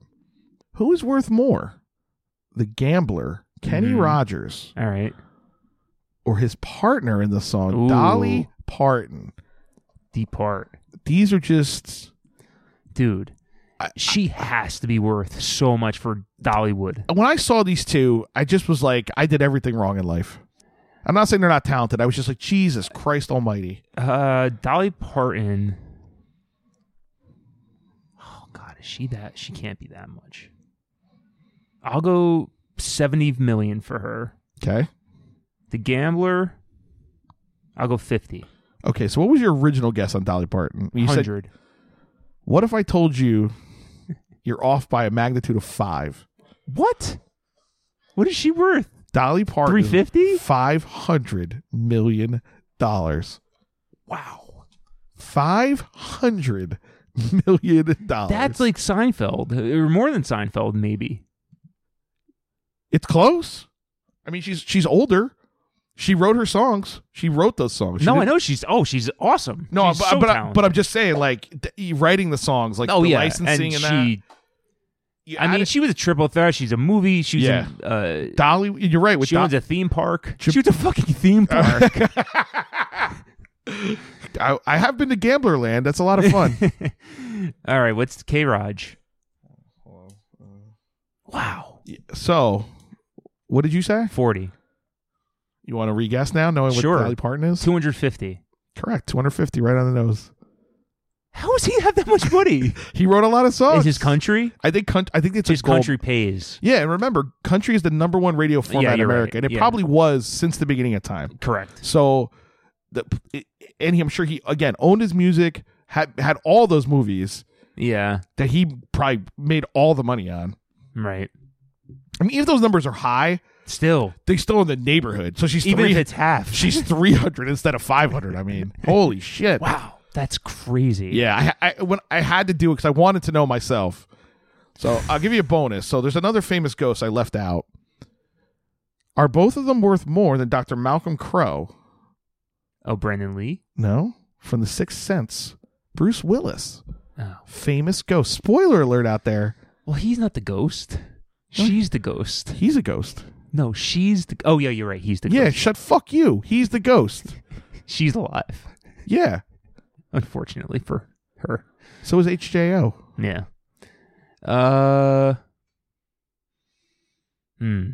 Speaker 2: Who is worth more? The gambler, Kenny
Speaker 1: Mhm.
Speaker 2: Rogers,
Speaker 1: All right.
Speaker 2: or his partner in the song,
Speaker 1: Ooh.
Speaker 2: Dolly Parton?
Speaker 1: Depart,
Speaker 2: These are just
Speaker 1: dude. she has to be worth so much for Dollywood.
Speaker 2: when I saw these two, I just was like, I did everything wrong in life. I'm not saying they're not talented. I was just like, Jesus Christ Almighty.
Speaker 1: Uh, Dolly Parton. Oh God, is she that? She can't be that much. I'll go seventy million for her.
Speaker 2: Okay.
Speaker 1: The Gambler. I'll go fifty.
Speaker 2: Okay. So, what was your original guess on Dolly Parton? You said
Speaker 1: Hundred.
Speaker 2: What if I told you you're off by a magnitude of five?
Speaker 1: What? What is she worth?
Speaker 2: Dolly Parton,
Speaker 1: 350?
Speaker 2: five hundred million dollars. Wow, five hundred million dollars.
Speaker 1: That's like Seinfeld, or more than Seinfeld, maybe.
Speaker 2: it's close. I mean, she's she's older. She wrote her songs. She wrote those songs. She
Speaker 1: no, I
Speaker 2: didn't-
Speaker 1: know she's. Oh, she's awesome.
Speaker 2: No,
Speaker 1: She's
Speaker 2: but,
Speaker 1: so
Speaker 2: but, I,
Speaker 1: talented.
Speaker 2: but I'm just saying, like d- writing the songs, like
Speaker 1: oh
Speaker 2: the
Speaker 1: yeah,
Speaker 2: licensing and,
Speaker 1: and,
Speaker 2: that.
Speaker 1: she.
Speaker 2: You
Speaker 1: I mean,
Speaker 2: added-
Speaker 1: she was a triple threat. She's a movie. She was
Speaker 2: Yeah.
Speaker 1: in, uh,
Speaker 2: Dolly. You're right. With Uh,
Speaker 1: she
Speaker 2: Dolly,
Speaker 1: owns a theme park.
Speaker 2: Chip-
Speaker 1: she was a fucking theme park.
Speaker 2: I, I have been to Gambler Land. That's a lot
Speaker 1: (laughs)
Speaker 2: of fun.
Speaker 1: All right, what's K Raj? Wow,
Speaker 2: so, what did you say?
Speaker 1: forty.
Speaker 2: You want to re-guess now, knowing what
Speaker 1: Sure.
Speaker 2: Dolly Parton is?
Speaker 1: 250.
Speaker 2: Correct. 250, right on the nose.
Speaker 1: How does he have that much (laughs) money?
Speaker 2: He wrote a lot of songs.
Speaker 1: is his country?
Speaker 2: I think. Con- I think it's
Speaker 1: His
Speaker 2: a gold-
Speaker 1: country pays.
Speaker 2: Yeah, and remember, country is the number one radio format in
Speaker 1: you're right.
Speaker 2: America, and it
Speaker 1: Yeah.
Speaker 2: probably was since the beginning of time.
Speaker 1: Correct.
Speaker 2: So, the it- and he, I'm sure he again owned his music, had had all those movies
Speaker 1: Yeah.
Speaker 2: that he probably made all the money on.
Speaker 1: Right.
Speaker 2: I mean, even if those numbers are high,
Speaker 1: Still,
Speaker 2: they still in the neighborhood. So she's
Speaker 1: even
Speaker 2: three,
Speaker 1: if it's (laughs) half.
Speaker 2: she's three hundred instead of five hundred. I mean, holy shit!
Speaker 1: wow, that's crazy.
Speaker 2: Yeah, I, I when I had to do it because I wanted to know myself. So I'll give you a bonus. So there's another famous ghost I left out. Are both of them worth more than Dr. Malcolm Crowe?
Speaker 1: Oh, Brandon Lee.
Speaker 2: No, from The Sixth Sense, Bruce Willis,
Speaker 1: Oh.
Speaker 2: famous ghost. Spoiler alert out there.
Speaker 1: Well, he's not the ghost. She's the ghost.
Speaker 2: He's a ghost.
Speaker 1: No, she's the. Oh yeah, you're right. He's the.
Speaker 2: Yeah,
Speaker 1: ghost.
Speaker 2: shut fuck you. He's the ghost.
Speaker 1: she's alive.
Speaker 2: Yeah.
Speaker 1: Unfortunately for her.
Speaker 2: So is HJO.
Speaker 1: Yeah. Uh. Hmm.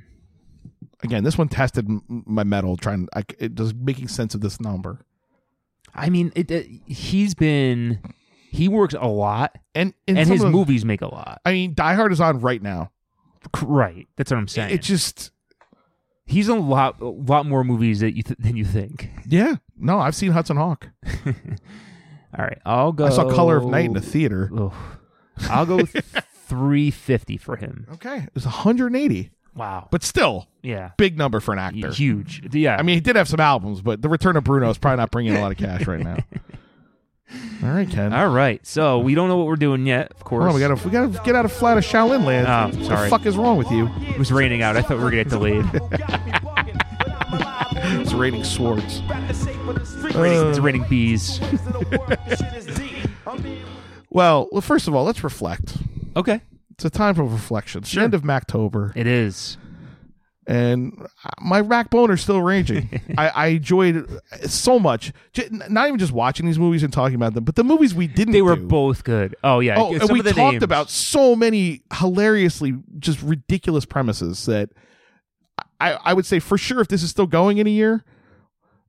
Speaker 2: Again, this one tested m- my metal trying I, it just making sense of this number.
Speaker 1: I mean, it, it, he's been. He works a lot,
Speaker 2: And in
Speaker 1: and
Speaker 2: some
Speaker 1: his
Speaker 2: of-
Speaker 1: movies make a lot.
Speaker 2: I mean, Die Hard is on right now.
Speaker 1: Right. That's what I'm saying.
Speaker 2: It just
Speaker 1: he's in a lot, a lot more movies that you th- than you think.
Speaker 2: Yeah. No, I've seen Hudson Hawk.
Speaker 1: All right, I'll go.
Speaker 2: I saw Color of Night
Speaker 1: Oh.
Speaker 2: in the theater.
Speaker 1: Ugh. I'll
Speaker 2: (laughs)
Speaker 1: go three fifty for him.
Speaker 2: Okay. It was 180.
Speaker 1: Wow.
Speaker 2: But still,
Speaker 1: yeah,
Speaker 2: big number for an actor.
Speaker 1: huge. Yeah.
Speaker 2: I mean, he did have some albums, but The Return of Bruno is probably not bringing in a lot of cash
Speaker 1: (laughs)
Speaker 2: right now. All right, Ken.
Speaker 1: all right. So we don't know what we're doing yet. Of course,
Speaker 2: Hold on, we gotta we gotta get out of flat of Shaolin land.
Speaker 1: Oh,
Speaker 2: What the
Speaker 1: sorry.
Speaker 2: fuck is wrong with you?
Speaker 1: it was raining out. I thought we were gonna
Speaker 2: (laughs)
Speaker 1: get delayed.
Speaker 2: It's raining swords.
Speaker 1: Raining-
Speaker 2: Uh.
Speaker 1: it's raining bees.
Speaker 2: Well, well, first of all, let's reflect.
Speaker 1: Okay,
Speaker 2: It's a time for reflection. It's the end of Mactober,
Speaker 1: it is.
Speaker 2: and my backbone are
Speaker 1: (laughs)
Speaker 2: still raging. I, I enjoyed it so much, J- not even just watching these movies and talking about them, but the movies we didn't.
Speaker 1: They were
Speaker 2: do.
Speaker 1: both good. Oh yeah.
Speaker 2: Oh,
Speaker 1: Some
Speaker 2: and we
Speaker 1: of the
Speaker 2: talked
Speaker 1: names.
Speaker 2: about so many hilariously just ridiculous premises that I, I would say for sure if this is still going in a year,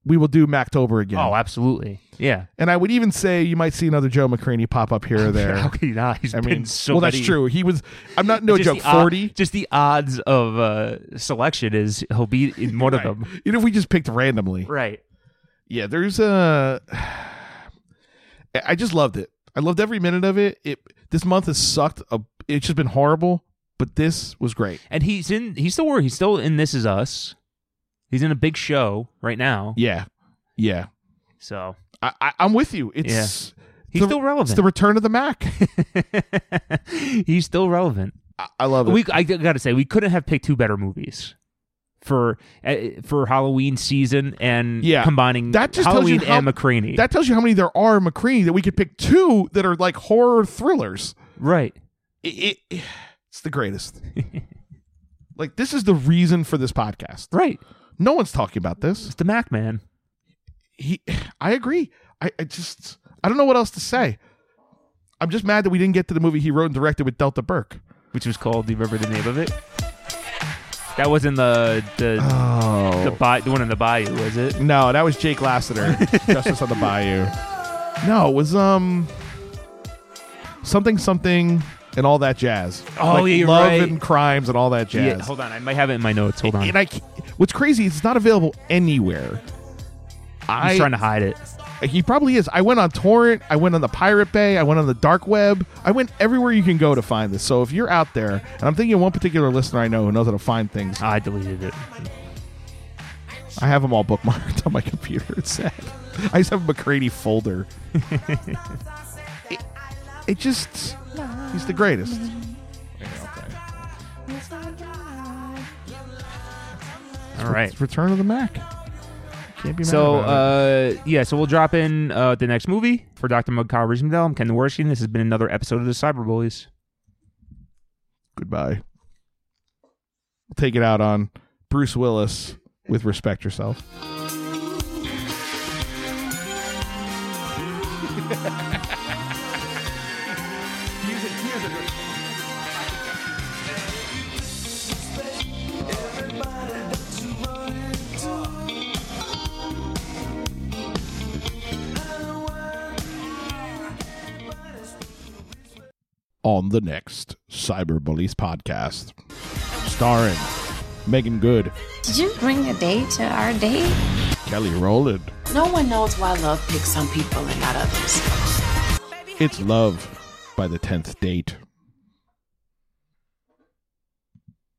Speaker 2: we will do Mactober again.
Speaker 1: Oh, absolutely.
Speaker 2: (laughs)
Speaker 1: Yeah.
Speaker 2: and I would even say you might see another Joe McCraney pop
Speaker 1: (laughs)
Speaker 2: up here or there.
Speaker 1: How could he not? He's
Speaker 2: I
Speaker 1: been
Speaker 2: mean,
Speaker 1: so.
Speaker 2: well, that's
Speaker 1: many-
Speaker 2: true. He was. I'm not no
Speaker 1: Just
Speaker 2: joke.
Speaker 1: the odd-
Speaker 2: Forty.
Speaker 1: just the odds of uh, selection is he'll be
Speaker 2: (laughs)
Speaker 1: in one of them.
Speaker 2: You know, if we just picked randomly.
Speaker 1: Right.
Speaker 2: Yeah, there's a. (sighs) I just loved it. I loved every minute of it. It this month has sucked. A, it's just been horrible, but this was great.
Speaker 1: And he's in. He's still where he's still in. This is us. He's in a big show right now.
Speaker 2: Yeah, yeah.
Speaker 1: So
Speaker 2: I, I, I'm with you. It's
Speaker 1: he's
Speaker 2: the-
Speaker 1: still
Speaker 2: It's
Speaker 1: relevant.
Speaker 2: the return of the Mac. (laughs)
Speaker 1: (laughs) he's still relevant.
Speaker 2: I, I love it.
Speaker 1: We. I gotta say, we couldn't have picked two better movies for uh, for Halloween season and
Speaker 2: Yeah.
Speaker 1: combining
Speaker 2: That just tells you
Speaker 1: Halloween
Speaker 2: how-
Speaker 1: and McCraney.
Speaker 2: that tells you how many there are in McCreaney that we could pick two that are like horror thrillers.
Speaker 1: right.
Speaker 2: It, it, it's the greatest. (laughs) like this is the reason for this podcast.
Speaker 1: Right.
Speaker 2: No one's talking about this.
Speaker 1: It's the Mac Man.
Speaker 2: he i agree I, I just i don't know what else to say i'm just mad that we didn't get to the movie he wrote and directed with delta burke
Speaker 1: which was called. Do you remember the name of it? That wasn't the the
Speaker 2: Oh.
Speaker 1: the, bi- the one in the bayou, was it?
Speaker 2: no that was jake
Speaker 1: (laughs)
Speaker 2: lassiter justice on the bayou no it was um something something and all that jazz
Speaker 1: Oh,
Speaker 2: Like
Speaker 1: yeah, you're
Speaker 2: love
Speaker 1: right.
Speaker 2: and crimes and all that jazz
Speaker 1: Yeah. Hold on, I might have it in my notes. Hold on,
Speaker 2: and i ca- what's crazy is it's not available anywhere
Speaker 1: he's
Speaker 2: I,
Speaker 1: trying to hide it.
Speaker 2: he probably is. I went on torrent. I went on the Pirate Bay. I went on the dark web. I went everywhere you can go to find this. So if you're out there, and I'm thinking of one particular listener I know who knows how to find things,
Speaker 1: Ah, I deleted it.
Speaker 2: I have them all bookmarked (laughs) on my computer. It's sad. I just have a McCready folder. it, it just, he's the greatest.
Speaker 1: All right,
Speaker 2: It's Return of the Mac. Can't be mad
Speaker 1: So
Speaker 2: about it.
Speaker 1: uh, yeah, so we'll drop in uh, the next movie for Dr. Mug Kyle Riesendal. I'm Ken Dworsky, and this has been another episode of the Cyber Bullies.
Speaker 2: goodbye. We'll take it out on Bruce Willis with respect yourself. on the next Cyber Bullies podcast. Starring Megan Good,
Speaker 9: Did you bring a day to our day?
Speaker 2: Kelly Rowland.
Speaker 10: No one knows why love picks some people and not others.
Speaker 2: It's Love by the 10th Date.